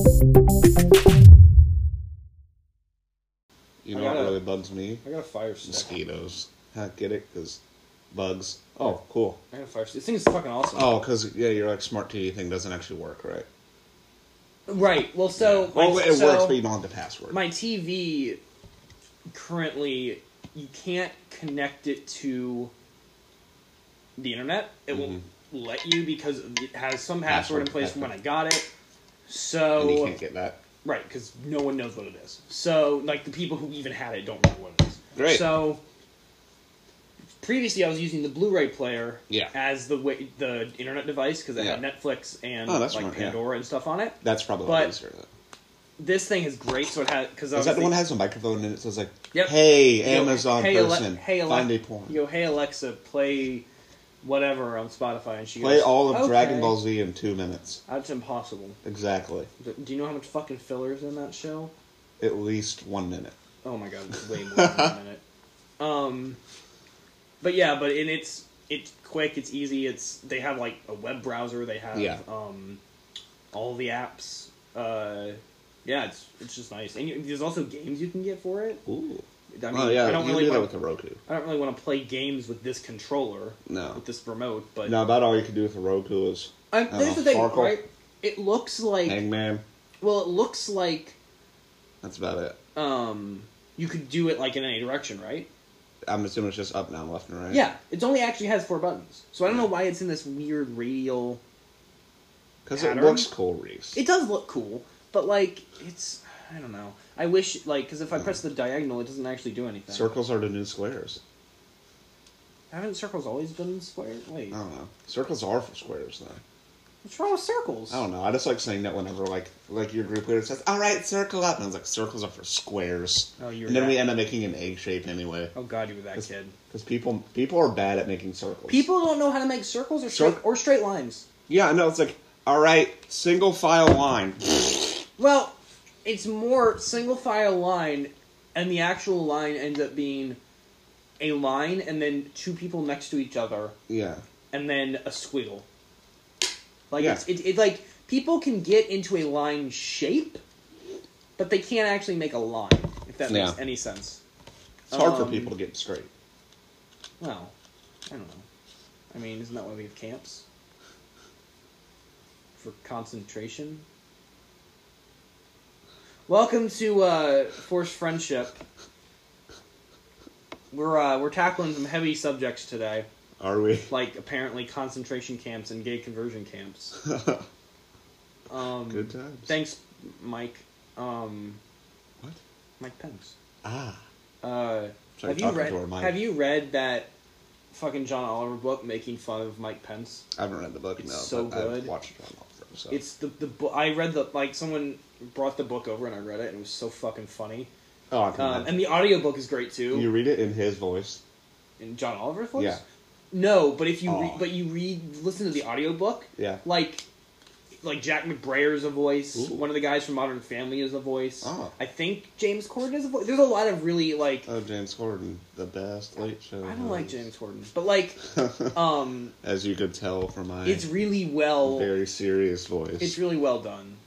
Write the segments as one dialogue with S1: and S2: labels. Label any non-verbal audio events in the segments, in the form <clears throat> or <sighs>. S1: You
S2: I
S1: know what
S2: gotta-
S1: really bugs me?
S2: I got a fire stick.
S1: Mosquitoes. I get it? Because bugs. Oh, cool.
S2: I got a fire stick. This thing is fucking awesome.
S1: Oh, because, yeah, your like, smart TV thing doesn't actually work, right?
S2: Oh. Right. Well, so
S1: Well,
S2: my,
S1: it
S2: so
S1: works, but you don't have the password.
S2: my TV currently you can't connect it to the internet. It won't let you because it has some password
S1: Mm-hmm.
S2: in
S1: Password
S2: place from when I
S1: protected.
S2: got it.
S1: and you
S2: So
S1: can't get that.
S2: right, because no one knows what it is. So like the people who even had it don't know what it is.
S1: Great.
S2: So previously I was using the Blu-ray player
S1: Yeah.
S2: as the way, the internet device because I had
S1: Yeah.
S2: Netflix and
S1: Oh,
S2: like
S1: that's smart, yeah.
S2: Pandora and stuff on it.
S1: That's probably
S2: But-
S1: easier. Though.
S2: This thing is great, so it has because
S1: Is that the one that has a microphone in it? So it's like,
S2: Yep.
S1: hey,
S2: Yo,
S1: Amazon
S2: Ale-
S1: person,
S2: hey Alexa,
S1: find a porn.
S2: Yo, hey Alexa, play whatever on Spotify, and she
S1: Play
S2: goes,
S1: all of
S2: okay.
S1: Dragon Ball Z in two minutes.
S2: That's impossible.
S1: Exactly.
S2: Do do you know how much fucking filler is in that show?
S1: At least one minute.
S2: Oh my god, it's way more than a minute. Um, but yeah, but and it's it's quick, it's easy. It's they have like a web browser. They have
S1: Yeah.
S2: um, all the apps. Uh, yeah, it's it's just nice, and you, there's also games you can get for it.
S1: Ooh.
S2: I mean,
S1: oh, yeah.
S2: I don't
S1: you
S2: really
S1: do that
S2: wanna-
S1: with the Roku.
S2: I don't really want to play games with this controller,
S1: No.
S2: with this remote, but
S1: No, about all you can do with the Roku is I
S2: I'm,
S1: don't
S2: there's
S1: know,
S2: the thing,
S1: Farkle?
S2: right? It looks like
S1: Hangman.
S2: well, it looks like
S1: That's about it.
S2: um you could do it like in any direction, right?
S1: I'm assuming it's just up, down, left, and right.
S2: Yeah, it only actually has four buttons, so I don't know why it's in this weird radial.
S1: Because it
S2: Pattern?
S1: looks cool, Reese.
S2: It does look cool, but like it's I don't know. I wish like because if I press the diagonal, it doesn't actually do anything.
S1: Circles are the new squares.
S2: Haven't circles always been square? Wait,
S1: I don't know. Circles are for squares, though.
S2: what's wrong with circles?
S1: I don't know. I just like saying that whenever, like, like your group leader says, all right, circle up. And I was like, circles are for squares.
S2: Oh, you were
S1: and then
S2: that-
S1: we end up making an egg shape anyway.
S2: Oh god, you were that kid.
S1: Because people, people are bad at making circles.
S2: People don't know how to make circles or straight,
S1: Cir-
S2: or straight lines.
S1: Yeah, I know. It's like, all right, single file line. <laughs>
S2: Well, it's more single file line, and the actual line ends up being a line and then two people next to each other,
S1: yeah.
S2: and then a squiggle. Like
S1: Yeah.
S2: it's it, it like people can get into a line shape, but they can't actually make a line. If that makes
S1: Yeah.
S2: any sense.
S1: It's hard for
S2: Um,
S1: people to get straight.
S2: Well, I don't know. I mean, isn't that why we have camps? For concentration? Welcome to uh, Forced Friendship. We're, uh, we're tackling some heavy subjects today,
S1: Are we? <laughs>
S2: like apparently concentration camps and gay conversion camps. Um,
S1: Good times.
S2: Thanks, Mike. Um,
S1: What?
S2: Mike Pence.
S1: Ah.
S2: Uh,
S1: Sorry,
S2: have you
S1: talking
S2: read?
S1: to her, Mike.
S2: Have you read that fucking John Oliver book making fun of Mike Pence?
S1: I haven't read the book,
S2: It's
S1: no.
S2: so
S1: but I've
S2: good.
S1: watched it on offer, so.
S2: It's the the book. I read the like someone brought the book over and I read it and it was so fucking funny.
S1: oh, I can
S2: Um,
S1: imagine.
S2: and the audiobook is great too.
S1: you read it in his voice.
S2: in John Oliver's voice.
S1: Yeah.
S2: No, but if you re-
S1: Aw.
S2: but you read listen to the audiobook,
S1: Yeah.
S2: like like Jack McBrayer is a voice.
S1: Ooh.
S2: One of the guys from Modern Family is a voice.
S1: Oh.
S2: I think James Corden is a voice. There's a lot of really like
S1: Oh, James Corden, the best late show.
S2: I don't like
S1: host. <laughs>
S2: James Corden, but like um
S1: As you could tell from my
S2: it's really well
S1: very serious voice.
S2: It's really well done.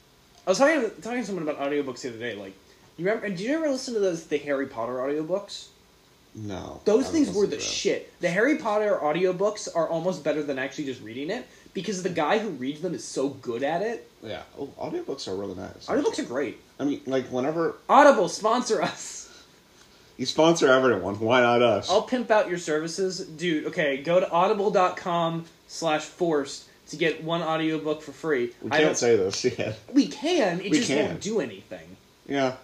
S2: I was talking talking to someone about audiobooks the other day. Like, you remember? Did you ever listen to those the Harry Potter audiobooks?
S1: no.
S2: Those
S1: I
S2: things were
S1: wasn't
S2: the
S1: there.
S2: shit. The Harry Potter audiobooks are almost better than actually just reading it because the guy who reads them is so good at it.
S1: Yeah. Oh, audiobooks are really nice.
S2: Audiobooks are great.
S1: I mean, like, whenever
S2: Audible sponsor us.
S1: you sponsor everyone, why not us?
S2: I'll pimp out your services, dude. Okay, go to audible.com/forced to get one audiobook for free.
S1: we
S2: I
S1: can't
S2: don't-
S1: say this yet. <laughs>
S2: we can. It
S1: We
S2: just
S1: can.
S2: won't do anything.
S1: Yeah.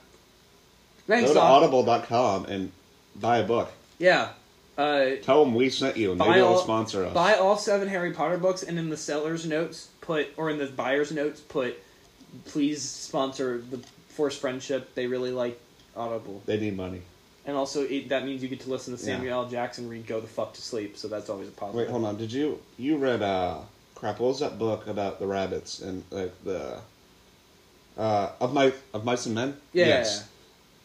S2: Thanks,
S1: Go to
S2: Aud-
S1: audible.com and buy a book.
S2: Yeah. Uh,
S1: Tell them we sent you, and maybe they'll sponsor us.
S2: Buy all seven Harry Potter books, and in the seller's notes, put or in the buyer's notes, put please sponsor the Forced Friendship. They really like Audible,
S1: They need money.
S2: and also it, that means you get to listen to
S1: Yeah.
S2: Samuel L. Jackson read "Go the Fuck to Sleep," so that's always a positive.
S1: Wait, hold on. Did you you read uh crap? What was that book about the rabbits and like the uh of my of mice and men?
S2: Yeah.
S1: Is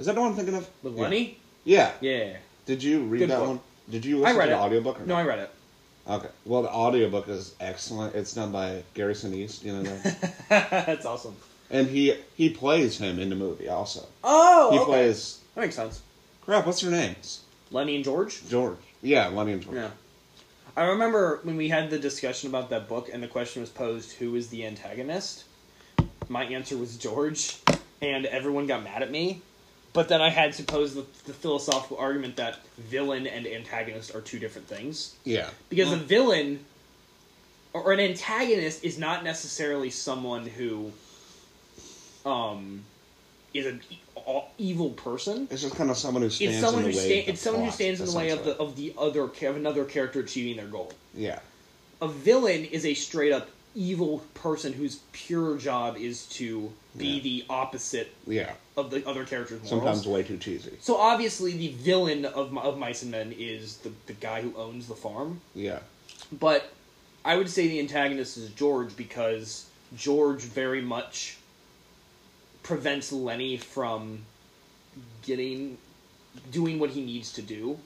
S1: that the one I'm thinking of?
S2: With
S1: Yeah.
S2: Lenny,
S1: Yeah.
S2: yeah,
S1: Did you read
S2: Good
S1: that
S2: book.
S1: one? Did you
S2: I
S1: listen
S2: read
S1: to the
S2: it.
S1: audiobook or
S2: No, I read it. <laughs>
S1: Okay. Well, the audiobook is excellent. It's done by Gary Sinise, you know,
S2: <laughs>
S1: that-
S2: That's awesome.
S1: and he he plays him in the movie also.
S2: Oh,
S1: He
S2: okay.
S1: plays
S2: That makes sense.
S1: crap. What's her names?
S2: Lenny and George.
S1: George. Yeah, Lenny and George.
S2: Yeah. I remember when we had the discussion about that book and the question was posed who is the antagonist? My answer was George, and everyone got mad at me. But then I had to pose the, the philosophical argument that villain and antagonist are two different things.
S1: Yeah.
S2: Because a
S1: Well,
S2: villain or an antagonist is not necessarily someone who um, is an e- aw- evil person
S1: it's just kind of someone who stands
S2: it's someone
S1: in
S2: who
S1: the way.
S2: sta-
S1: of the
S2: it's someone who
S1: plot,
S2: stands in the way of the
S1: essentially.
S2: of the other ca- of another character achieving their goal.
S1: Yeah.
S2: A villain is a straight up evil person whose pure job is to be
S1: Yeah.
S2: the opposite
S1: Yeah.
S2: of the other character's morals.
S1: Sometimes way too cheesy.
S2: so obviously, the villain of Mi- of Mice and Men is the the guy who owns the farm.
S1: Yeah.
S2: But I would say the antagonist is George because George very much prevents Lenny from getting doing what he needs to do.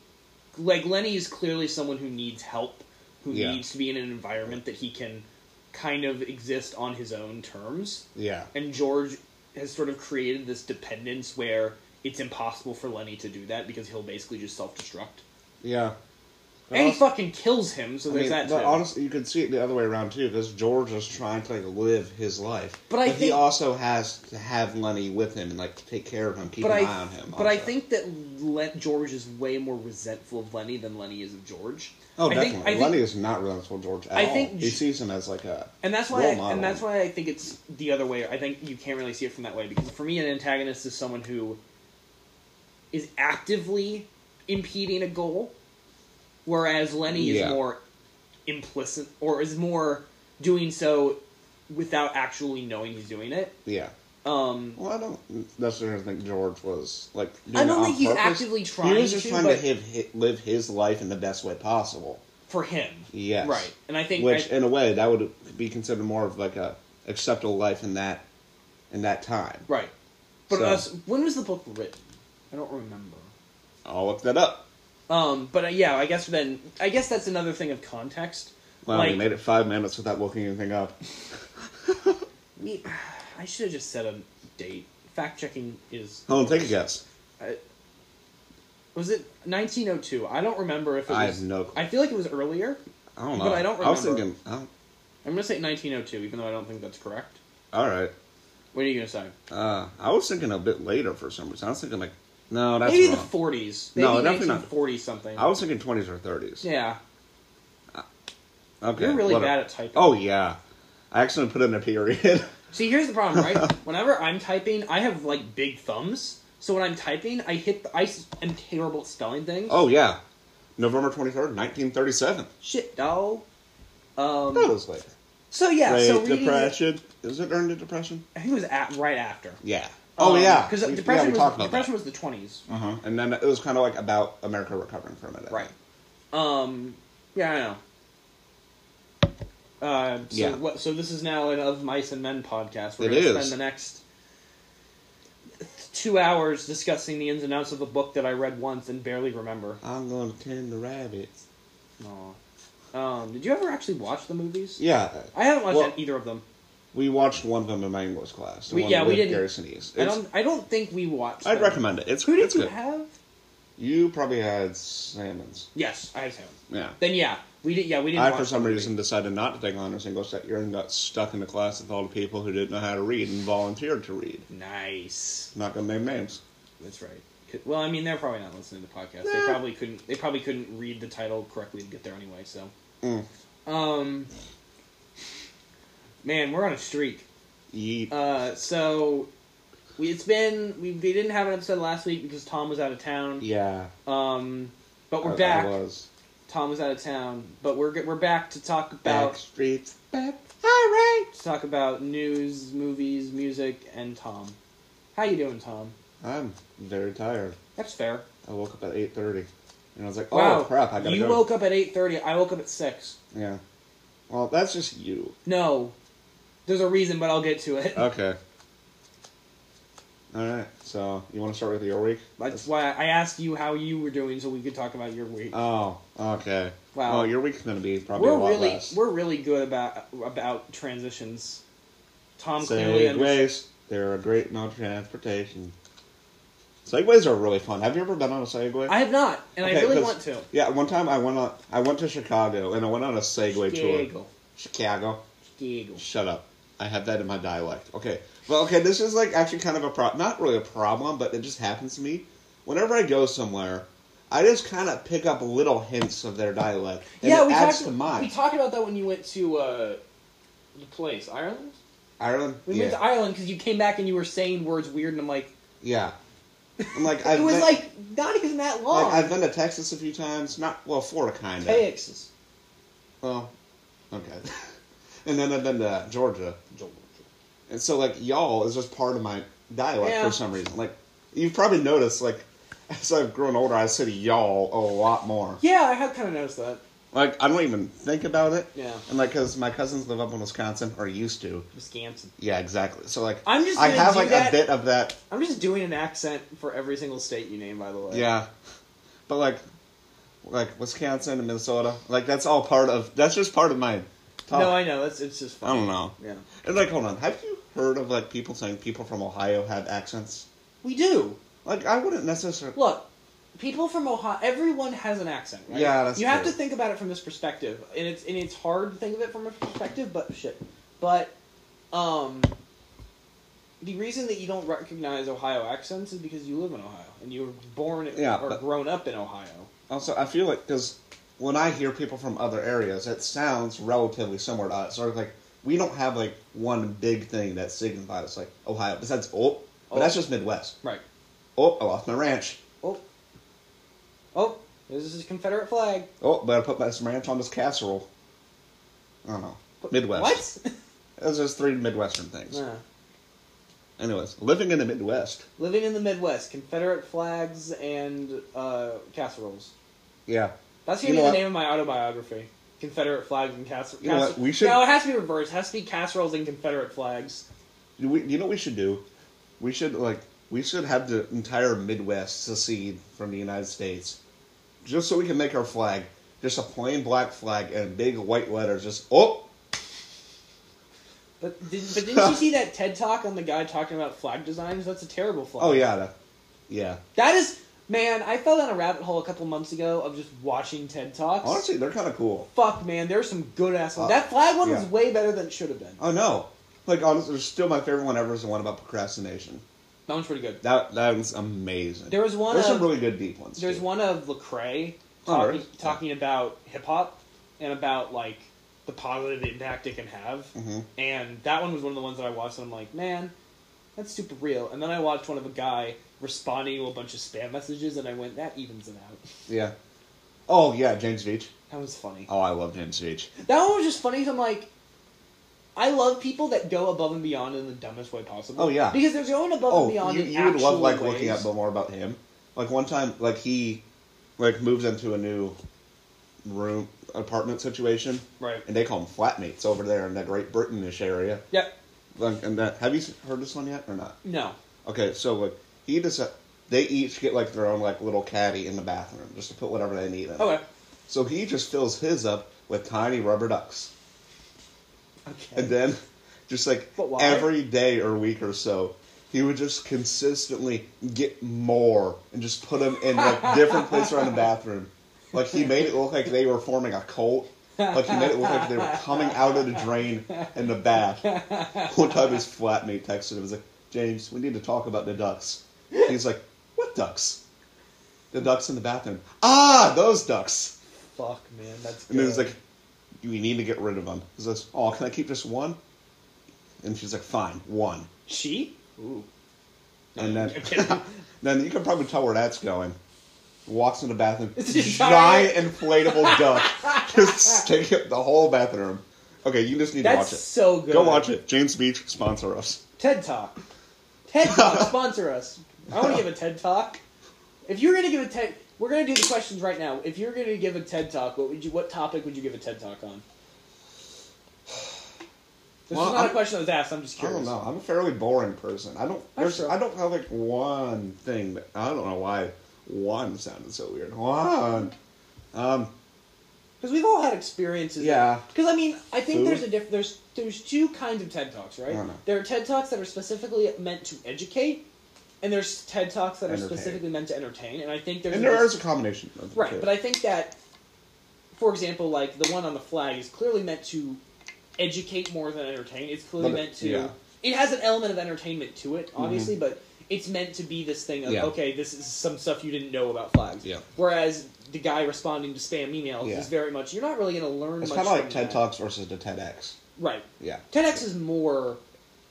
S2: Like Lenny is clearly someone who needs help, who
S1: Yeah.
S2: needs to be in an environment that he can kind of exist on his own terms.
S1: Yeah.
S2: And George has sort of created this dependence where it's impossible for Lenny to do that because he'll basically just self-destruct.
S1: Yeah.
S2: And he fucking kills him, so
S1: I
S2: there's
S1: mean,
S2: that too.
S1: but honestly, you can see it the other way around too, because George is trying to like live his life,
S2: But I
S1: he
S2: think-
S1: also has to have Lenny with him and like take care of him, keep
S2: but
S1: an
S2: I,
S1: eye on him.
S2: but I
S1: also.
S2: think that Le- George is way more resentful of Lenny than Lenny is of George.
S1: oh,
S2: I
S1: definitely,
S2: Think, I think,
S1: Lenny is not resentful of George at
S2: I
S1: all.
S2: think
S1: he
S2: Ge-
S1: sees him as like a
S2: and that's
S1: role
S2: why, I,
S1: model.
S2: and that's why I think it's the other way. I think you can't really see it from that way because for me, an antagonist is someone who is actively impeding a goal, whereas Lenny
S1: Yeah.
S2: is more implicit or is more doing so without actually knowing he's doing it.
S1: yeah.
S2: Um,
S1: Well, I don't necessarily think George was like. Doing
S2: I don't
S1: it on
S2: think he's
S1: purpose.
S2: actively trying
S1: He was just
S2: to,
S1: trying
S2: but-
S1: to have, hi- live his life in the best way possible.
S2: for him,
S1: Yes.
S2: right? And I think
S1: Which,
S2: I-
S1: in a way, that would be considered more of like a acceptable life in that in that time.
S2: Right. But
S1: So-
S2: us, when was the book written? I don't remember.
S1: I'll look that up.
S2: Um, but uh, yeah, I guess then I guess that's another thing of context.
S1: Wow, we
S2: Like- <sighs>
S1: made it five minutes without looking anything up.
S2: We- I should have just said a date. Fact checking is.
S1: Hold on, take a guess.
S2: I- was it 1902? I don't remember if it was.
S1: I have no clue.
S2: I feel like it was earlier.
S1: I don't know.
S2: But I don't
S1: was
S2: remember.
S1: thinking. Oh,
S2: I'm gonna say 1902, even though I don't think that's correct.
S1: all right.
S2: What are you gonna say?
S1: Uh, I was thinking a bit later for some reason. I was thinking like, no, that's
S2: Maybe
S1: wrong.
S2: the 40s. Maybe
S1: No, definitely not.
S2: 1940 something.
S1: I was thinking twenties or thirties.
S2: yeah,
S1: Okay.
S2: you're really
S1: whatever.
S2: bad at typing.
S1: Oh yeah, I actually put in a period. <laughs>
S2: See, here's the problem, right? Whenever I'm typing, I have like big thumbs. So when I'm typing, I hit the, I s- am terrible at spelling things.
S1: oh yeah, November twenty third, nineteen thirty seven.
S2: shit, no. Um.
S1: That was later.
S2: So yeah,
S1: Great
S2: so reading. it-
S1: depression. Is it during the depression?
S2: I think it was at, right after.
S1: Yeah. Oh yeah.
S2: because
S1: We-
S2: Um,
S1: yeah,
S2: depression
S1: we
S2: was
S1: talked about
S2: depression was the twenties,
S1: that. Uh-huh. And then it was kind of like about America recovering from it. I
S2: right?
S1: think.
S2: Um. Yeah, I know. Uh, so
S1: Yeah.
S2: what, so this is now an Of Mice and Men podcast. We're
S1: It
S2: gonna
S1: is.
S2: spend the next two hours discussing the ins and outs of a book that I read once and barely remember.
S1: I'm gonna tend the rabbits.
S2: Aw. Um, did you ever actually watch the movies?
S1: Yeah.
S2: I haven't watched
S1: Well-
S2: either of them.
S1: We watched one of them in my English class. the
S2: We-
S1: one
S2: yeah, we
S1: with
S2: didn't-
S1: Gary Sinise.
S2: I
S1: It's-
S2: don't. I don't think we watched.
S1: I'd
S2: them.
S1: recommend it. It's
S2: Who did
S1: it's
S2: you
S1: good.
S2: have?
S1: You probably had salmons.
S2: Yes, I have him.
S1: Yeah.
S2: Then yeah, we did. Yeah, we didn't.
S1: I,
S2: watch
S1: for some
S2: the movie.
S1: reason, decided not to take honors English that year and got stuck in the class with all the people who didn't know how to read and volunteered to read.
S2: Nice.
S1: Not gonna name names.
S2: That's right. C- Well, I mean, they're probably not listening to the podcast. They
S1: Nah.
S2: probably couldn't. They probably couldn't read the title correctly to get there anyway. So,
S1: Mm.
S2: um, man, we're on a streak.
S1: Yeet.
S2: Uh, so we, it's been we, we didn't have an episode last week because Tom was out of town.
S1: yeah.
S2: Um, but we're
S1: I- I
S2: back.
S1: was.
S2: Tom was out of town, but we're g- we're back to talk
S1: Back
S2: about
S1: streets. Back. All right.
S2: to talk about news, movies, music, and Tom. How you doing, Tom?
S1: I'm very tired.
S2: That's fair.
S1: I woke up at 8.30. And I was like, oh,
S2: wow,
S1: crap, I gotta
S2: you
S1: go.
S2: woke up at eight thirty. I woke up at six.
S1: Yeah. Well, that's just you.
S2: No, there's a reason, but I'll get to it.
S1: Okay. All right. So, you want to start with your week?
S2: That's why I asked you how you were doing so we could talk about your week.
S1: Oh, Okay.
S2: Wow.
S1: Oh, your week's gonna be probably a
S2: We're
S1: lot
S2: really
S1: less.
S2: we're really good about about transitions. Tom clearly understands.
S1: Segways. They're a great mode of transportation. Segways are really fun. Have you ever been on a Segway?
S2: I have not, and I
S1: Okay,
S2: really
S1: 'cause-
S2: want to.
S1: Yeah, one time I went on. I went to Chicago and I went on a Segway tour.
S2: Giggle,
S1: Chicago.
S2: giggle.
S1: Shut up. I had that in my dialect. Okay. Well, okay, this is like actually kind of a problem. Not really a problem, but it just happens to me. Whenever I go somewhere, I just kind of pick up little hints of their dialect. And
S2: yeah,
S1: it
S2: we
S1: adds
S2: talked.
S1: to mine.
S2: We talked about that when you went to uh, the place Ireland.
S1: Ireland?
S2: We
S1: yeah.
S2: went to Ireland because you came back and you were saying words weird, and I'm like,
S1: yeah. I'm like,
S2: <laughs> it
S1: I've
S2: was
S1: been,
S2: like not even that
S1: like,
S2: long.
S1: I've been to Texas a few times. Not, well, Florida, kind of.
S2: Texas,
S1: Well, okay. <laughs> and then I've been to Georgia.
S2: Georgia.
S1: And so, like, y'all is just part of my dialect
S2: Yeah.
S1: for some reason. Like, you've probably noticed, like, <laughs> as I've grown older, I said y'all a lot more.
S2: Yeah, I have kind of noticed that.
S1: Like, I don't even think about it.
S2: Yeah.
S1: And, like, because my cousins live up in Wisconsin, or used to.
S2: Wisconsin.
S1: Yeah, exactly. So, like,
S2: I'm just
S1: I
S2: gonna
S1: have,
S2: do
S1: like,
S2: that-
S1: a bit of that.
S2: I'm just doing an accent for every single state you name, by the way.
S1: Yeah. But, like, like Wisconsin and Minnesota, like, that's all part of, that's just part of my talk.
S2: No, I know. That's it's just
S1: Oh. I
S2: fun.
S1: don't know.
S2: Yeah.
S1: And like, hold on, have you heard of like people saying people from Ohio have accents?
S2: We do.
S1: Like, I wouldn't necessarily.
S2: Look, people from Ohio, everyone has an accent, right?
S1: Yeah, that's
S2: You have
S1: true.
S2: to think about it from this perspective, and it's and it's hard to think of it from a perspective, but shit, but um, the reason that you don't recognize Ohio accents is because you live in Ohio and you were born
S1: Yeah,
S2: or
S1: but-
S2: grown up in Ohio.
S1: Also, I feel like because when I hear people from other areas, it sounds relatively similar to us. Or like, we don't have like one big thing that signifies like Ohio. Besides, oh, but that's just Midwest.
S2: Right.
S1: Oh, I lost my ranch.
S2: Oh. Oh, there's this Confederate flag.
S1: Oh, better put my, some ranch on this casserole. I don't know. Midwest.
S2: What?
S1: Those are just three Midwestern things. <laughs>
S2: Nah.
S1: Anyways, living in the Midwest.
S2: Living in the Midwest, Confederate flags and uh, casseroles.
S1: Yeah.
S2: That's
S1: You know
S2: gonna be the
S1: what?
S2: name of my autobiography. Confederate flags and casseroles.
S1: You know what? We should-
S2: No, it has to be reversed. It has to be casseroles and Confederate flags.
S1: You- We, you know what we should do? We should like we should have the entire Midwest secede from the United States, just so we can make our flag just a plain black flag and big white letters. Just oh,
S2: But did,
S1: <laughs>
S2: but didn't you see that TED talk on the guy talking about flag designs? That's a terrible flag.
S1: oh yeah, that, yeah.
S2: That is man. I fell down a rabbit hole a couple months ago of just watching TED talks.
S1: Honestly, they're kind of cool.
S2: Fuck man, there's some good ass ones.
S1: Uh,
S2: that flag one
S1: yeah.
S2: was way better than it should have been.
S1: Oh no, like honestly, there's still my favorite one ever is the one about procrastination.
S2: That one's pretty good.
S1: That that was amazing.
S2: There was one
S1: There's
S2: of-
S1: some really good deep ones.
S2: There's
S1: too.
S2: one of Lecrae
S1: Oh, there
S2: talking,
S1: is?
S2: talking about hip hop and about like the positive impact it can have,
S1: Mhm.
S2: and that one was one of the ones that I watched, and I'm like, man, that's super real. And then I watched one of a guy responding to a bunch of spam messages, and I went, that evens it out. <laughs>
S1: Yeah. Oh yeah, James Beach.
S2: That was funny.
S1: Oh, I love James Beach.
S2: That one was just funny. 'cause I'm like. I love people that go above and beyond in the dumbest way possible.
S1: Oh, yeah.
S2: because they're going above and
S1: Oh,
S2: beyond.
S1: you,
S2: in
S1: you would love
S2: actual
S1: like looking
S2: ways.
S1: up more about him. Like one time, like he like moves into a new room apartment situation,
S2: Right.
S1: and they call him flatmates over there in that Great Britainish area.
S2: Yep.
S1: Like, and that have you s- heard this one yet or not?
S2: No.
S1: Okay, so like he just they each get like their own like little caddy in the bathroom just to put whatever they need in. it.
S2: Okay.
S1: So he just fills his up with tiny rubber ducks.
S2: Okay.
S1: And then, just like
S2: But why?
S1: every day or week or so, he would just consistently get more and just put them in like different places around the bathroom. Like he made it look like they were forming a cult. Like he made it look like they were coming out of the drain in the bath. One time his flatmate texted him, was like, James, we need to talk about the ducks. He's like, What ducks? The ducks in the bathroom. Ah, those ducks.
S2: Fuck, man, that's. Good.
S1: And then he's like, "We need to get rid of them." He says, "Oh, can I keep just one?" And she's like, "Fine, one."
S2: She? Ooh.
S1: And
S2: <laughs> I'm
S1: <laughs> then,
S2: kidding.
S1: then you can probably tell where that's going. Walks in the bathroom,
S2: It's a
S1: giant
S2: giant-
S1: inflatable <laughs> duck, just taking up the whole bathroom. Okay, you just need
S2: That's
S1: to watch it.
S2: so good.
S1: Go watch it. James Beach sponsor us.
S2: TED Talk. TED
S1: <laughs>
S2: Talk sponsor us. I want to give a TED Talk. If you were gonna give a TED, we're gonna do the questions right now. If you're gonna give a TED Talk, what would you? What topic would you give a TED Talk on? This
S1: Well,
S2: is not
S1: I'm-
S2: a question that was asked. I'm just
S1: I don't
S2: curious.
S1: know. I'm a fairly boring person. I don't.
S2: That's
S1: There's,
S2: true.
S1: I don't have like one thing. That, I don't know why one sounded so weird. One. Um,
S2: Because we've all had experiences.
S1: Yeah.
S2: Because I mean, I think
S1: Food.
S2: there's a diff- there's there's two kinds of TED talks, right?
S1: I don't know.
S2: There are TED talks that are specifically meant to educate, and there's TED talks that are
S1: Entertain.
S2: specifically meant to entertain. And I think there's
S1: And there
S2: this-
S1: is a combination of the
S2: Right,
S1: two.
S2: but I think that, for example, like the one on the flag is clearly meant to educate more than entertain. It's clearly
S1: But it-
S2: meant to.
S1: yeah. Mm-hmm.
S2: It has an element of entertainment to it, obviously, but it's meant to be this thing of
S1: Yeah.
S2: okay, this is some stuff you didn't know about flags.
S1: Yeah.
S2: Whereas the guy responding to spam emails
S1: Yeah.
S2: is very much you're not really going to learn.
S1: it's
S2: much
S1: kind of like
S2: from
S1: TED
S2: that.
S1: Talks versus the TEDx.
S2: Right.
S1: Yeah.
S2: TEDx is more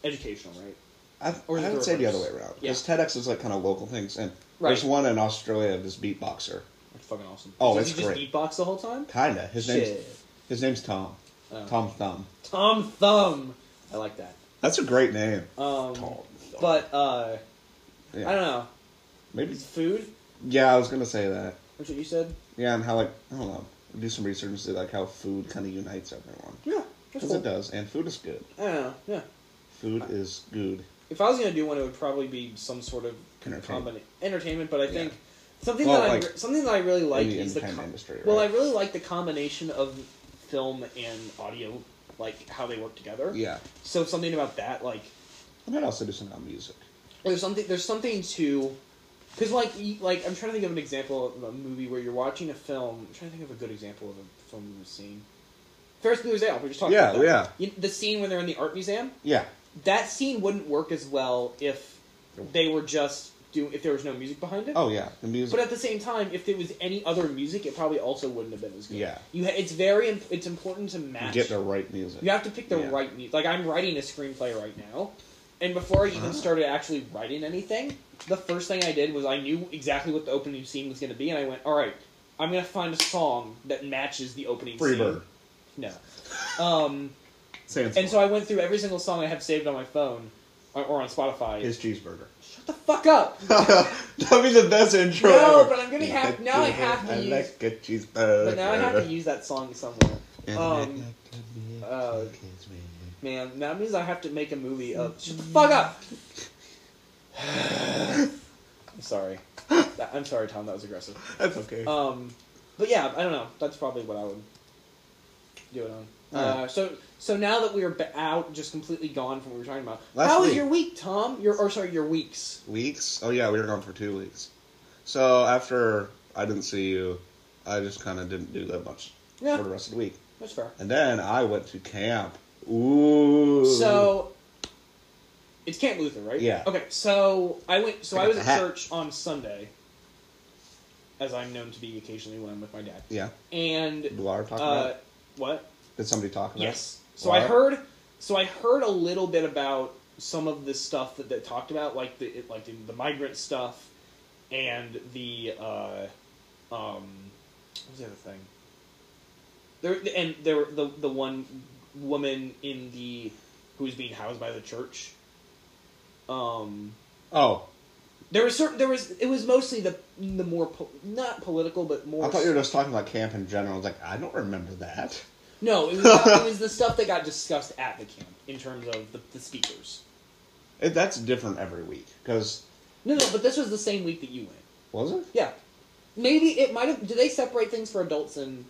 S2: educational, right?
S1: I,
S2: Or
S1: I
S2: is it
S1: would
S2: the
S1: say the other
S2: reverse?
S1: way around.
S2: Yeah.
S1: Because TEDx is like kind of local things. And there's
S2: Right.
S1: one in Australia of this beatboxer.
S2: That's fucking awesome.
S1: Oh,
S2: Does
S1: it's
S2: he just
S1: great.
S2: beatbox the whole time?
S1: Kinda. His name's
S2: Shit.
S1: his name's Tom.
S2: Oh.
S1: Tom Thumb.
S2: Tom Thumb. I like that.
S1: That's a great name. Tom
S2: Um,
S1: Thumb.
S2: But uh,
S1: Yeah.
S2: I don't know.
S1: Maybe.
S2: It's food.
S1: Yeah, I was gonna say that.
S2: That's what you said.
S1: Yeah, and how like I don't know. Do some research and see like how food kind of unites everyone.
S2: Yeah, that's
S1: Because
S2: cool.
S1: it does, and food is good.
S2: I don't know. Yeah.
S1: Food is good.
S2: If I was gonna do one, it would probably be some sort of
S1: Entertainment.
S2: combina- entertainment. But I think
S1: Yeah.
S2: something
S1: Well,
S2: that
S1: like,
S2: I re- something that I really like
S1: the
S2: is the
S1: entertainment
S2: com-
S1: industry,
S2: well, I
S1: right?
S2: really like the combination of film and audio, like how they work together.
S1: Yeah,
S2: So something about that, like
S1: I might also do some about music.
S2: there's something there's something to because like you, like I'm trying to think of an example of a movie where you're watching a film. I'm trying to think of a good example of a film we've seen. Ferris Bueller's Day Off. We were just talking
S1: Yeah,
S2: about that.
S1: yeah.
S2: You- the scene when they're in the art museum.
S1: Yeah,
S2: that scene wouldn't work as well if they were just do if there was no music behind it.
S1: Oh yeah, the music.
S2: But at the same time, if there was any other music, it probably also wouldn't have been as good.
S1: Yeah.
S2: you ha- it's very imp- it's important to match.
S1: get the right music.
S2: you have to pick the
S1: Yeah.
S2: right music. Like I'm writing a screenplay right now, and before I even started actually writing anything, the first thing I did was I knew exactly what the opening scene was going to be, and I went, "All right, I'm going to find a song that matches the opening scene."
S1: Freebird.
S2: No. Um.
S1: Sans
S2: And so I went through every single song I have saved on my phone or, or on Spotify.
S1: his
S2: <laughs>
S1: cheeseburger.
S2: Shut the fuck up.
S1: That'd be the best intro.
S2: No,
S1: ever.
S2: but I'm gonna have- now I have to
S1: I
S2: use-
S1: like a cheeseburger.
S2: But now I have to use that song somewhere. Um, uh, man, that means I have to make a movie of. Shut the fuck up. <sighs> I'm sorry. That- I'm sorry, Tom. That was aggressive.
S1: That's okay.
S2: Um, but yeah, I don't know. That's probably what I would do it on. Uh,
S1: Alright.
S2: so so now that we are ba- out, just completely gone from what we were talking about.
S1: Last
S2: how was
S1: week.
S2: your week, Tom? Your or sorry, your weeks.
S1: weeks? Oh yeah, we were gone for two weeks. So after I didn't see you, I just kind of didn't do that much
S2: Yeah.
S1: for the rest of the week.
S2: That's fair.
S1: And then I went to camp. Ooh.
S2: So it's Camp Luther, right?
S1: Yeah.
S2: Okay, so I went. So
S1: I
S2: I,
S1: got
S2: was
S1: the hat.
S2: at church on Sunday, as I'm known to be occasionally when I'm with my dad.
S1: yeah, did
S2: And
S1: Laura talk about?
S2: uh,
S1: it?
S2: what?
S1: Did somebody talk about? it?
S2: Yes. So I
S1: Laura?
S2: heard. So I heard a little bit about some of the stuff that they talked about, like the it- like the, the migrant stuff, and the uh, um, what was the other thing? There and there were the the one woman in the who was being housed by the church. Um,
S1: Oh,
S2: there was certain there was it was mostly the the more po- not political but more
S1: I thought you were just talking about camp in general. I was like, I don't remember that.
S2: no it was it was the stuff that got discussed at the camp in terms of the, the speakers.
S1: It, that's different every week because
S2: No, no, but this was the same week that you went.
S1: was it?
S2: Yeah, maybe it might have. Do they separate things for adults and?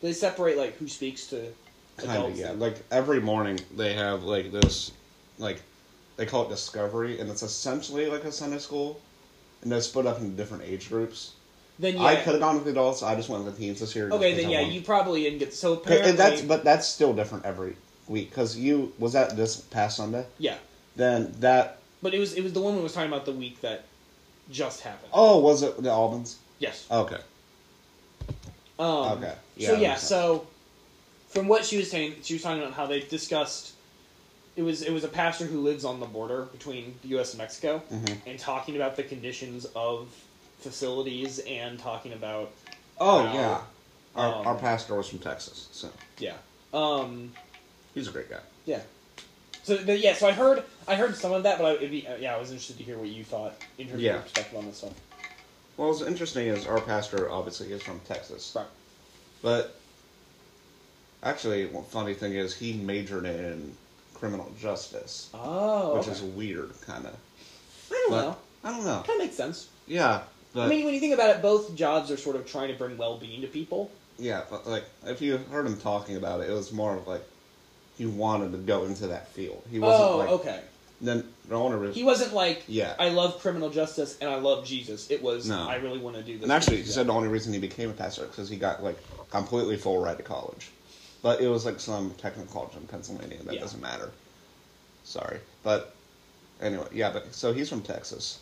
S2: Do they separate like who speaks to
S1: Kind
S2: adults?
S1: of yeah. Like every morning they have like this, like they call it discovery, and it's essentially like a Sunday school, and they split up into different age groups.
S2: then yeah.
S1: I could have gone with the adults. I just went with the teens this year. just
S2: okay,
S1: 'cause
S2: then
S1: I
S2: yeah,
S1: wanted-
S2: you probably didn't get. So apparently,
S1: And that's but that's still different every week because you was that this past Sunday.
S2: yeah,
S1: Then that
S2: but it was it was the woman who was talking about the week that just happened.
S1: oh was it the Albans?
S2: yes.
S1: Okay,
S2: Um,
S1: okay.
S2: so
S1: that
S2: yeah,
S1: makes sense.
S2: so from what she was saying, she was talking about how they discussed it was it was a pastor who lives on the border between the U.S. and Mexico,
S1: Mm-hmm.
S2: and talking about the conditions of facilities and talking about
S1: Oh
S2: Wow.
S1: yeah, our,
S2: Um,
S1: our pastor was from Texas, so
S2: yeah, um,
S1: he's a great guy.
S2: yeah. So but yeah, so I heard I heard some of that, but I, it'd be, uh, yeah, I was interested to hear what you thought in terms of
S1: Yeah.
S2: your perspective on this stuff.
S1: Well, what's interesting is our pastor obviously is from Texas,
S2: Right.
S1: but actually, one funny thing is he majored in criminal justice,
S2: Oh,
S1: which
S2: okay.
S1: is weird, kind of.
S2: I don't
S1: But
S2: know.
S1: I don't know.
S2: Kind of makes sense.
S1: Yeah, but
S2: I mean, when you think about it, both jobs are sort of trying to bring well-being to people.
S1: yeah, but, like if you heard him talking about it, it was more of like he wanted to go into that field. He wasn't
S2: Oh,
S1: like
S2: okay.
S1: then I want to really
S2: He wasn't like,
S1: Yeah.
S2: I love criminal justice and I love Jesus. It was,
S1: No.
S2: I really want to do this.
S1: And actually, he said the only reason he became a pastor because he got like completely full ride to college, but it was like some technical college in Pennsylvania. That
S2: Yeah.
S1: doesn't matter. Sorry, but anyway, yeah. But so he's from Texas,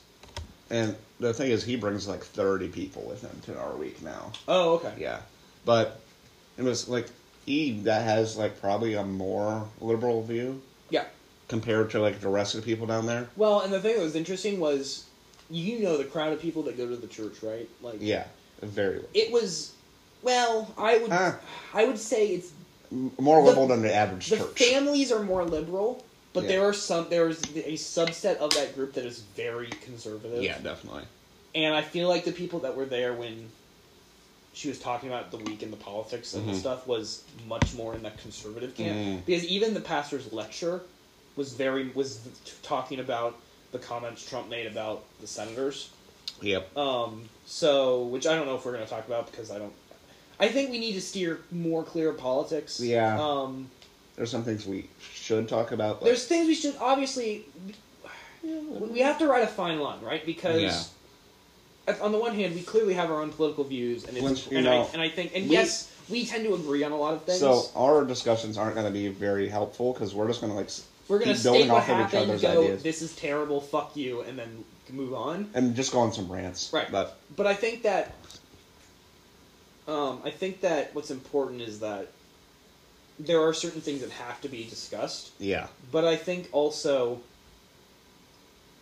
S1: and the thing is, he brings like thirty people with him to our week now.
S2: oh, okay.
S1: Yeah, but it was like he that has like probably a more liberal view
S2: Yeah.
S1: compared to like the rest of the people down there.
S2: Well, and the thing that was interesting was, you know, the crowd of people that go to the church, right? Like,
S1: Yeah, very
S2: it was. Well, I would,
S1: Ah.
S2: I would say it's
S1: more
S2: the-
S1: liberal than the average
S2: the
S1: church.
S2: families are more liberal, but
S1: Yeah.
S2: there are some. There is a subset of that group that is very conservative.
S1: yeah, definitely.
S2: and I feel like the people that were there when she was talking about the week and the politics and
S1: Mhm.
S2: the stuff was much more in the conservative camp
S1: Mm.
S2: because even the pastor's lecture was very was t- talking about the comments Trump made about the senators.
S1: Yep.
S2: Um, so which I don't know if we're going to talk about because I don't. I think we need to steer more clear of politics.
S1: Yeah.
S2: Um,
S1: There's some things we should talk about. But
S2: there's things we should obviously we- we have to write a fine line, right? Because
S1: Yeah.
S2: at- on the one hand, we clearly have our own political views, and it's,
S1: Once you
S2: and,
S1: know-
S2: I, and I think, and
S1: we-
S2: yes, we tend to agree on a lot of things.
S1: so our discussions aren't going to be very helpful because we're just going to like s-
S2: we're gonna
S1: keep building
S2: state what
S1: off of each
S2: happened,
S1: other's
S2: go,
S1: ideas
S2: "This is terrible, fuck you," and then move on.
S1: and just go on some rants.
S2: Right.
S1: But
S2: But I think that, um, I think that what's important is that there are certain things that have to be discussed.
S1: yeah,
S2: but I think also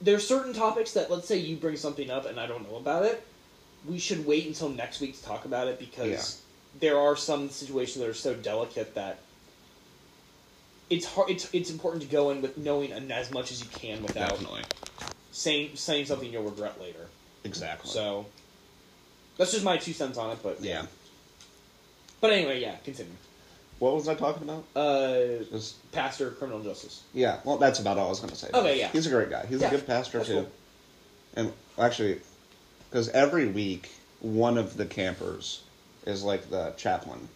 S2: there's certain topics that let's say you bring something up and I don't know about it, we should wait until next week to talk about it because there are some situations that are so delicate that it's hard. It's it's important to go in with knowing and as much as you can without saying saying something you'll regret later.
S1: exactly.
S2: So that's just my two cents on it. But
S1: yeah.
S2: But anyway, yeah. Continue.
S1: What was I talking about?
S2: Uh,
S1: Just
S2: pastor, criminal justice.
S1: yeah. Well, that's about all I was going to say.
S2: Okay, yeah.
S1: He's a great guy. He's
S2: Yeah,
S1: a good pastor
S2: that's
S1: too.
S2: cool.
S1: And actually, because every week one of the campers is like the chaplain,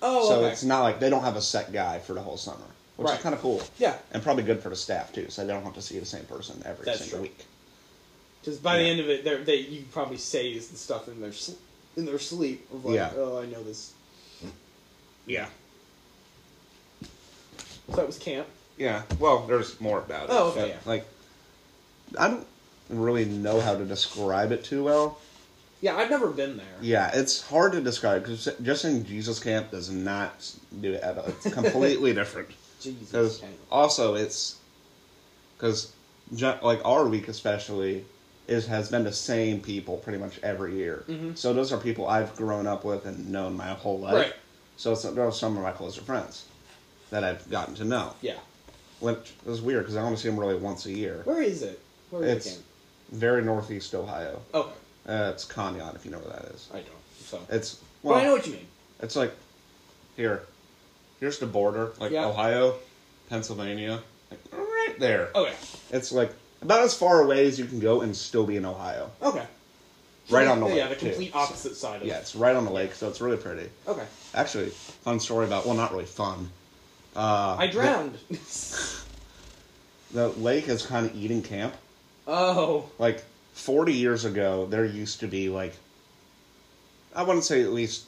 S2: Oh,
S1: so
S2: okay.
S1: it's not like they don't have a set guy for the whole summer, which
S2: Right.
S1: is kind of cool.
S2: yeah.
S1: and probably good for the staff too, so they don't have to see the same person every
S2: That's
S1: single
S2: true.
S1: week.
S2: Because by the
S1: Yeah.
S2: end of it, they're, they you probably say is the stuff in their sl- in their sleep of like,
S1: Yeah.
S2: oh, I know this.
S1: Yeah,
S2: So that was camp.
S1: yeah. Well, there's more about it.
S2: Oh, okay,
S1: but,
S2: yeah.
S1: Like, I don't really know how to describe it too well.
S2: Yeah, I've never been there.
S1: Yeah, it's hard to describe because just in Jesus camp does not do it at all. It's
S2: <laughs>
S1: completely different.
S2: Jesus.
S1: 'Cause
S2: Camp.
S1: also it's because like our week especially is has been the same people pretty much every year.
S2: Mhm.
S1: So those are people I've grown up with and known my whole life.
S2: Right.
S1: So it's, they're some of my closer friends that I've gotten to know,
S2: Yeah.
S1: which is weird because I only see them really once a year.
S2: Where is it? Where is
S1: It's-
S2: the camp?
S1: Very northeast Ohio.
S2: Okay,
S1: Uh, it's Conyon, if you know where that is.
S2: I don't. So,
S1: It's well,
S2: but I know what you mean.
S1: it's like here, here's the border, like
S2: Yeah.
S1: Ohio, Pennsylvania, like right there.
S2: Okay.
S1: It's like about as far away as you can go and still be in Ohio.
S2: Okay.
S1: Right on the
S2: yeah,
S1: lake.
S2: Yeah, the
S1: too.
S2: complete opposite side of
S1: Yeah, it's right on the lake, so it's really pretty.
S2: Okay.
S1: Actually, fun story about well, not really fun. Uh,
S2: I drowned. <laughs>
S1: The, the lake is kind of eating camp.
S2: oh.
S1: Like forty years ago, there used to be like I wouldn't say at least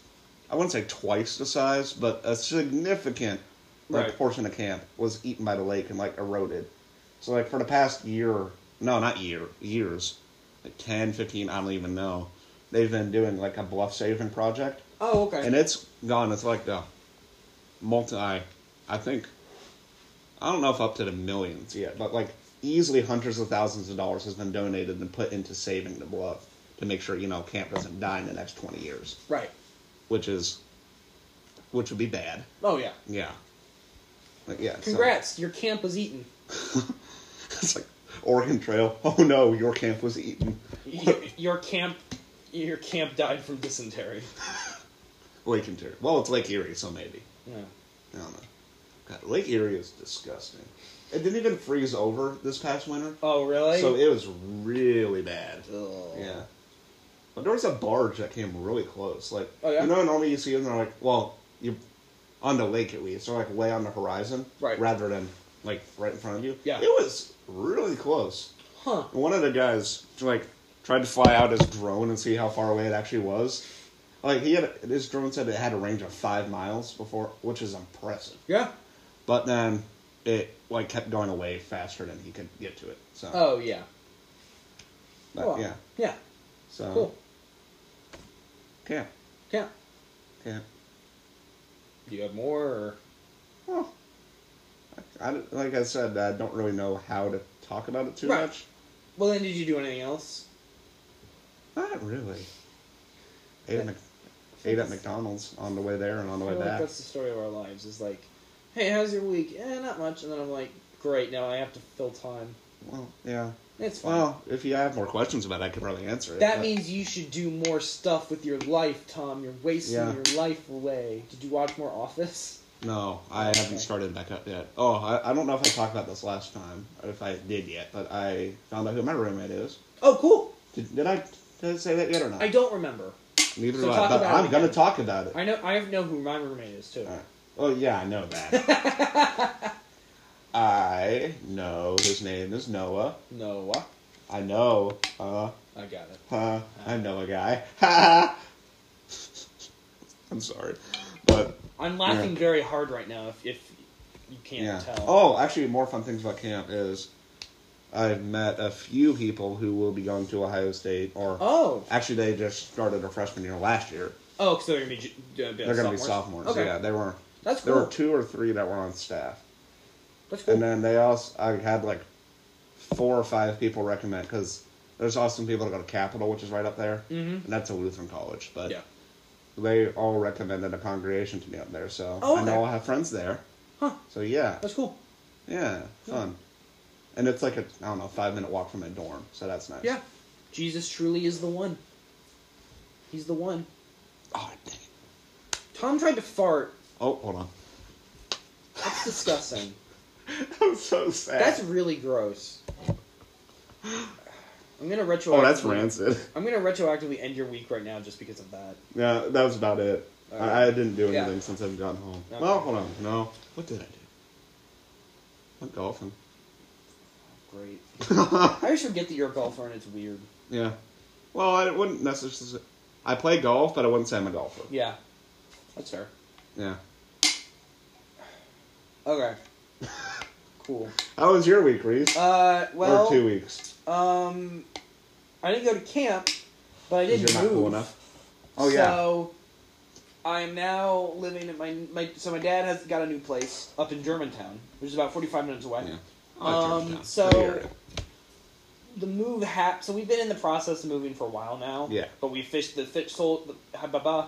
S1: I wouldn't say twice the size, but a significant like,
S2: Right.
S1: portion of camp was eaten by the lake and like eroded. So like for the past year, no, not year, years, like 10, 15, I don't even know. They've been doing like a bluff saving project,
S2: Oh, okay.
S1: and it's gone. It's like the multi, I think, I don't know if up to the millions yet, but like easily hundreds of thousands of dollars has been donated and put into saving the bluff to make sure you know camp doesn't die in the next twenty years
S2: right.
S1: which is which would be bad.
S2: Oh yeah.
S1: Yeah. Like, yeah. so-
S2: Congrats, your camp was eaten.
S1: <laughs> it's like Oregon Trail. <laughs> Oh no, your camp was eaten.
S2: your,
S1: <laughs>
S2: your camp, your camp died from dysentery.
S1: Lake Interior. Well, it's Lake Erie, so maybe.
S2: Yeah.
S1: I don't know. God, Lake Erie is disgusting. It didn't even freeze over this past winter,
S2: Oh really? Oh.
S1: so it was really bad.
S2: Ugh.
S1: Yeah. But there was a barge that came really close. Like,
S2: Oh, yeah?
S1: you know, normally you see them, they're like, well, you on the lake at least, or like way on the horizon,
S2: Right.
S1: rather than like right in front of you.
S2: Yeah.
S1: it was really close.
S2: Huh.
S1: One of the guys like tried to fly out his drone and see how far away it actually was. Like he had his drone said it had a range of five miles before, which is impressive.
S2: Yeah.
S1: But then it like kept going away faster than he could get to it. So
S2: Oh yeah.
S1: Uh, but,
S2: Cool.
S1: yeah, Uh-huh.
S2: Yeah.
S1: so
S2: Cool.
S1: camp,
S2: Yeah.
S1: camp.
S2: Do you have more? Or...
S1: Well, I, I- like I said, I don't really know how to talk about it too
S2: Right.
S1: much.
S2: Well, then, did you do anything else?
S1: Not really. Ate, at Mc, ate at McDonald's on the way there and on the
S2: I
S1: way
S2: feel like
S1: back.
S2: that's the story of our lives. Is like, hey, how's your week? Eh, not much. And then I'm like, great. Now I have to fill time.
S1: Well, yeah.
S2: It's fine.
S1: Well, if you have more questions about it, I can probably answer it.
S2: that
S1: but-
S2: means you should do more stuff with your life, Tom. You're wasting
S1: Yeah.
S2: your life away. Did you watch more Office?
S1: No, I
S2: Okay.
S1: haven't started back up yet. Oh, I, I don't know if I talked about this last time, or if I did yet, but I found out who my roommate is.
S2: Oh, cool.
S1: Did, did I did I say that yet or not?
S2: I don't remember.
S1: Neither
S2: so
S1: do I,
S2: talk
S1: but
S2: about it
S1: I'm going to
S2: again.
S1: talk about it.
S2: I know. I know who my roommate is too.
S1: All right. Oh, yeah, I know that.
S2: <laughs>
S1: I know his name is Noah.
S2: Noah.
S1: I know. Uh,
S2: I got it.
S1: huh, I know a guy. <laughs> Ha! I'm sorry. But,
S2: I'm laughing
S1: Yeah.
S2: very hard right now. If, if you can't
S1: yeah.
S2: tell.
S1: Oh, actually, more fun things about camp is I've met a few people who will be going to Ohio State, or
S2: Oh.
S1: actually, they just started their freshman year last year.
S2: Oh, so they're gonna be. ju- Uh,
S1: They're going to be sophomores.
S2: Okay.
S1: Yeah, they were.
S2: That's
S1: There
S2: cool.
S1: were two or three that were on staff.
S2: That's cool.
S1: And then they also, I had like four or five people recommend because there's also some people that go to Capital, which is right up there, and
S2: Mhm.
S1: that's a Lutheran college. But
S2: yeah.
S1: they all recommended a congregation to me up there, so
S2: Oh,
S1: I know
S2: okay.
S1: I'll have friends there.
S2: Huh.
S1: So yeah,
S2: That's cool.
S1: yeah, fun. And it's like a I don't know five minute walk from my dorm, so that's nice.
S2: Yeah. Jesus truly is the one. He's the one.
S1: Oh, dang it.
S2: Tom tried to fart.
S1: oh hold
S2: <laughs>
S1: on. <laughs>
S2: That's disgusting.
S1: I'm so sad.
S2: That's really gross. I'm gonna retroactively.
S1: oh, that's rancid.
S2: I'm gonna retroactively end your week right now just because of that.
S1: <laughs> Yeah, that was about it.
S2: All
S1: I,
S2: right.
S1: I didn't do
S2: Yeah.
S1: anything since I've gotten home.
S2: Okay.
S1: Well, hold on. No. What did I do? Went golfing. <laughs>
S2: Great. I just forget that you're a golfer and it's weird.
S1: Yeah. Well, I wouldn't necessarily. I play golf, but I wouldn't say I'm a golfer.
S2: Yeah. That's fair.
S1: Yeah. <laughs>
S2: Okay. Cool.
S1: How was your week, Reese?
S2: Uh, well.
S1: or two weeks?
S2: Um, I didn't go to camp, but I
S1: 'Cause
S2: did
S1: you're not
S2: move.
S1: cool enough. Oh yeah.
S2: So I'm now living at my my so my dad has got a new place up in Germantown, which is about 45 minutes away.
S1: Yeah.
S2: Um,
S1: Georgetown.
S2: so-
S1: Good area.
S2: The move hap so we've been in the process of moving for a while now.
S1: Yeah.
S2: But we fished the fish sold the ha- ba- ba.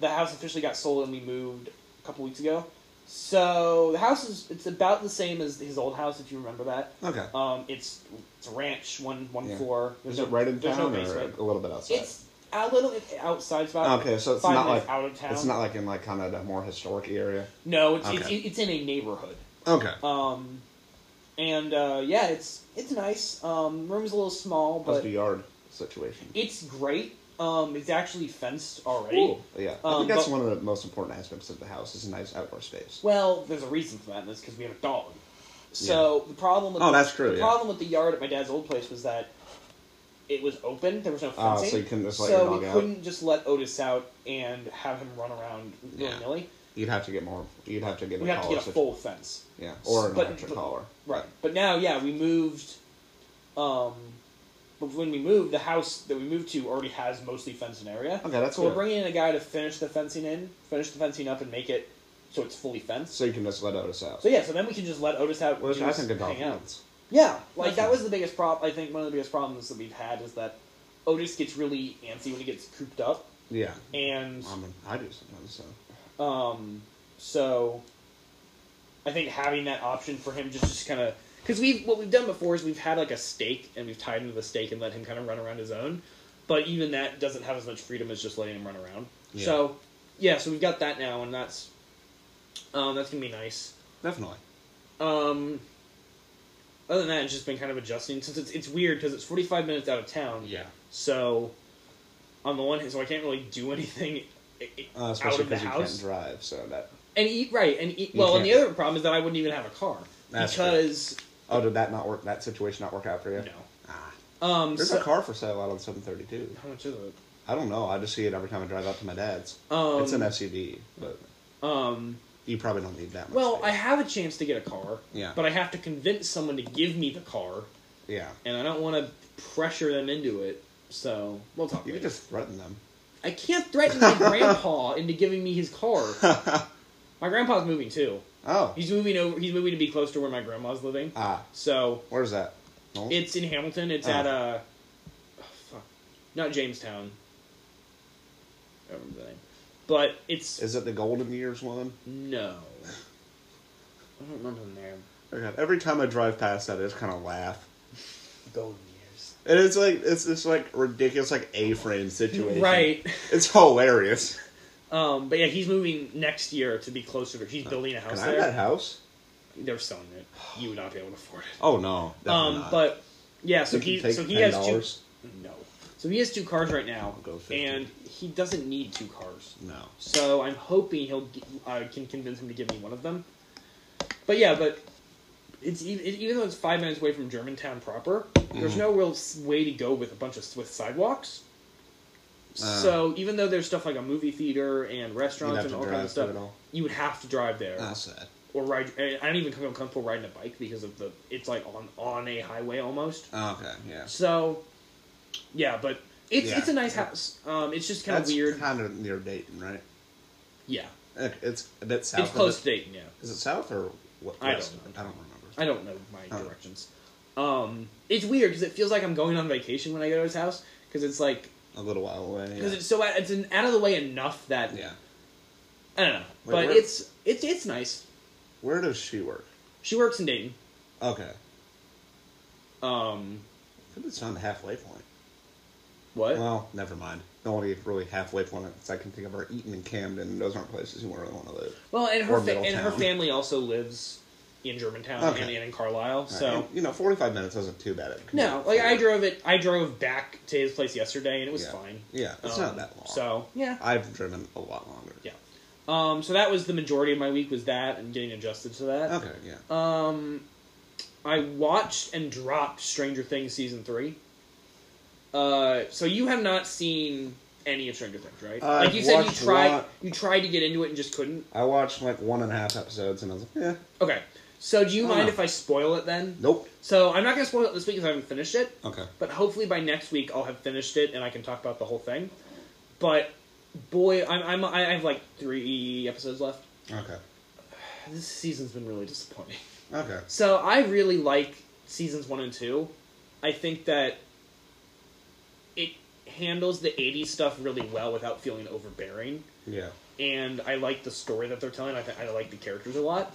S2: the house officially got sold and we moved a couple weeks ago. So the house is it's about the same as his old house if you remember that.
S1: Okay.
S2: Um, it's it's a ranch one one
S1: Yeah.
S2: floor. There's
S1: Is
S2: no-
S1: it right in
S2: there's
S1: town
S2: no
S1: or
S2: basement.
S1: a little bit outside?
S2: It's a little bit outside. It's about
S1: okay, so it's
S2: five
S1: not
S2: minutes
S1: like
S2: out of town.
S1: it's not like in like kind of the more historic area.
S2: No, it's
S1: Okay.
S2: it's, it's in a neighborhood.
S1: Okay.
S2: Um, and uh, yeah, it's it's nice. Um, room's a little small,
S1: How's
S2: but
S1: the yard situation?
S2: it's great. Um, it's actually fenced already.
S1: Cool. Yeah, I
S2: Um,
S1: think that's
S2: but-
S1: one of the most important aspects of the house is a nice outdoor space.
S2: Well, there's a reason for that, and that's because we have a dog. So the problem with
S1: Oh,
S2: the,
S1: that's true,
S2: The
S1: yeah.
S2: problem with the yard at my dad's old place was that it was open. There was no
S1: Ah,
S2: fencing,
S1: so you couldn't just let your
S2: So we
S1: dog out?
S2: couldn't just let Otis out and have him run around
S1: Yeah.
S2: willy nilly.
S1: You'd have to get more. You'd have to get
S2: We
S1: a
S2: have to
S1: collar.
S2: get a
S1: sit-
S2: full fence.
S1: yeah, or an
S2: but-
S1: electric
S2: but-
S1: collar.
S2: Right. But now, yeah, we moved. Um, but when we moved, the house that we moved to already has mostly fenced in area.
S1: Okay, that's
S2: so we're
S1: good.
S2: bringing in a guy to finish the fencing in, finish the fencing up, and make it so it's fully fenced.
S1: So you can just let Otis out.
S2: So yeah, so then we can just let Otis out. and
S1: Which I
S2: just
S1: think a dog
S2: hang out.
S1: needs.
S2: Yeah, like that was the biggest problem. I think one of the biggest problems that we've had is that Otis gets really antsy when he gets cooped up,
S1: Yeah.
S2: and
S1: I mean, I do sometimes. So
S2: um, so I think having that option for him just just kind of because we've what we've done before is we've had like a stake and we've tied him to the stake and let him kind of run around his own, but even that doesn't have as much freedom as just letting him run around.
S1: Yeah.
S2: So yeah, so we've got that now, and that's um, that's gonna be nice.
S1: definitely.
S2: Um, other than that, it's just been kind of adjusting since it's it's weird because it's forty five minutes out of town. So on the one hand, so I can't really do <laughs> anything i- i-
S1: Uh,
S2: out
S1: especially
S2: of the
S1: because you can't
S2: house.
S1: drive, so that.
S2: And eat right, and eat
S1: You
S2: well. And the
S1: can't.
S2: other problem is that I wouldn't even have a car
S1: That's true.
S2: because
S1: Oh, did that not work? That situation not work out for you?
S2: no.
S1: Ah.
S2: Um,
S1: There's
S2: so-
S1: a car for sale out on 732.
S2: How much is it?
S1: I don't know. I just see it every time I drive out to my dad's.
S2: Um,
S1: it's an SUV, but
S2: Um,
S1: you probably don't need that much.
S2: well, I
S1: space.
S2: have a chance to get a car.
S1: Yeah.
S2: But I have to convince someone to give me the car,
S1: yeah.
S2: and I don't want to pressure them into it. So we'll talk.
S1: You
S2: later.
S1: could just threaten them.
S2: I can't threaten my grandpa into giving me his car. my grandpa's moving too.
S1: Oh.
S2: He's moving over. He's moving to be close to where my grandma's living.
S1: Ah.
S2: So
S1: Where's that? No?
S2: it's in Hamilton. It's
S1: Oh.
S2: at uh, oh, fuck, not Jamestown. I don't remember the name, but it's
S1: Is it the Golden Years one?
S2: no. I don't remember the name.
S1: Oh, God. Every time I drive past that, I just kind of laugh.
S2: Golden years.
S1: And it's like, it's this like ridiculous, like A-frame situation.
S2: Right.
S1: It's hilarious.
S2: Um, but yeah, he's moving next year to be closer. to He's building a
S1: Can
S2: house
S1: I have that
S2: there.
S1: house?
S2: They're selling it. You would not be able to afford it.
S1: Oh, no. definitely
S2: Um,
S1: not.
S2: but yeah, so
S1: You can
S2: he
S1: take
S2: so he has two.
S1: $10?
S2: No. So he has two cars right now,
S1: I'll go 50.
S2: and he doesn't need two cars.
S1: No.
S2: So I'm hoping he'll g- I can convince him to give me one of them. But yeah, but it's e- it, even though it's five minutes away from Germantown proper,
S1: Mm-hmm.
S2: there's no real s- way to go with a bunch of s- with sidewalks.
S1: Ah.
S2: so even though there's stuff like a movie theater and restaurants
S1: have
S2: and
S1: to
S2: all kinds
S1: drive
S2: of
S1: through
S2: stuff,
S1: it all. Ah,
S2: you would have to drive there
S1: That's sad.
S2: or ride. I I don't even feel comfortable riding a bike because of the it's like on on a highway almost.
S1: Oh, Okay, yeah.
S2: So, yeah, but it's
S1: Yeah.
S2: it's a nice house. Um, it's just kind of
S1: That's
S2: weird.
S1: kind of near Dayton, right?
S2: yeah,
S1: It- It's a bit south.
S2: it's close
S1: Of
S2: to Dayton. Yeah,
S1: it. Is it south or what?
S2: I don't
S1: west?
S2: know.
S1: I don't remember.
S2: I don't know my
S1: Huh.
S2: directions. Um, it's weird because it feels like I'm going on vacation when I go to his house because it's like
S1: a little while away.
S2: because
S1: Yeah.
S2: it's so out- it's an out of the way enough that
S1: yeah.
S2: I don't know,
S1: Wait,
S2: but
S1: where-
S2: it's it's it's nice.
S1: Where does she work?
S2: She works in Dayton.
S1: Okay.
S2: Um,
S1: Could it's on the halfway point.
S2: what?
S1: Well, never mind. The only really halfway point is I can think of are Eaton and Camden. and Those aren't places you really want to live.
S2: well, and her
S1: or
S2: fa- and her
S1: Middletown.
S2: family also lives in Germantown
S1: Okay.
S2: and, and in Carlisle. so
S1: Alright, and, you know, forty-five minutes isn't too bad. at a commute
S2: no, like I
S1: for-
S2: drove it. I drove back to his place yesterday and it was
S1: yeah.
S2: fine.
S1: Yeah, it's
S2: Um,
S1: not that long.
S2: So yeah,
S1: I've driven a lot longer.
S2: yeah. Um, so that was the majority of my week was that and getting adjusted to that.
S1: Okay. Yeah.
S2: Um, I watched and dropped Stranger Things season three. Uh, so you have not seen any of Stranger Things, right?
S1: I've
S2: like you said, you
S1: watched
S2: tried
S1: one-
S2: you tried to get into it and just couldn't.
S1: I watched like one and a half episodes, and I was like, yeah,
S2: Okay, so do you
S1: Oh,
S2: mind
S1: no.
S2: if I spoil it then?
S1: nope.
S2: So I'm not gonna spoil it this week because I haven't finished it.
S1: Okay.
S2: but hopefully by next week I'll have finished it and I can talk about the whole thing. But boy, I'm, I'm I have like three episodes left.
S1: Okay.
S2: This season's been really disappointing.
S1: Okay.
S2: So I really like seasons one and two. I think that it handles the '80s stuff really well without feeling overbearing,
S1: Yeah.
S2: and I like the story that they're telling. I th- I like the characters a lot.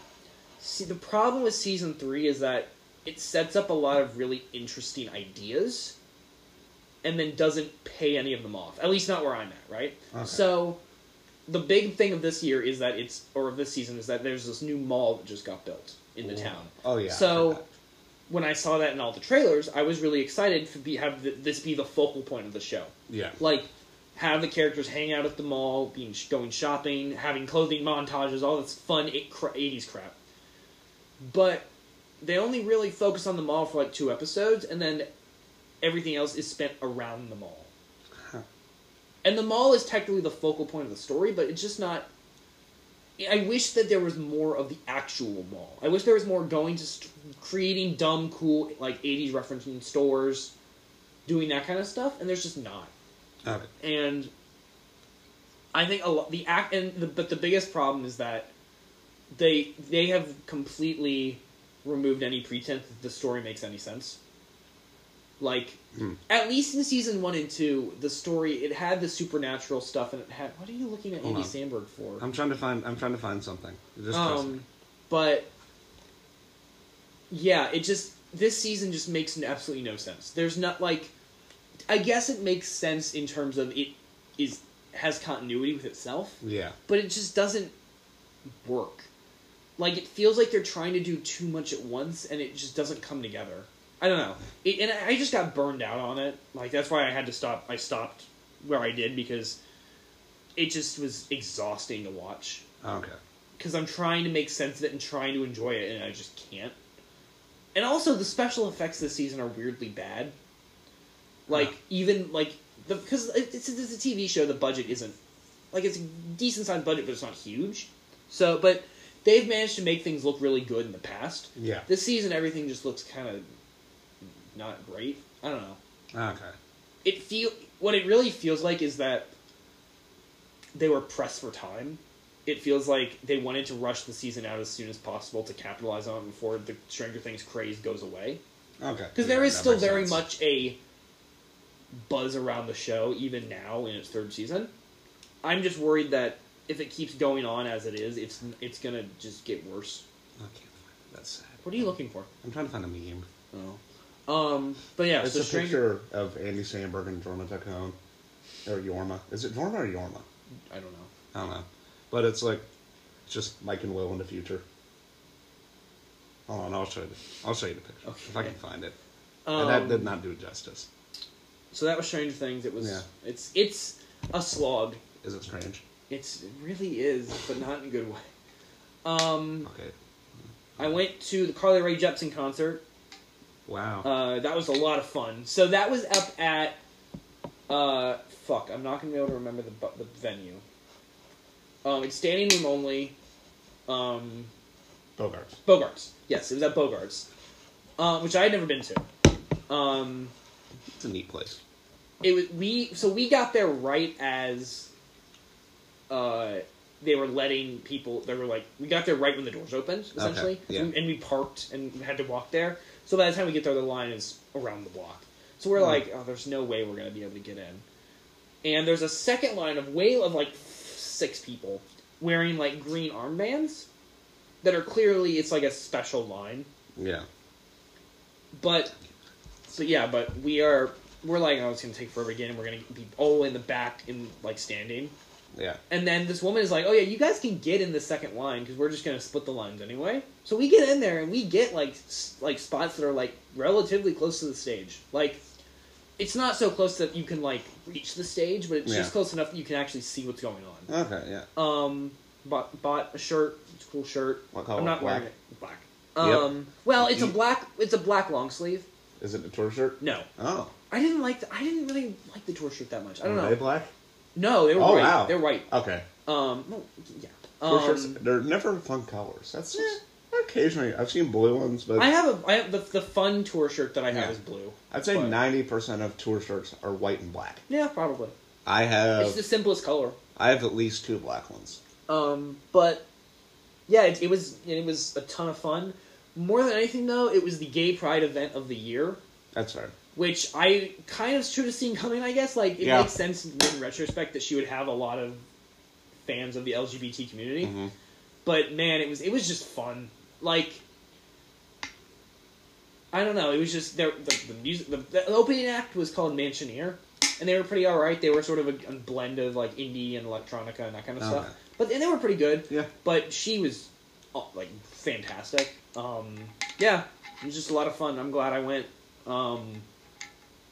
S2: See, the problem with season three is that it sets up a lot of really interesting ideas and then doesn't pay any of them off. At least not where I'm at, right?
S1: Okay.
S2: So the big thing of this year is that it's or of this season is that there's this new mall that just got built in the town.
S1: Oh yeah. I
S2: So
S1: forgot.
S2: when I saw that in all the trailers, I was really excited to be have th- this be the focal point of the show.
S1: yeah.
S2: Like have the characters hang out at the mall, being going shopping, having clothing montages, all this fun eight- cra- 80s crap. But they only really focus on the mall for like two episodes and then everything else is spent around the mall.
S1: Huh.
S2: And the mall is technically the focal point of the story, but it's just not. I wish that there was more of the actual mall. I wish there was more going to st- creating dumb, cool, like 80s referencing stores, doing that kind of stuff, and there's just not.
S1: Okay.
S2: And I think a lot the act and the, but the biggest problem is that they they have completely removed any pretense that the story makes any sense. Like
S1: Hmm.
S2: at least in season one and two, the story it had the supernatural stuff and it had. What are you looking at
S1: Hold
S2: Andy
S1: on.
S2: Sandberg for?
S1: I'm trying to find. I'm trying to find something. Just trust me.
S2: um, but yeah, it just this season just makes absolutely no sense. There's not like, I guess it makes sense in terms of it is has continuity with itself,
S1: Yeah.
S2: but it just doesn't work. Like it feels like they're trying to do too much at once, and it just doesn't come together. I don't know, it, and I I just got burned out on it. Like that's why I had to stop. I stopped where I did because it just was exhausting to watch.
S1: Okay.
S2: Because I'm trying to make sense of it and trying to enjoy it, and I just can't. And also, the special effects this season are weirdly bad. Like even like the because it's, it's a TV show, the budget isn't like it's a decent sized budget, but it's not huge. So, but they've managed to make things look really good in the past.
S1: Yeah.
S2: This season, everything just looks kind of not great. I don't know.
S1: Okay.
S2: It feel what it really feels like is that they were pressed for time. It feels like they wanted to rush the season out as soon as possible to capitalize on it before the Stranger Things craze goes away.
S1: Okay.
S2: Because there is still very much a buzz around the show, even now in its third season. I'm just worried that if it keeps going on as it is, it's it's gonna just get worse.
S1: I can't find it. That's sad.
S2: What are you looking for?
S1: I'm trying to find a meme.
S2: Oh, um, but yeah,
S1: It's
S2: so
S1: a
S2: Stranger.
S1: picture of Andy Samberg and Jorma Tacone. Or Yorma. Is it Jorma or Yorma?
S2: I don't know.
S1: I don't know. But it's like just Mike and Will in the future. Hold on, I'll show you. I'll show you the picture if I
S2: Okay.
S1: can find it.
S2: Um,
S1: and that did not do it justice.
S2: So that was Stranger Things. It was.
S1: Yeah.
S2: It's it's a slog.
S1: Is it strange?
S2: It's it really is, but not in a good way. Um,
S1: Okay.
S2: I went to the Carly Rae Jepsen concert.
S1: Wow.
S2: Uh, that was a lot of fun. So that was up at. Uh, fuck, I'm not gonna be able to remember the bu- the venue. Um, it's standing room only. Um,
S1: Bogarts.
S2: Bogarts. Yes, it was at Bogarts, um, which I had never been to. Um,
S1: It's a neat place.
S2: it was we so we got there right as uh they were letting people they were like we got there right when the doors opened essentially
S1: yeah.
S2: and, and we parked and had to walk there so by the time we get there the line is around the block so we're like oh there's no way we're gonna be able to get in and there's a second line of way of like six people wearing like green armbands that are clearly it's like a special line
S1: Yeah.
S2: but so yeah, but we are we're like, oh, it's gonna take forever again. and We're gonna be all in the back in like standing,
S1: Yeah.
S2: and then this woman is like, oh yeah, you guys can get in the second line because we're just gonna split the lines anyway. So we get in there and we get like s- like spots that are like relatively close to the stage. Like it's not so close that you can like reach the stage, but it's
S1: Yeah.
S2: just close enough that you can actually see what's going on.
S1: Okay, yeah.
S2: Um, bought bought a shirt. It's a cool shirt.
S1: What color?
S2: I'm not
S1: Black?
S2: wearing it. Black.
S1: Yep.
S2: Um, well, it's a
S1: Ye-
S2: black. It's a black long sleeve.
S1: Is it a tour shirt?
S2: No,
S1: Oh.
S2: I didn't like. The, I didn't really like the tour shirt that much. I don't
S1: Are
S2: know.
S1: they black?
S2: no, they were
S1: Oh,
S2: white.
S1: wow.
S2: They're white.
S1: Okay.
S2: Um, no, yeah.
S1: Tour shirts,
S2: Um,
S1: they're never fun colors. That's just, occasionally, I've seen blue ones, but
S2: I have a. I have the, the fun tour shirt that I have
S1: Yeah.
S2: is blue.
S1: I'd say
S2: but-
S1: 90% of tour shirts are white and black.
S2: Yeah, probably.
S1: I have
S2: It's the simplest color.
S1: I have at least two black ones.
S2: Um, but yeah, it, it was it was a ton of fun. More than anything, though, it was the gay pride event of the year,
S1: That's fair.
S2: which I kind of should have seen coming. I guess like it
S1: Yeah.
S2: makes sense in retrospect that she would have a lot of fans of the LGBT community.
S1: Mhm.
S2: but man, it was it was just fun. Like I don't know, it was just there. The, the music, the, the opening act was called Mansioneer, and they were pretty all right. They were sort of a, a blend of like indie and electronica and that kind of
S1: Okay.
S2: stuff. But and they were pretty good.
S1: Yeah.
S2: But she was oh, like fantastic. Um, yeah, it was just a lot of fun. I'm glad I went. Um,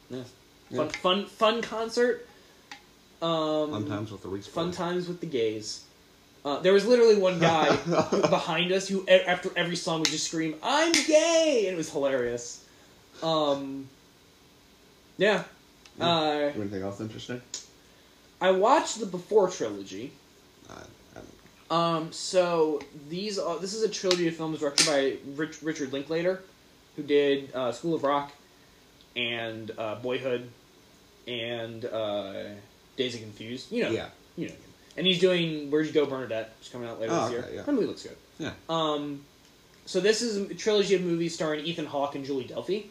S2: yeah. Fun,
S1: Yeah.
S2: fun, fun concert. Um,
S1: Fun times with the week's
S2: Fun
S1: boys.
S2: times with the gays. Uh, there was literally
S1: <laughs>
S2: one guy who- behind us who, e- after every song, would just scream, "I'm gay," and it was hilarious. Um, yeah, uh,
S1: You Anything else interesting?
S2: I watched the Before trilogy.
S1: I, Uh, I don't
S2: Um, so these are, this is a trilogy of films directed by Rich, Richard Linklater, who did uh, School of Rock, and uh, Boyhood, and uh, Days of Confused. You know,
S1: Yeah.
S2: you know him. And he's doing Where'd You Go, Bernadette, which is coming out later
S1: Oh,
S2: this year.
S1: okay, yeah.
S2: That movie looks good.
S1: Yeah.
S2: Um, so this is a trilogy of movies starring Ethan Hawke and Julie Delphi.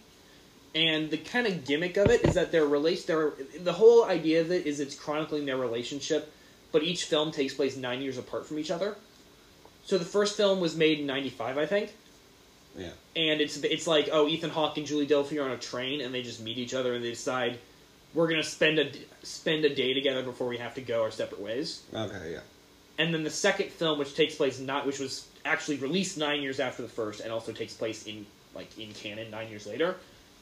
S2: And the kind of gimmick of it is that their relation, their the whole idea of it is it's chronicling their relationship, but each film takes place nine years apart from each other. So the first film was made in '95, I think,
S1: Yeah.
S2: and it's it's like oh Ethan Hawke and Julie Delphi are on a train and they just meet each other and they decide we're gonna spend a spend a day together before we have to go our separate ways
S1: Okay, yeah.
S2: and then the second film, which takes place not, which was actually released nine years after the first, and also takes place in like in canon nine years later,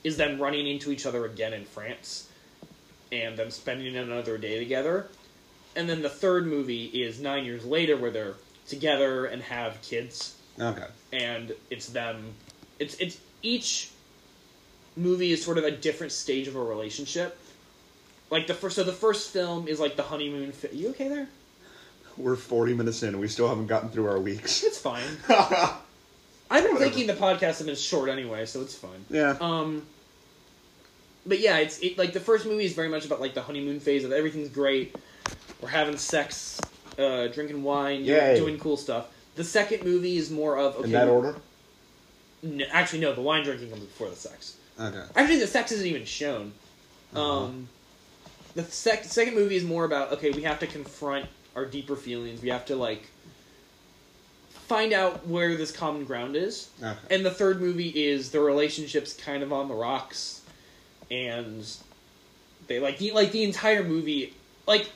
S2: is them running into each other again in France, and them spending another day together. And then the third movie is nine years later, where they're together and have kids,
S1: Okay.
S2: and it's them. It's it's each movie is sort of a different stage of a relationship. Like the first, so the first film is like the honeymoon. Fi- you okay there?
S1: We're 40 minutes in and we still haven't gotten through our weeks.
S2: It's <laughs> fine.
S1: yeah.
S2: I've been
S1: Whatever.
S2: thinking the podcast has been short anyway, so it's fine.
S1: Yeah.
S2: Um, but yeah, it's it, like the first movie is very much about like the honeymoon phase of everything's great, we're having sex, uh, drinking wine,
S1: Yay.
S2: doing cool stuff. The second movie is more of okay.
S1: In that order?
S2: No, actually, no, the wine drinking comes before the sex.
S1: Okay.
S2: Actually, the sex isn't even shown. Um, the sec- second movie is more about okay, we have to confront our deeper feelings. We have to like find out where this common ground is.
S1: Okay.
S2: And the third movie is the relationships kind of on the rocks, and they like the like the entire movie like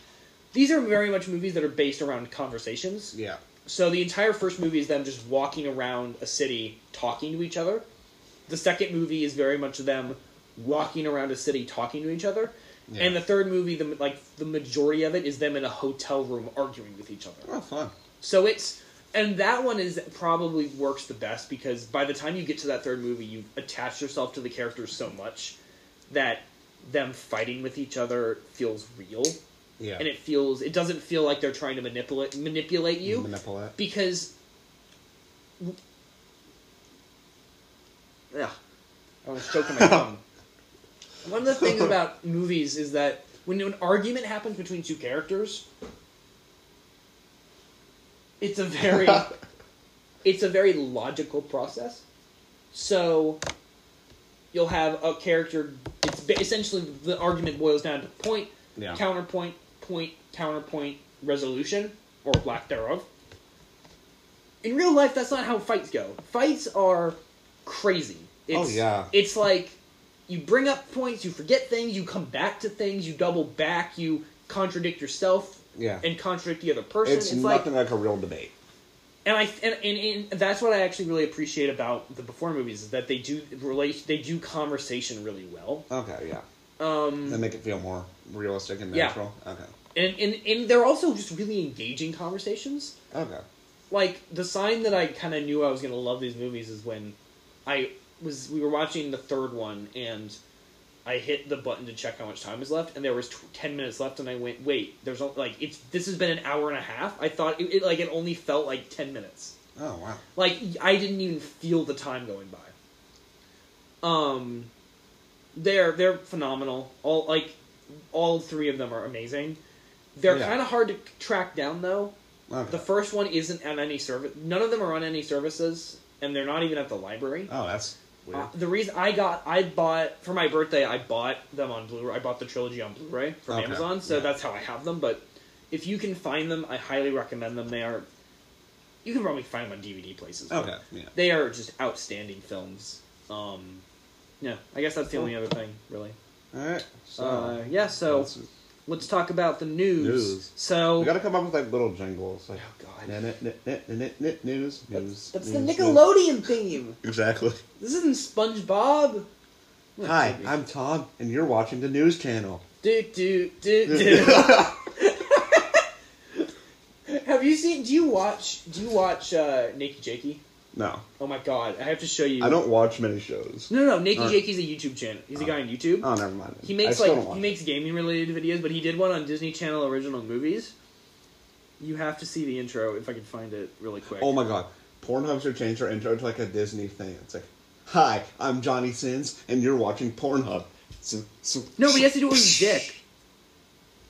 S2: these are very much movies that are based around conversations.
S1: Yeah.
S2: So the entire first movie is them just walking around a city talking to each other. The second movie is very much them walking around a city talking to each other.
S1: Yeah.
S2: And the third movie, the like the majority of it is them in a hotel room arguing with each other.
S1: Oh, fun.
S2: So it's and that one is probably works the best because by the time you get to that third movie, you've attached yourself to the characters so much that them fighting with each other feels real
S1: Yeah.
S2: and it feels it doesn't feel like they're trying to manipulate manipulate you
S1: Manipulate.
S2: because yeah i was choking my tongue one of the things about movies is that when an argument happens between two characters it's a very it's a very logical process so you'll have a character it's ba- essentially the argument boils down to point
S1: Yeah.
S2: counterpoint point counterpoint resolution or lack thereof in real life that's not how fights go fights are crazy it's,
S1: Oh, yeah.
S2: it's like you bring up points you forget things you come back to things you double back you contradict yourself
S1: Yeah.
S2: and contradict the other person
S1: It's,
S2: it's, like
S1: nothing like, a real debate.
S2: and I and, and, and that's what I actually really appreciate about the before movies is that they do relate they do conversation really well.
S1: Okay, yeah.
S2: Um,
S1: They make it feel more realistic and
S2: Yeah.
S1: natural. Okay.
S2: and, and and they're also just really engaging conversations.
S1: Okay.
S2: Like the sign that I kind of knew I was gonna love these movies is when I was we were watching the third one and I hit the button to check how much time is left and there was tw- ten minutes left and I went wait there's only, like it's this has been an hour and a half I thought it, it like it only felt like ten minutes.
S1: Oh, wow.
S2: like I didn't even feel the time going by. Um, they're they're phenomenal. All like all three of them are amazing. They're
S1: Yeah.
S2: kind of hard to track down though.
S1: Okay.
S2: The first one isn't on any service. None of them are on any services, and they're not even at the library.
S1: oh, that's weird.
S2: Uh, the reason I got I bought for my birthday I bought them on Blu-ray. I bought the trilogy on Blu-ray from
S1: Okay.
S2: Amazon, so
S1: Yeah.
S2: that's how I have them. But if you can find them, I highly recommend them. They are you can probably find them on DVD places. but
S1: okay, yeah.
S2: They are just outstanding films. Um, yeah, I guess that's the only other thing really.
S1: All right. So,
S2: uh, yeah, so Oh.
S1: that's-
S2: let's talk about the news.
S1: News.
S2: So
S1: we got to come up with like little jingles. Like,
S2: oh god,
S1: Nit, nit, nit, nit, nit, nit, News, news.
S2: that's, that's the
S1: news, news.
S2: Nickelodeon theme.
S1: Exactly.
S2: This isn't SpongeBob.
S1: Hi,
S2: maybe.
S1: I'm Tom, and you're watching the news channel.
S2: Do do do do.
S1: <laughs> I
S2: Have you seen? Do you watch? Do you watch uh, Nakey Jakey?
S1: No,
S2: Oh my god, I have to show you.
S1: I don't watch many shows.
S2: No, no, no. Nakey
S1: Alright.
S2: Jakey's a YouTube channel. He's a guy on YouTube.
S1: Oh, never mind.
S2: he
S1: I
S2: makes
S1: still
S2: like
S1: don't watch
S2: he makes gaming related videos, but he did one on Disney Channel original movies. You have to see the intro if I can find it really quick.
S1: it. Oh my god, Pornhub should change their intro to like a Disney thing. It's like, hi, I'm Johnny Sins, and you're watching Pornhub. So, so,
S2: No, but he has to do it with his dick.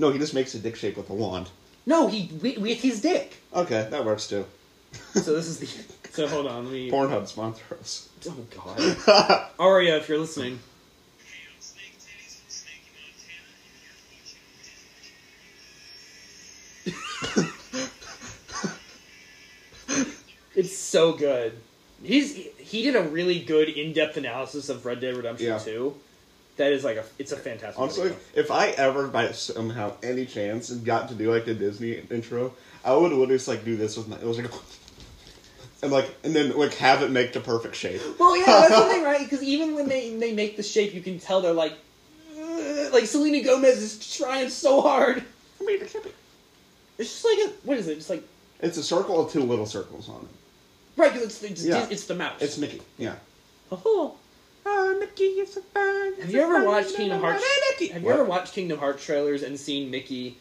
S1: No, he just makes a dick shape with a wand.
S2: No, he with, with his dick.
S1: Okay, that works too.
S2: So
S1: <laughs>
S2: this is the. So hold on, let me.
S1: Pornhub sponsors.
S2: Oh god,
S1: <laughs>
S2: Aria, if you're listening.
S3: Hey, I'm Snake Titties from Snaky Montana, and you're watching Disney.
S2: It's so good. He's he did a really good in depth analysis of Red Dead Redemption
S1: Yeah.
S2: Two. That is like a it's a fantastic.
S1: Honestly,
S2: video.
S1: if I ever by somehow any chance got to do like a Disney intro, I would literally just like do this with my. It was like, <laughs> and like, and then like have it make the perfect shape.
S2: well, yeah, that's something, right? Because even when they they make the shape, you can tell they're like, Gomez, like Selena Gomez, is trying so hard.
S1: <laughs>
S2: It's just like a what is it? It's like
S1: It's a circle with two little circles on it.
S2: right because it's it's,
S1: Yeah.
S2: it's the mouse.
S1: It's Mickey. Yeah.
S2: Oh.
S1: Oh, Mickey, you're so fine.
S2: Have you ever watched Kingdom Hearts? Have you
S1: What?
S2: ever watched Kingdom Hearts trailers and seen Mickey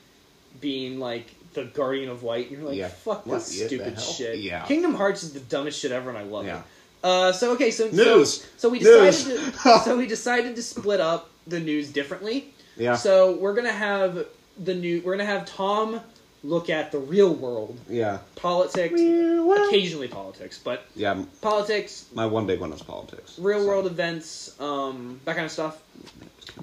S2: being like the guardian of light? And you're like,
S1: Yeah.
S2: fuck
S1: What
S2: this
S1: the
S2: stupid
S1: hell?
S2: shit.
S1: Yeah.
S2: Kingdom Hearts is the dumbest shit ever, and I love
S1: Yeah.
S2: it. Uh, so okay, so so-
S1: News.
S2: So, we decided
S1: News. <laughs>
S2: to, so we decided to split up the news differently.
S1: Yeah.
S2: So we're gonna have the new. We're gonna have Tom look at the real world,
S1: Yeah.
S2: politics,
S1: Real world.
S2: occasionally politics, but
S1: Yeah.
S2: politics,
S1: My one big one is politics.
S2: real
S1: So-
S2: world events, um, that kind of stuff.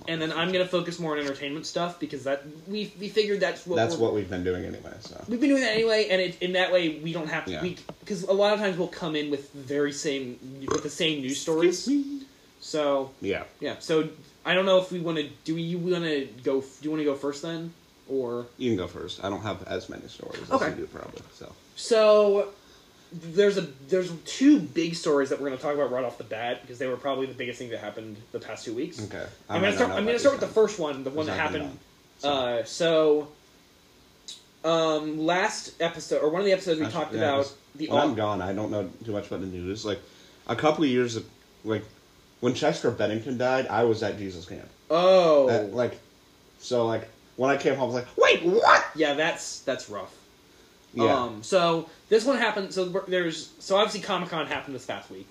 S2: And then I'm gonna focus more on entertainment stuff because that we we figured that's what
S1: That's
S2: we're,
S1: what we've been doing anyway. So.
S2: we've been doing that anyway, and it, in that way we don't have to
S1: Yeah.
S2: we because a lot of times we'll come in with the very same with the same news stories. So
S1: Yeah.
S2: yeah, so I don't know if we want to do you want to go do you want to go first then or
S1: You can go first. I don't have as many stories
S2: Okay.
S1: as you do, probably. So.
S2: So there's a there's two big stories that we're going to talk about right off the bat because they were probably the biggest thing that happened the past two weeks.
S1: Okay.
S2: I'm going to start. I'm going to start with the first one, the one that
S1: Exactly
S2: happened.
S1: that.
S2: Uh, so, um, last episode or one of the episodes we
S1: Actually,
S2: talked
S1: yeah,
S2: about
S1: just-
S2: the
S1: when I'm
S2: au-
S1: gone. I don't know too much about the news. Like a couple of years, of, like when Chester Bennington died, I was at Jesus camp.
S2: oh
S1: That- like so, like when I came home, I was like, "Wait, what?"
S2: yeah that's that's rough.
S1: Yeah,
S2: Um, so this one happened. So we're- there's so obviously Comic Con happened this past week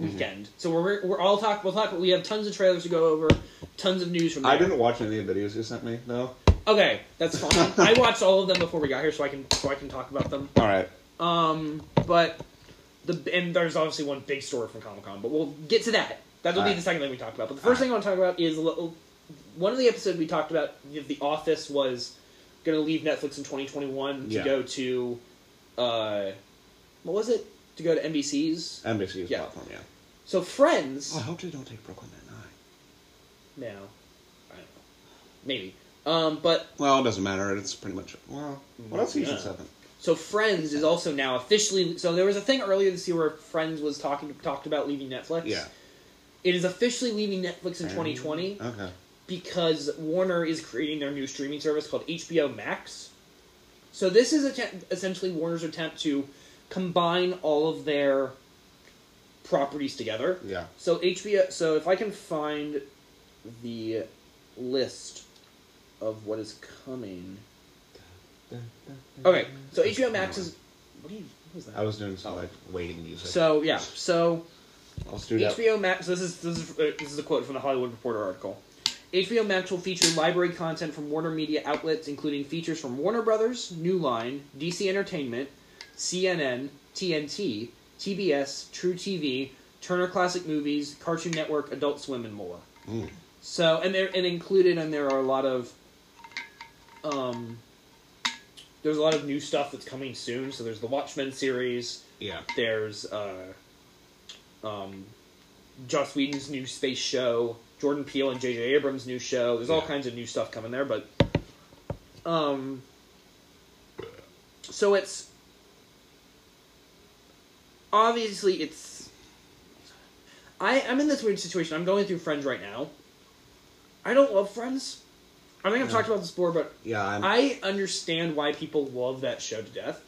S1: Mm-hmm.
S2: weekend. So we're we're all talk. We'll talk. We have tons of trailers to go over, tons of news from. There.
S1: I didn't watch any of the videos you sent me though.
S2: Okay,
S1: <laughs>
S2: that's fine. I watched all of them before we got here, so I can so I can talk about them.
S1: All right.
S2: Um, but the and there's obviously one big story from Comic Con, but we'll get to that. That'll be
S1: Alright.
S2: the second thing we talk about. But the first thing I want to talk about is a little, one of the episodes we talked about. The The Office was going to leave Netflix in 2021 to
S1: Yeah.
S2: go to, uh, what was it? To go to NBC's.
S1: NBC's
S2: Yeah.
S1: platform. Yeah.
S2: So Friends.
S1: Oh, I hope they don't take Brooklyn Nine Nine.
S2: No, I don't know. Maybe. Um, but
S1: Well, it doesn't matter. It's pretty much well. What else season
S2: Yeah.
S1: seven?
S2: So Friends is also now officially. So there was a thing earlier this year where Friends was talking talked about leaving Netflix.
S1: Yeah.
S2: It is officially leaving Netflix in 2020
S1: Okay.
S2: because Warner is creating their new streaming service called HBO Max. So this is atten- essentially Warner's attempt to combine all of their properties together.
S1: Yeah.
S2: So HBO. So if I can find the list of what is coming. Okay, so HBO Max is. What, do you, what was that?
S1: I was doing some like waiting music.
S2: So yeah, so
S1: I'll do that.
S2: HBO Max. This is this is uh, this is a quote from the Hollywood Reporter article. HBO Max will feature library content from Warner Media outlets, including features from Warner Brothers, New Line, DC Entertainment, CNN, TNT, TBS, True TV, Turner Classic Movies, Cartoon Network, Adult Swim, and more.
S1: Mm.
S2: So and there and included and there are a lot of um there's a lot of new stuff that's coming soon. So there's the Watchmen series,
S1: Yeah.
S2: there's uh um Joss Whedon's new space show, Jordan Peele and JJ Abrams' new show. There's all
S1: Yeah.
S2: kinds of new stuff coming there, but um so it's obviously it's I I'm in this weird situation. I'm going through Friends right now. I don't love Friends. I think I've
S1: No.
S2: talked about this before, but
S1: Yeah. I'm,
S2: I understand why people love that show to death.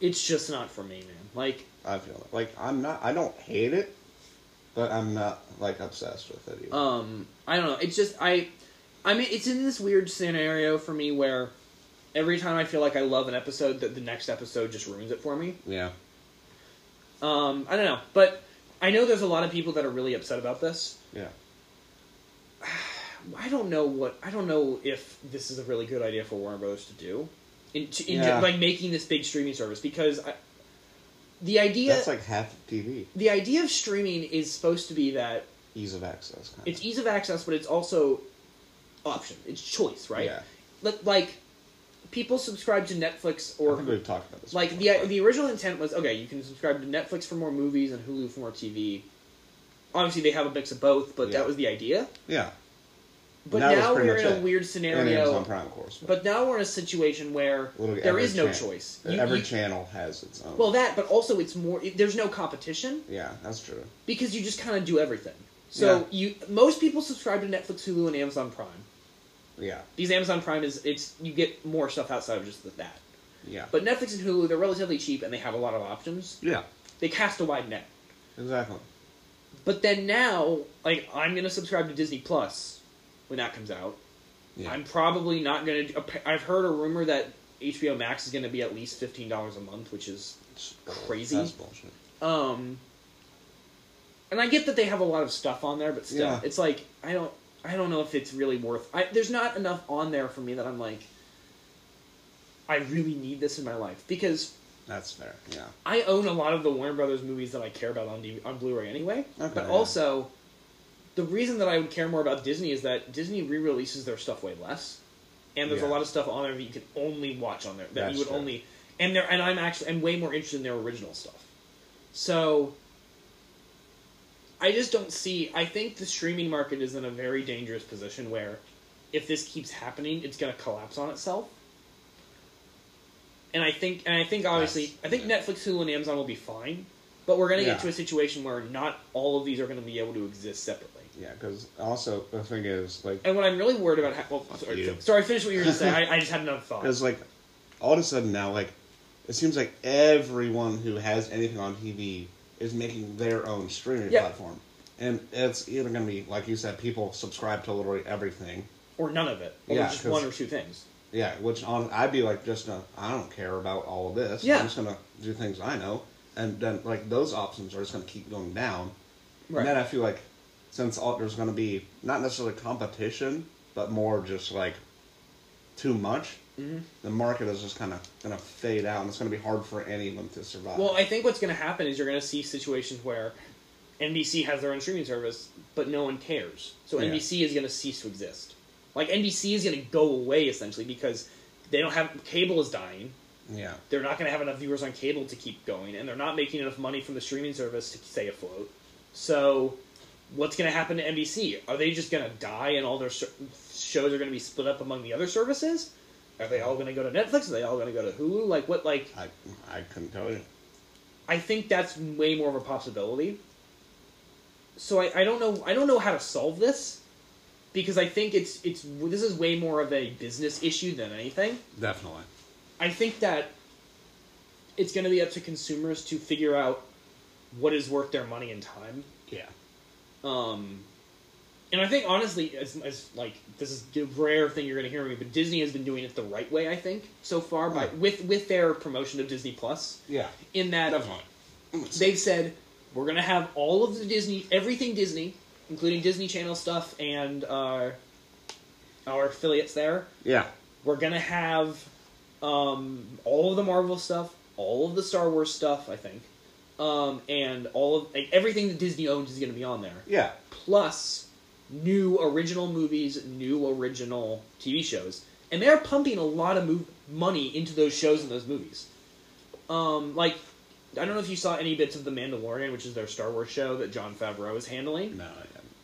S2: It's just not for me, man. Like,
S1: I feel it. like I'm not. I don't hate it, but I'm not like obsessed with it. Either.
S2: um, I don't know. It's just I, I mean, it's in this weird scenario for me where every time I feel like I love an episode, that the next episode just ruins it for me.
S1: yeah.
S2: Um, I don't know, but I know there's a lot of people that are really upset about this.
S1: Yeah.
S2: I don't know what I don't know if this is a really good idea for Warner Brothers to do, in, to, in
S1: Yeah.
S2: like making this big streaming service because I, the idea
S1: That's like half of TV.
S2: the idea of streaming is supposed to be that
S1: Ease of access. Kind
S2: it's ease of access, but it's also option. It's choice, right?
S1: Yeah.
S2: Li- Like people subscribe to Netflix
S1: I think
S2: or
S1: we've talked about this.
S2: like
S1: before,
S2: the
S1: but-
S2: the original intent was okay, you can subscribe to Netflix for more movies and Hulu for more TV. Obviously, they have a mix of both, but
S1: Yeah.
S2: that was the idea.
S1: yeah.
S2: But
S1: That was
S2: now
S1: pretty
S2: we're in
S1: much
S2: a
S1: it.
S2: weird
S1: And Amazon
S2: scenario.
S1: Prime, of course.
S2: But now we're in a situation where
S1: Literally
S2: there
S1: every
S2: is no
S1: chan-
S2: choice. You-
S1: every
S2: you-
S1: channel has its own.
S2: well, that, but also it's more. It, there's no competition.
S1: yeah, that's true.
S2: because you just kind of do everything. So you most people subscribe to Netflix, Hulu, and Amazon Prime.
S1: Yeah.
S2: These Amazon Prime is it's you get more stuff outside of just the, that.
S1: Yeah.
S2: But Netflix and Hulu, they're relatively cheap and they have a lot of options.
S1: yeah.
S2: They cast a wide net.
S1: Exactly.
S2: But then now, like I'm gonna subscribe to Disney Plus when that comes out.
S1: Yeah.
S2: I'm probably not gonna. appa- I've heard a rumor that HBO Max is gonna be at least fifteen dollars a month, which is
S1: It's
S2: crazy.
S1: That's bullshit.
S2: um. And I get that they have a lot of stuff on there, but still,
S1: Yeah.
S2: it's like I don't. I don't know if it's really worth. I, there's not enough on there for me that I'm like. I really need this in my life because
S1: That's fair. Yeah.
S2: I own a lot of the Warner Brothers movies that I care about on DV on Blu-ray anyway.
S1: Okay,
S2: but
S1: yeah.
S2: also, the reason that I would care more about Disney is that Disney re-releases their stuff way less, and there's
S1: Yeah.
S2: a lot of stuff on there that you can only watch on there that
S1: That's
S2: you would
S1: true.
S2: only and there and I'm actually I'm way more interested in their original stuff. So I just don't see. I think the streaming market is in a very dangerous position where if this keeps happening, it's going to collapse on itself. And I think, and I think obviously,
S1: Yes.
S2: I think
S1: Yeah.
S2: Netflix, Hulu, and Amazon will be fine, but we're going to
S1: Yeah.
S2: get to a situation where not all of these are going to be able to exist separately.
S1: Yeah. Because also the thing is like
S2: And what I'm really worried about, ha- well, sorry,
S1: you.
S2: sorry, finish what you
S1: <laughs>
S2: were going to say. I, I just had another thought.
S1: Because like, all of a sudden now, like, it seems like everyone who has anything on TV is making their own streaming
S2: Yeah.
S1: platform, and it's either going to be like you said, people subscribe to literally everything.
S2: Or none of it, or
S1: Yeah,
S2: just
S1: 'cause-
S2: one or two things.
S1: Yeah, which on I'd be like, just I I don't care about all of this.
S2: Yeah.
S1: I'm just gonna do things I know, and then like those options are just gonna keep going down.
S2: Right.
S1: And then I feel like since all, there's gonna be not necessarily competition, but more just like too much. mm The market is just kind of gonna fade out, and it's gonna be hard for anyone to survive.
S2: Well, I think what's going to happen is you're going to see situations where NBC has their own streaming service, but no one cares. So
S1: Yeah.
S2: NBC is going to cease to exist. Like NBC is going to go away essentially because they don't have cable is dying.
S1: yeah,
S2: They're not going to have enough viewers on cable to keep going, and they're not making enough money from the streaming service to stay afloat. So, what's going to happen to NBC? Are they just going to die, and all their ser- shows are going to be split up among the other services? Are they all going to go to Netflix? Are they all going to go to Hulu? Like what? Like
S1: I I couldn't tell you.
S2: I think that's way more of a possibility. So I, I don't know I don't know how to solve this because I think it's it's this is way more of a business issue than anything.
S1: Definitely.
S2: I think that it's going to be up to consumers to figure out what is worth their money and time.
S1: Yeah.
S2: Um, and I think honestly, as, as like this is a rare thing you're going to hear me, but Disney has been doing it the right way. I think so far by
S1: Right.
S2: with with their promotion of Disney Plus,
S1: Yeah.
S2: in that
S1: Definitely.
S2: they've said we're gonna have all of the Disney, everything Disney, including Disney Channel stuff and uh, our affiliates there.
S1: Yeah.
S2: We're gonna have um, all of the Marvel stuff, all of the Star Wars stuff, I think, um, and all of like, everything that Disney owns is gonna be on there.
S1: Yeah.
S2: Plus, new original movies, new original TV shows, and they're pumping a lot of mov- money into those shows and those movies. Um, like, I don't know if you saw any bits of The Mandalorian, which is their Star Wars show that John Favreau is handling.
S1: No.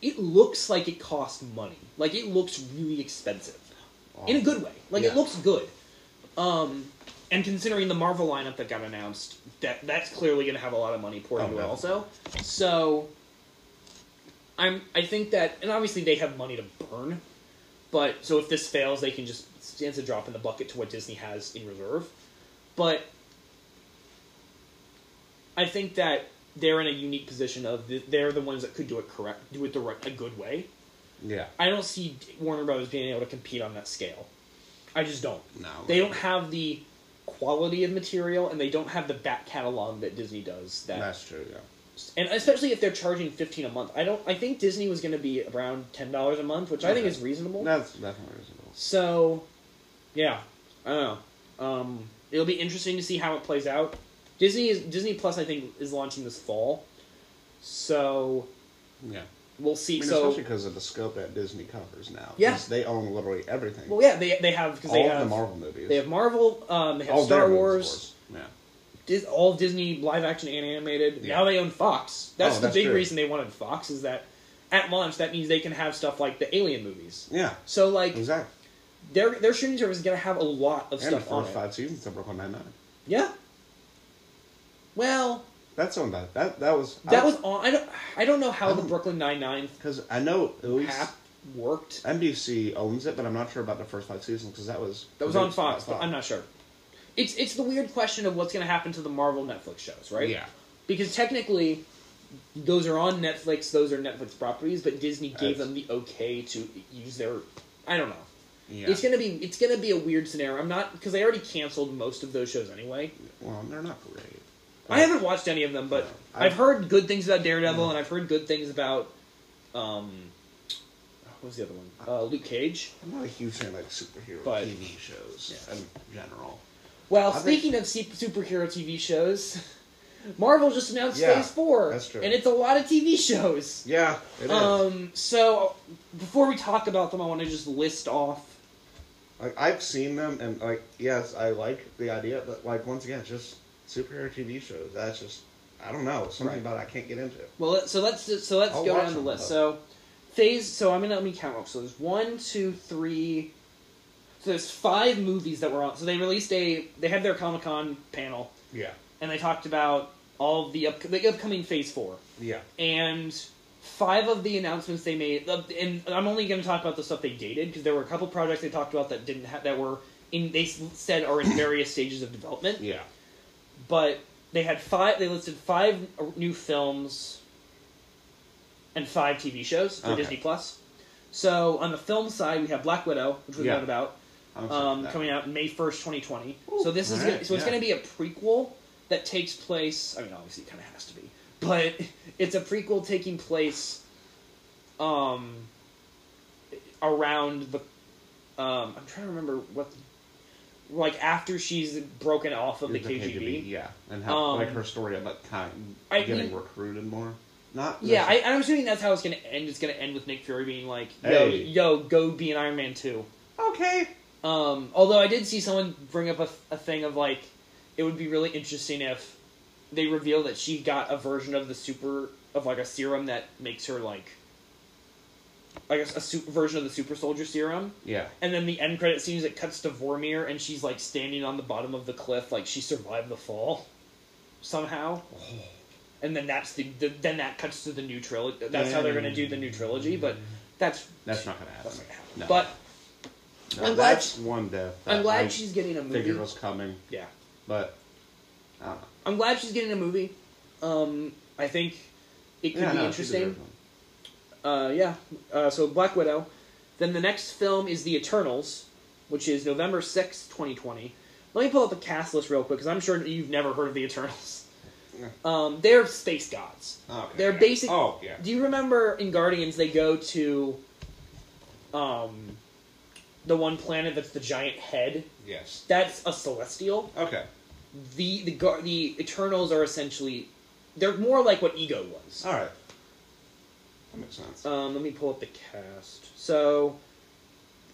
S2: It looks like it cost money. Like it looks really expensive, in a good way. Like
S1: Yeah.
S2: it looks good. Um, and considering the Marvel lineup that got announced, that that's clearly going to have a lot of money poured
S1: Oh,
S2: into it
S1: definitely.
S2: also. So, I'm I think that, and obviously they have money to burn, but so if this fails, they can just it's a drop in the bucket to what Disney has in reserve. But I think that they're in a unique position of th- they're the ones that could do it correct, do it the right, a good way.
S1: Yeah.
S2: I don't see Warner Brothers being able to compete on that scale. I just don't.
S1: No.
S2: They don't have the quality of material, and they don't have the back catalog that Disney does. That
S1: That's true. Yeah.
S2: and especially if they're charging fifteen a month. I don't. I think Disney was going to be around ten dollars a month, which I think
S1: Okay.
S2: is reasonable.
S1: That's definitely reasonable.
S2: So, yeah, I don't know. Um, it'll be interesting to see how it plays out. Disney is Disney Plus. I think is launching this fall, so
S1: Yeah.
S2: we'll
S1: I
S2: see.
S1: mean,
S2: so,
S1: especially because of the scope that Disney covers now. 'cause
S2: Yeah.
S1: they own literally everything.
S2: well, yeah, they they have because
S1: all
S2: they
S1: of
S2: have
S1: the Marvel movies.
S2: They have Marvel. Um, they have
S1: all their
S2: Star
S1: movies, of
S2: Wars.
S1: course. Yeah,
S2: Dis- all Disney live action and animated.
S1: Yeah.
S2: Now they own Fox. That's
S1: Oh,
S2: the
S1: that's
S2: big
S1: true.
S2: reason they wanted Fox is that at launch that means they can have stuff like the Alien movies.
S1: yeah,
S2: So like
S1: exactly.
S2: their their streaming service is gonna have a lot of
S1: And the
S2: stuff on
S1: first
S2: it.
S1: five seasons of Brooklyn Nine Nine.
S2: Yeah. Well,
S1: That's on that. That that was
S2: that was on. I don't. I don't know how the
S1: Oh.
S2: Brooklyn Nine Nine
S1: because I know at least
S2: app worked.
S1: MDC owns it, but I'm not sure about the first five seasons because that was
S2: That was on
S1: produced by
S2: Fox, but I'm not sure. It's it's the weird question of what's going to happen to the Marvel Netflix shows, right?
S1: Yeah,
S2: Because technically, those are on Netflix. Those are Netflix properties, but Disney
S1: That's-
S2: gave them the okay to use their. I don't know.
S1: yeah.
S2: It's gonna be it's gonna be a weird scenario. I'm not because they already canceled most of those shows anyway.
S1: well, they're not great.
S2: I haven't watched any of them, but
S1: No.
S2: I've,
S1: I've-
S2: heard good things about Daredevil, and I've heard good things about um, what was the other one? Uh, Luke Cage.
S1: I'm not a huge fan of like, superhero
S2: But-
S1: TV shows
S2: Yeah.
S1: in general.
S2: Well,
S1: I've been-
S2: speaking of su- superhero TV shows, <laughs> Marvel just announced
S1: Yeah,
S2: Phase Four,
S1: that's true.
S2: and it's a lot of TV shows.
S1: Yeah, it is.
S2: Um, so before we talk about them, I want to just list off.
S1: Like I've seen them, and like yes, I like the idea, but like once again, it's just superhero TV shows. That's just I don't know something
S2: Right.
S1: about it I can't get into.
S2: Well, let- so let's so let's
S1: I'll
S2: go
S1: watch
S2: down the
S1: them,
S2: list.
S1: though.
S2: So Phase. So I'm gonna let me count up. So there's one, two, three. So there's five movies that were on. So they released a. They had their Comic Con panel,
S1: Yeah,
S2: and they talked about all of the up, the upcoming Phase Four.
S1: yeah,
S2: and five of the announcements they made of- and i'm only going to talk about the stuff they dated because there were a couple projects they talked about that didn't have that were in they s- said are in various stages of development
S1: yeah.
S2: but they had five they listed five new films and five tv shows for
S1: Okay.
S2: disney plus so on the film side we have black widow which we've
S1: Yeah.
S2: known about
S1: I'm sorry for
S2: um,
S1: that.
S2: coming out May first, twenty twenty. So this is
S1: All
S2: gonna,
S1: right,
S2: so it's
S1: yeah.
S2: going to be a prequel that takes place. I mean, obviously, it kind of has to be, but <laughs> it's a prequel taking place, um, around the. Um, I'm trying to remember what, like after she's broken off of the,
S1: Is
S2: KGB.
S1: yeah, and how like
S2: Um,
S1: her story about kind
S2: I
S1: getting
S2: mean-
S1: recruited more. Not
S2: Yeah, I, I'm assuming that's how it's going to end. It's going to end with Nick Fury being like, "Yo,
S1: Hey.
S2: yo, go be an Iron Man too."
S1: okay.
S2: Um, although I did see someone bring up a, a thing of like, it would be really interesting if they reveal that she got a version of the super of like a serum that makes her like, I guess a super version of the super soldier serum.
S1: Yeah,
S2: And then the end credit scenes it cuts to Vormir and she's like standing on the bottom of the cliff like she survived the fall, somehow. And then that's the, the then that cuts to the new trilogy. That's how they're gonna do the new trilogy, but that's
S1: that's not gonna happen.
S2: that's not gonna happen.
S1: No.
S2: But
S1: No,
S2: I'm glad
S1: that's one death. that
S2: I'm glad
S1: Uh, I
S2: she's getting a movie.
S1: figured was coming,
S2: Yeah.
S1: but I don't know.
S2: I'm glad she's getting a movie. Um, I think it could
S1: Yeah,
S2: be
S1: no, she
S2: interesting.
S1: deserves one.
S2: Uh, yeah. Uh, so Black Widow. Then the next film is The Eternals, which is November sixth, 2020. Let me pull up a cast list real quick because I'm sure you've never heard of The Eternals.
S1: Yeah.
S2: Um, they're space gods.
S1: Okay,
S2: They're
S1: yeah.
S2: basic-
S1: Oh yeah,
S2: Do you remember in Guardians they go to um, the one planet that's the giant head?
S1: yes.
S2: That's a celestial
S1: Okay.
S2: the the gar- the Eternals are essentially they're more like what Ego was.
S1: All right. That makes sense.
S2: Um, let me pull up the cast. So,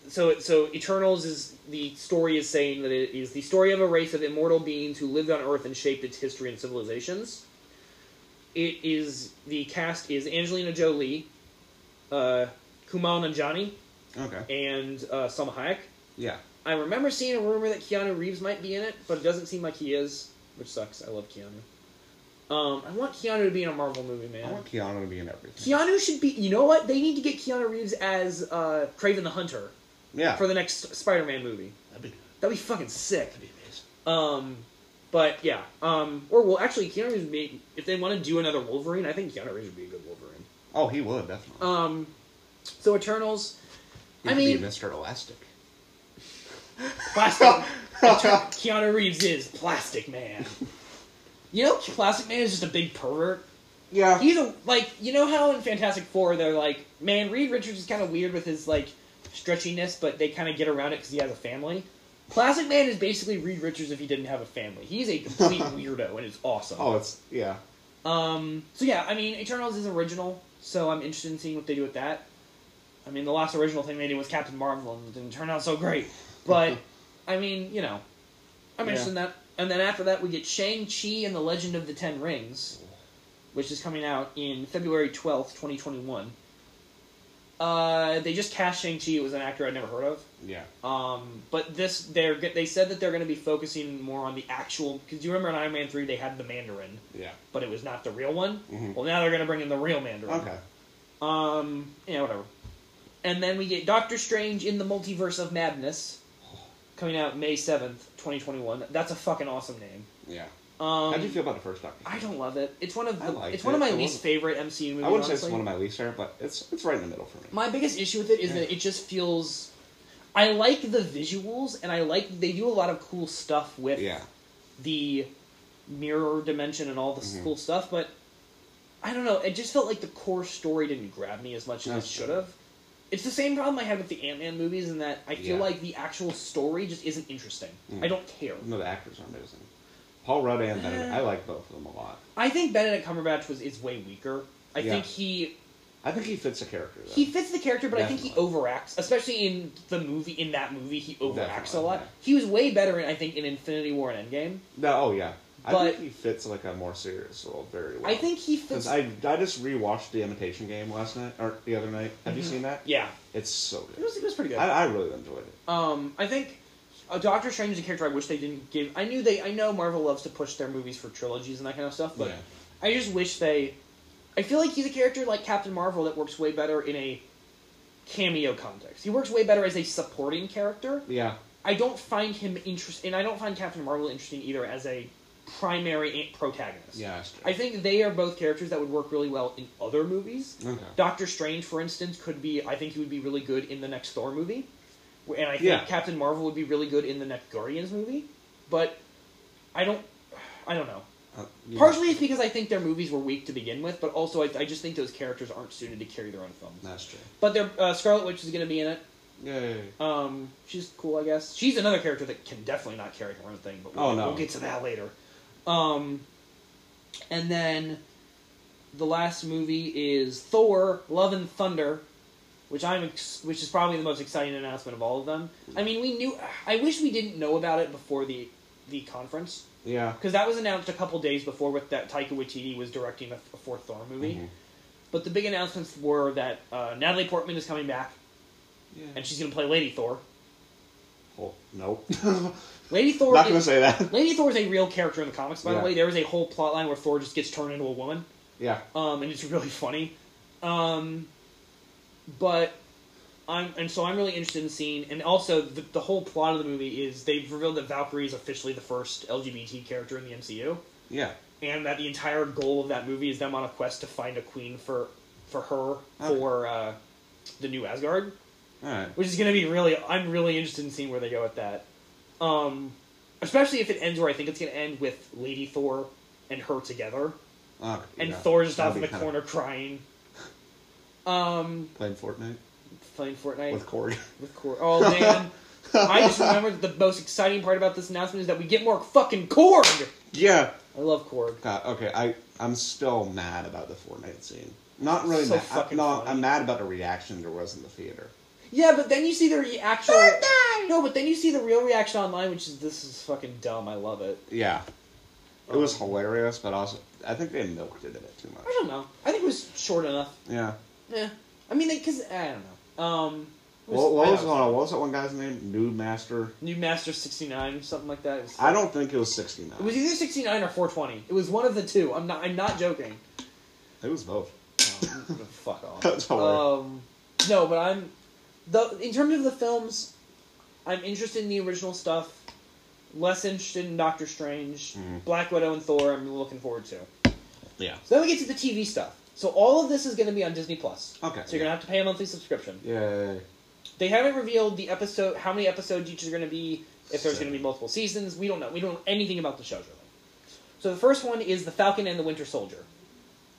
S2: so it- so Eternals is the story is saying that it is the story of a race of immortal beings who lived on Earth and shaped its history and civilizations. It is the cast is Angelina Jolie, uh, Kumail Nanjiani,
S1: Okay.
S2: and uh, Salma Hayek.
S1: Yeah.
S2: I remember seeing a rumor that Keanu Reeves might be in it, but it doesn't seem like he is, which sucks. I love Keanu. Um, I want Keanu to be in a Marvel movie,
S1: I
S2: man.
S1: want Keanu to be in everything.
S2: Keanu should be. You know what? They need to get Keanu Reeves as uh, Craven the Hunter
S1: yeah.
S2: for the next Spider-Man movie.
S1: that'd be good.
S2: That'd be fucking sick.
S1: That'd be amazing.
S2: Um, but yeah. Um, or well, actually, Keanu Reeves. May, if they want to do another Wolverine, I think Keanu Reeves would be a good Wolverine.
S1: Oh, he would definitely.
S2: Um,
S1: <laughs>
S2: so Eternals,
S1: he
S2: I
S1: could
S2: mean-
S1: be Mr.
S2: <laughs>
S1: Elastic.
S2: plastic.
S1: <laughs>
S2: Eter- Keanu Reeves is Plastic Man. <laughs> You know, Plastic Man is just a big pervert.
S1: Yeah.
S2: He's a like, you know how in Fantastic Four they're like, man, Reed Richards is kind of weird with his like stretchiness, but they kind of get around it because he has a family. Plastic Man is basically Reed Richards if he didn't have a family. He's a complete weirdo, and it's awesome.
S1: oh, it's yeah.
S2: Um, so yeah, I mean, Eternals is original, so I'm interested in seeing what they do with that. I mean, the last original thing they did was Captain Marvel, and it didn't turn out so great. But I mean, you know, I'm
S1: Yeah.
S2: interested in that. And then after that, we get Shang Chi and the Legend of the Ten Rings, which is coming out in February 12th, 2021. Uh, they just cast Shang Chi. It was an actor I'd never heard of.
S1: Yeah.
S2: Um, but this, they're go- they said that they're going to be focusing more on the actual. Because you remember in Iron Man three, they had the Mandarin
S1: Yeah.
S2: but it was not the real one.
S1: Mhm.
S2: Well, now they're going to bring in the real Mandarin.
S1: Okay.
S2: Um, yeah, whatever. And then we get Doctor Strange in the Multiverse of Madness, coming out May seventh, twenty twenty one. That's a fucking awesome name.
S1: Yeah.
S2: Um,
S1: How do you feel about the first Doctor?
S2: I don't love it. It's one of
S1: I
S2: the,
S1: liked
S2: it's one of
S1: it.
S2: my
S1: It
S2: least
S1: wasn't-
S2: favorite MCU movies.
S1: I wouldn't say it's
S2: honestly.
S1: one of my least favorite, but it's it's right in the middle for me.
S2: My biggest issue with it is that it just feels. I like the visuals, and I like they do a lot of cool stuff with
S1: yeah.
S2: the mirror dimension and all this
S1: Mm-hmm.
S2: cool stuff, but I don't know. It just felt like the core story didn't grab me as much as
S1: That's
S2: it should have. It's the same problem I had with the Ant Man movies, in that I feel
S1: Yeah.
S2: like the actual story just isn't interesting.
S1: Mm.
S2: I don't care.
S1: No, the actors are amazing. Paul Rudd and Benedict.
S2: Yeah.
S1: I like both of them a lot.
S2: I think Benedict Cumberbatch was is way weaker. I
S1: Yeah.
S2: think he
S1: I think he fits the character. Though.
S2: he fits the character, but I think he
S1: Definitely.
S2: overacts, especially in the movie. In that movie, he overacts a
S1: Definitely,
S2: lot.
S1: yeah.
S2: He was way better in I think in Infinity War and Endgame.
S1: no, oh yeah. I
S2: But-
S1: think he fits like a more serious role very well.
S2: I think he fits.
S1: because I I just rewatched the Imitation Game last night or the other night. Have you seen that?
S2: yeah,
S1: It's so
S2: Mm-hmm. it
S1: good.
S2: was, it was pretty good.
S1: I, I really enjoyed it.
S2: Um, I think uh, Doctor Strange is a character I wish they didn't give. I knew they. I know Marvel loves to push their movies for trilogies and that kind of stuff, but
S1: Yeah.
S2: I just wish they. I feel like he's a character like Captain Marvel that works way better in a cameo context. He works way better as a supporting character.
S1: Yeah.
S2: I don't find him interest, and I don't find Captain Marvel interesting either as a primary an- protagonist.
S1: Yeah. That's true.
S2: I think they are both characters that would work really well in other movies.
S1: okay.
S2: Doctor Strange, for instance, could be. I think he would be really good in the next Thor movie, and I think
S1: Yeah.
S2: Captain Marvel would be really good in the next Guardians movie. But I don't, I don't know.
S1: Uh, you-
S2: Partially it's because I think their movies were weak to begin with, but also I, I just think those characters aren't suited to carry their own films.
S1: That's true.
S2: But their uh, Scarlet Witch is going to be in it.
S1: Yay.
S2: Um, she's cool, I guess. She's another character that can definitely not carry her own thing, but we'll,
S1: Oh, no.
S2: we'll get to that later. Um, and then the last movie is Thor: Love and Thunder, which I'm ex- which is probably the most exciting announcement of all of them. I mean, we knew. I wish we didn't know about it before the the conference
S1: Yeah.
S2: because that was announced a couple days before with that Taika Waititi was directing a, a fourth Thor movie.
S1: Mhm.
S2: But the big announcements were that uh, Natalie Portman is coming back
S1: Yeah.
S2: and she's going to play Lady Thor.
S1: Oh, nope.
S2: Lady Thor.
S1: Not gonna
S2: is-
S1: say
S2: <laughs>
S1: that.
S2: Lady Thor is a real character in the comics, by
S1: Yeah.
S2: the way. There is a whole plot line where Thor just gets turned into a woman,
S1: Yeah.
S2: um, and it's <laughs> really funny. Um, but I'm and so I'm really interested in seeing, and also the, the whole plot of the movie is they've revealed that Valkyrie is officially the first LGBT character in the MCU,
S1: Yeah.
S2: and that the entire goal of that movie is them on a quest to find a queen for for her
S1: Okay.
S2: for uh, the new Asgard
S1: All right.
S2: which is going to be really i'm really interested in seeing where they go with that um especially if it ends where i think it's going to end with lady thor and her together
S1: Okay,
S2: and
S1: yeah.
S2: thor just off in
S1: That'd
S2: the
S1: be kinda-
S2: corner crying um
S1: playing Fortnite
S2: playing fortnite
S1: with
S2: with,
S1: Corey. <laughs>
S2: Cor- oh man i just remember the most exciting part about this announcement is that we get more fucking korg
S1: yeah.
S2: i love korg
S1: God, okay, I I'm still mad about the Fortnite scene. Not really
S2: So
S1: mad. I,
S2: fucking
S1: no,
S2: funny.
S1: I'm mad about the reaction there was in the theater.
S2: yeah but then you see the re- actual no but then you see the real reaction online which is this is fucking dumb i love it
S1: Yeah, it was
S2: Um,
S1: hilarious, but also I think they milked it a bit too
S2: <laughs> i
S1: much.
S2: don't know i think it was short enough
S1: Yeah.
S2: Yeah, I mean, because I don't know. Um, it
S1: What, what
S2: I
S1: was
S2: don't
S1: it
S2: know,
S1: on? What was that one guy's name? Nude Master.
S2: New Master sixty nine, something like that. It was,
S1: I don't think it was 69.
S2: It was either sixty nine or four twenty. It was one of the two. I'm not. I'm
S1: <laughs>
S2: not joking.
S1: It was both.
S2: Um, fuck off.
S1: That's hilarious.
S2: Um, no, but I'm. The in terms of the films, I'm interested in the original stuff. Less interested in Doctor Strange,
S1: Mhm.
S2: Black Widow, and Thor. I'm looking forward to.
S1: yeah.
S2: So then we get to the TV stuff. So all of this is going to be on Disney Plus.
S1: Okay.
S2: So you're gonna have to pay a monthly subscription.
S1: Yay.
S2: They haven't revealed the episode, how many episodes each is going to be, if there's
S1: Seven.
S2: going to be multiple seasons. We don't know. We don't know anything about the shows really. So the first one is the Falcon and the Winter Soldier.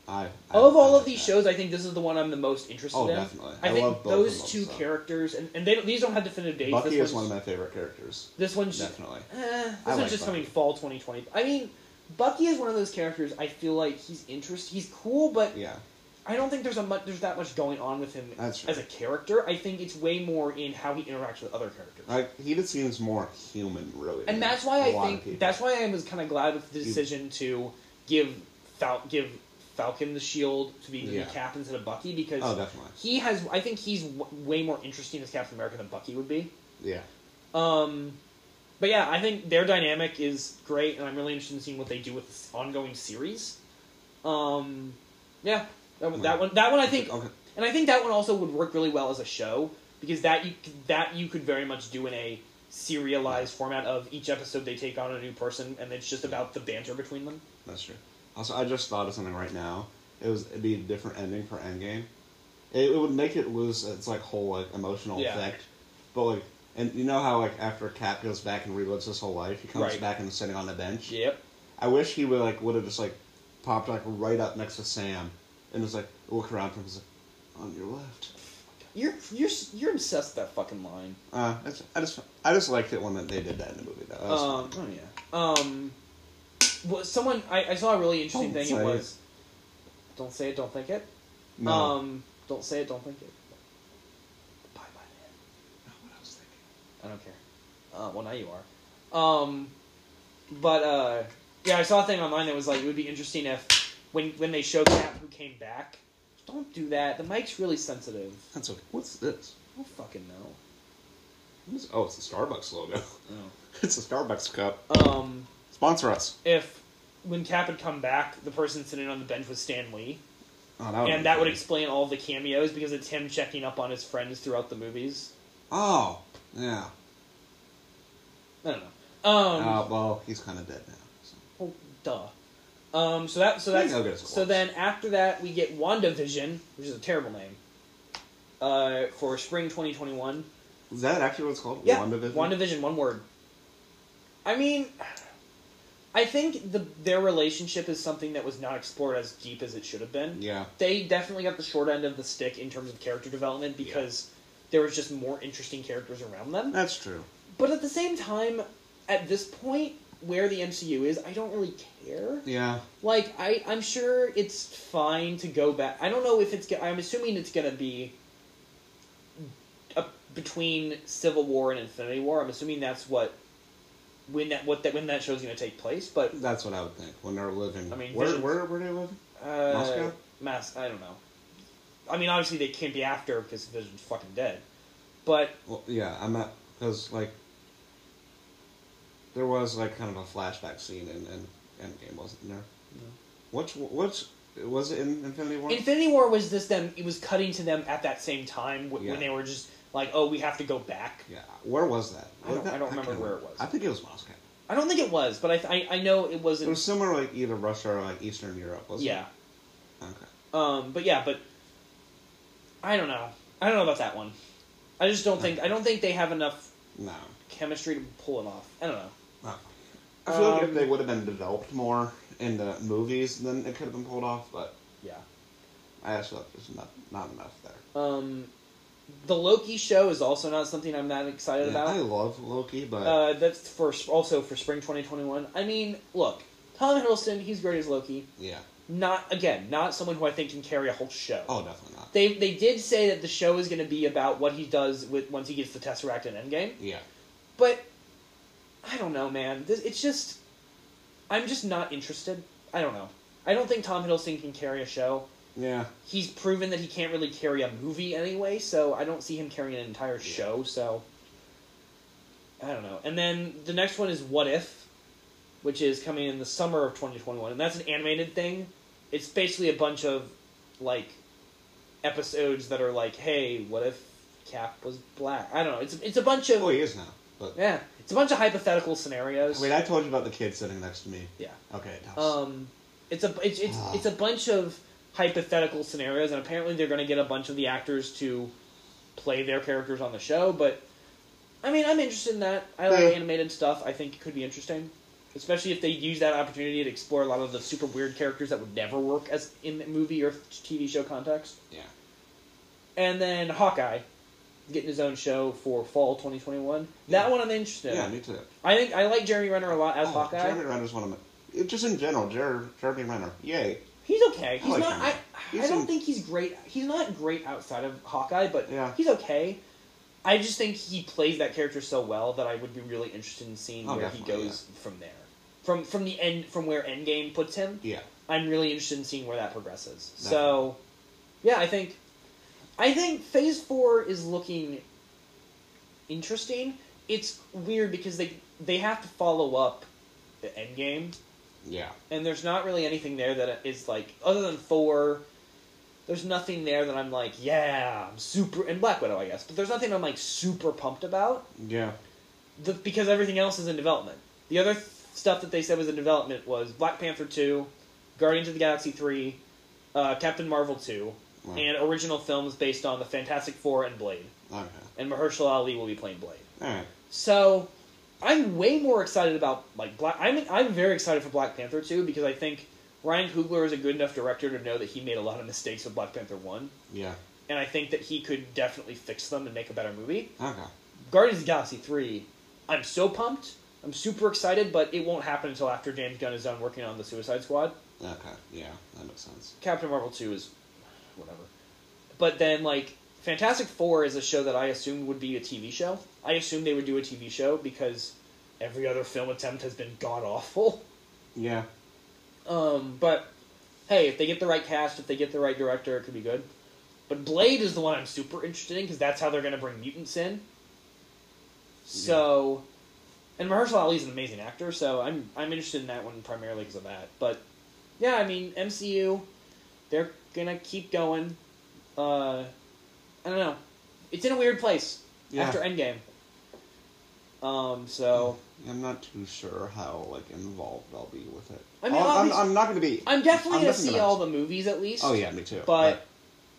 S1: I, I
S2: of
S1: I
S2: all
S1: like
S2: of these
S1: that.
S2: shows, I think this is the one I'm the most interested
S1: Oh,
S2: in.
S1: definitely.
S2: I,
S1: I
S2: think
S1: love both of
S2: those
S1: them,
S2: two
S1: so.
S2: characters, and, and they don't, these don't have definitive dates.
S1: Bucky
S2: this
S1: is one of my favorite characters.
S2: This one's
S1: Definitely.
S2: Eh, this
S1: I
S2: one's
S1: like
S2: just coming
S1: Bucky.
S2: fall 2020. I mean, Bucky is one of those characters. I feel like he's interest. He's cool, but
S1: Yeah.
S2: I don't think there's a much, there's that much going on with him
S1: That's right.
S2: as a character. I think it's way more in how he interacts with other characters.
S1: Like he just seems more human, really.
S2: and
S1: than
S2: that's why
S1: a
S2: I
S1: lot of
S2: think
S1: people.
S2: that's why I was kind of glad with the decision to give Fal- give Falcon the shield to be the new
S1: Yeah.
S2: Cap instead of Bucky because
S1: Oh, definitely.
S2: he has I think he's w- way more interesting as Captain America than Bucky would be.
S1: Yeah.
S2: Um, but yeah, I think their dynamic is great, and I'm really interested in seeing what they do with this ongoing series. Um, yeah, that, one- that
S1: Yeah.
S2: one that one I think
S1: Okay.
S2: And I think that one also would work really well as a show because that you that you could very much do in a serialized format of each episode they take on a new person and it's just about the banter between them.
S1: That's true. Also, I just thought of something right now. It was it'd be a different ending for Endgame. It, it would make it lose its like whole like emotional
S2: Yeah.
S1: effect. But like, and you know how like after Cap goes back and relives his whole life, he comes
S2: Right.
S1: back and is sitting on the bench.
S2: Yep.
S1: I wish he would like would have just like popped like right up next to Sam and just like look around for him. and was like, on your left.
S2: You're you're s- you're obsessed with that fucking line.
S1: Uh, that's, I just I just liked it when that they did that in the movie though. That was
S2: Um,
S1: fun. Oh,
S2: yeah. Um, well, someone I, I saw a really interesting
S1: Don't
S2: thing.
S1: say
S2: It was, don't say it, don't think it.
S1: no.
S2: Um, don't say it, don't think it. Bye bye, man.
S1: No, what I was thinking.
S2: I don't care. Uh, well, now you are. Um, but uh, yeah, I saw a thing online that was like it would be interesting if when when they show Cap who came back, don't do that. The mic's really sensitive.
S1: That's okay. What's this?
S2: I don't fucking know.
S1: What is- oh, it's the Starbucks logo. <laughs> it's a Starbucks cup.
S2: Um,
S1: Sponsor us.
S2: if when Cap had come back, the person sitting on the bench was Stan Lee.
S1: Oh, that would be
S2: and that would
S1: funny.
S2: explain all the cameos because it's him checking up on his friends throughout the movies.
S1: Oh, yeah.
S2: I don't know. Um,
S1: uh, well, he's kind of dead now. So.
S2: well, Oh, duh. Um, so that so
S1: Yeah,
S2: that's
S1: no, that's
S2: so
S1: close.
S2: then after that we get WandaVision, which is a terrible name, uh, for spring 2021.
S1: Is that actually what it's called?
S2: Yeah,
S1: WandaVision?
S2: WandaVision, one word. I mean, I think the their relationship is something that was not explored as deep as it should have been.
S1: Yeah.
S2: they definitely got the short end of the stick in terms of character development because there was just more interesting characters around them.
S1: That's true.
S2: But at the same time, at this point where the MCU is, I don't really care.
S1: Yeah.
S2: Like I, I'm sure it's fine to go back. I don't know if it's. go- I'm assuming it's gonna be up between Civil War and Infinity War. I'm assuming that's what when that what that when that show's gonna take place. But
S1: That's what I would think when they're living.
S2: I mean,
S1: where,
S2: Vision's-
S1: where, where are they living?
S2: Uh,
S1: Moscow?
S2: Mas- I don't know. I mean, obviously they can't be after because Vision's fucking dead. But
S1: Well, yeah, I'm not. Because, like, there was, like, kind of a flashback scene in, in Endgame, wasn't there?
S2: No.
S1: Which, which, was it in Infinity War?
S2: Infinity War was this them. It was cutting to them at that same time w-
S1: Yeah.
S2: when they were just like, "Oh, we have to go back."
S1: yeah. Where was that?
S2: I don't-
S1: that?
S2: I don't remember
S1: can't
S2: where it was.
S1: I think it was Moscow.
S2: I don't think it was, but I th- I, I know it
S1: It
S2: wasn't.
S1: was somewhere, like, either Russia or, like, Eastern Europe, wasn't
S2: yeah.
S1: it? Okay.
S2: Um. But yeah. But I don't know. I don't know about that one. I just don't think. I don't think they have enough
S1: No.
S2: chemistry to pull it off. I don't know.
S1: Wow. I feel like
S2: Um,
S1: if they would have been developed more in the movies, then it could have been pulled off. But
S2: Yeah.
S1: I just feel like there's not not enough there.
S2: Um, the Loki show is also not something I'm that excited
S1: Yeah,
S2: about.
S1: I love Loki, but
S2: Uh, that's for also for spring 2021. I mean, look, Tom Hiddleston, he's great as Loki.
S1: yeah,
S2: Not again, not someone who I think can carry a whole show.
S1: oh, definitely not.
S2: They they did say that the show is going to be about what he does with once he gets the Tesseract in Endgame,
S1: Yeah,
S2: but I don't know, man. This, it's just I'm just not interested. I don't know. I don't think Tom Hiddleston can carry a show.
S1: yeah,
S2: He's proven that he can't really carry a movie anyway, so I don't see him carrying an entire show, so I don't know. And then the next one is What If, which is coming in the summer of 2021, and that's an animated thing. It's basically a bunch of like episodes that are like, "Hey, what if Cap was black?" I don't know. It's it's a bunch of
S1: oh, he is now. But
S2: yeah, it's a bunch of hypothetical scenarios.
S1: wait, I told you about the kid sitting next to me.
S2: yeah.
S1: Okay, it helps.
S2: Um, it's a it's it's,
S1: Ah.
S2: it's a bunch of hypothetical scenarios, and apparently they're going to get a bunch of the actors to play their characters on the show. But I mean, I'm interested in that. I like
S1: Yeah.
S2: animated stuff. I think it could be interesting, especially if they use that opportunity to explore a lot of the super weird characters that would never work as in the movie or TV show context.
S1: yeah,
S2: And then Hawkeye getting his own show for fall 2021.
S1: Yeah.
S2: That one I'm interested.
S1: yeah,
S2: in.
S1: me too.
S2: I think I like Jeremy Renner a lot as
S1: Oh,
S2: Hawkeye.
S1: Jeremy Renner's one of my. it- Just in general, Jer- Jeremy Renner, yay.
S2: He's okay. He's
S1: like
S2: not.
S1: him.
S2: I, I
S1: Oh, He's
S2: don't
S1: in-
S2: think he's great. He's not great outside of Hawkeye, but
S1: Yeah.
S2: he's okay. I just think he plays that character so well that I would be really interested in seeing
S1: Oh,
S2: where he
S1: definitely,
S2: goes from there. From from the end from where Endgame puts him,
S1: Yeah,
S2: I'm really interested in seeing where that progresses. So, yeah, I think I think Phase Four is looking interesting. It's weird because they they have to follow up the Endgame
S1: yeah,
S2: and there's not really anything there that is like other than Thor there's nothing there that I'm like, yeah, I'm super. And Black Widow, I guess, but there's nothing I'm like super pumped about
S1: Yeah.
S2: the, because everything else is in development. The other th- stuff that they said was in development was Black Panther two, Guardians of the Galaxy three, uh, Captain Marvel two,
S1: Wow.
S2: and original films based on the Fantastic Four and Blade.
S1: Okay.
S2: And Mahershala Ali will be playing Blade.
S1: All right.
S2: So I'm way more excited about like Black. I'm I'm very excited for Black Panther two because I think Ryan Coogler is a good enough director to know that he made a lot of mistakes with Black Panther one,
S1: Yeah.
S2: and I think that he could definitely fix them and make a better movie.
S1: Okay.
S2: Guardians of the Galaxy three, I'm so pumped. I'm super excited, but it won't happen until after James Gunn is done working on the Suicide Squad.
S1: Okay. Yeah, that makes sense.
S2: Captain Marvel 2 is whatever. But then, like, Fantastic Four is a show that I assumed would be a TV show. I assumed they would do a TV show because every other film attempt has been god <laughs> awful.
S1: Yeah.
S2: Um, but hey, if they get the right cast, if they get the right director, it could be good. But Blade is the one I'm super interested in because that's how they're going to bring mutants in. So, and Mahershala Ali is an amazing actor, so I'm I'm interested in that one primarily because of that. But yeah, I mean MCU, they're gonna keep going. Uh, I don't know, it's in a weird place
S1: Yeah.
S2: after Endgame. Um, so
S1: I'm not too sure how like involved I'll be with it.
S2: I mean,
S1: I'm, I'm,
S2: obvious-
S1: I'm not going to be.
S2: I'm definitely gonna see
S1: gonna-
S2: all the movies at least.
S1: Oh yeah, me too.
S2: but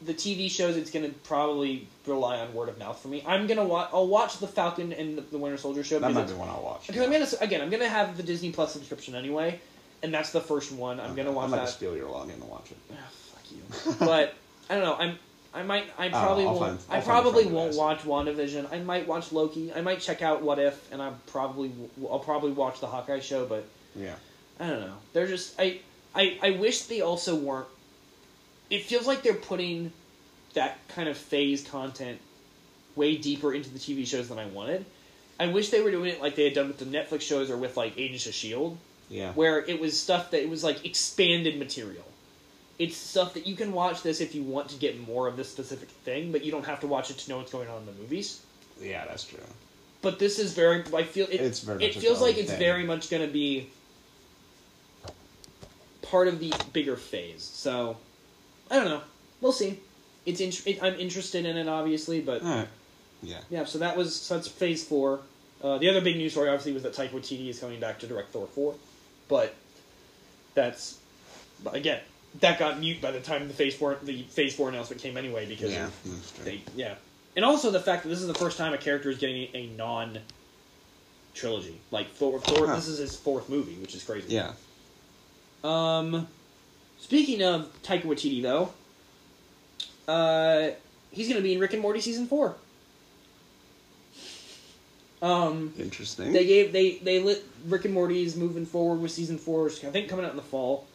S2: the TV shows, it's going to probably rely on word of mouth for me. I'm going to watch. I'll watch the Falcon and the, the Winter Soldier show
S1: But that
S2: because,
S1: might
S2: it's-
S1: be one I'll watch.
S2: because I'm going to again. I'm going to have the Disney Plus subscription anyway, and that's the first one. I'm going
S1: Okay,
S2: to
S1: I
S2: watch
S1: might
S2: that.
S1: just steal your login and watch it.
S2: Ah, fuck
S1: <laughs>
S2: you. but I don't know. I'm. I might. I
S1: know,
S2: probably
S1: Oh, I'll
S2: won't.
S1: find-
S2: I
S1: I'll find a
S2: probably
S1: friend who
S2: won't
S1: has it.
S2: watch WandaVision. I might watch Loki. I might check out What If, and I'm probably. I'll probably watch the Hawkeye show, but
S1: Yeah.
S2: I don't know. They're just I I I wish they also weren't. It feels like they're putting that kind of phase content way deeper into the TV shows than I wanted. I wish they were doing it like they had done with the Netflix shows or with like Agents of Shield,
S1: Yeah.
S2: E where it was stuff that it was like expanded material. It's stuff that you can watch this if you want to get more of this specific thing, but you don't have to watch it to know what's going on in the movies.
S1: Yeah, that's true.
S2: But this is very. I feel it.
S1: It's very
S2: it
S1: much
S2: feels
S1: its own
S2: like it's
S1: thing.
S2: very much going to be part of the bigger phase. So I don't know. We'll see. It's int- it, I'm interested in it, obviously, but
S1: All right. Yeah.
S2: yeah. So that was so that's phase four. Uh, the other big news story, obviously, was that Taika Waititi is coming back to direct Thor four, but that's but again that got mute by the time the phase four the phase four announcement came anyway because
S1: Yeah.
S2: of
S1: That's true.
S2: they, yeah, and also the fact that this is the first time a character is getting a non trilogy. Like Thor, Thor
S1: Huh.
S2: this is his fourth movie, which is crazy.
S1: Yeah.
S2: Um, speaking of Taika Waititi, though, uh, he's going to be in Rick and Morty season four. Um,
S1: Interesting.
S2: they gave they they lit Rick and Morty's moving forward with season four. I think coming out in the fall,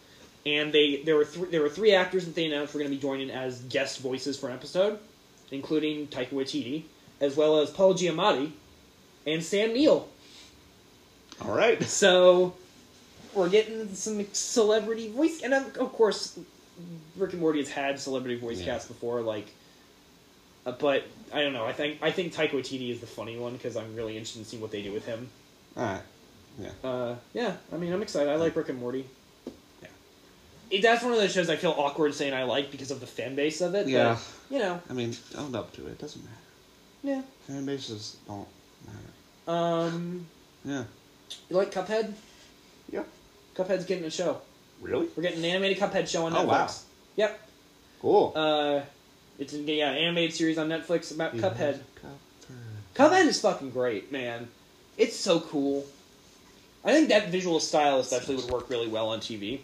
S2: and they there were three there were three actors that they announced were going to be joining as guest voices for an episode, including Taika Waititi as well as Paul Giamatti and Sam Neill.
S1: all right.
S2: So we're getting some celebrity voice, and of of course, Rick and Morty has had celebrity voice
S1: Yeah.
S2: casts before, like. uh, But I don't know. I think I think Taika Waititi is the funny one because I'm really interested in seeing what they do with him
S1: All right. Yeah.
S2: uh, yeah, I mean, I'm excited. I like Rick and Morty.
S1: Yeah.
S2: It, that's one of those shows I feel awkward saying I like because of the fan base of it.
S1: Yeah.
S2: But, you know,
S1: I mean, own up to it. Doesn't matter.
S2: yeah.
S1: Fan bases don't matter.
S2: Um,
S1: Yeah.
S2: you like Cuphead?
S1: Yeah.
S2: Cuphead's getting a show.
S1: Really?
S2: We're getting an animated Cuphead show on
S1: Oh,
S2: Netflix.
S1: wow.
S2: Yep.
S1: Cool.
S2: Uh, it's an- yeah, an animated series on Netflix about
S1: Yeah.
S2: Cuphead.
S1: Cuphead.
S2: Cuphead is fucking great, man. It's so cool. I think that visual style especially would work really well on TV.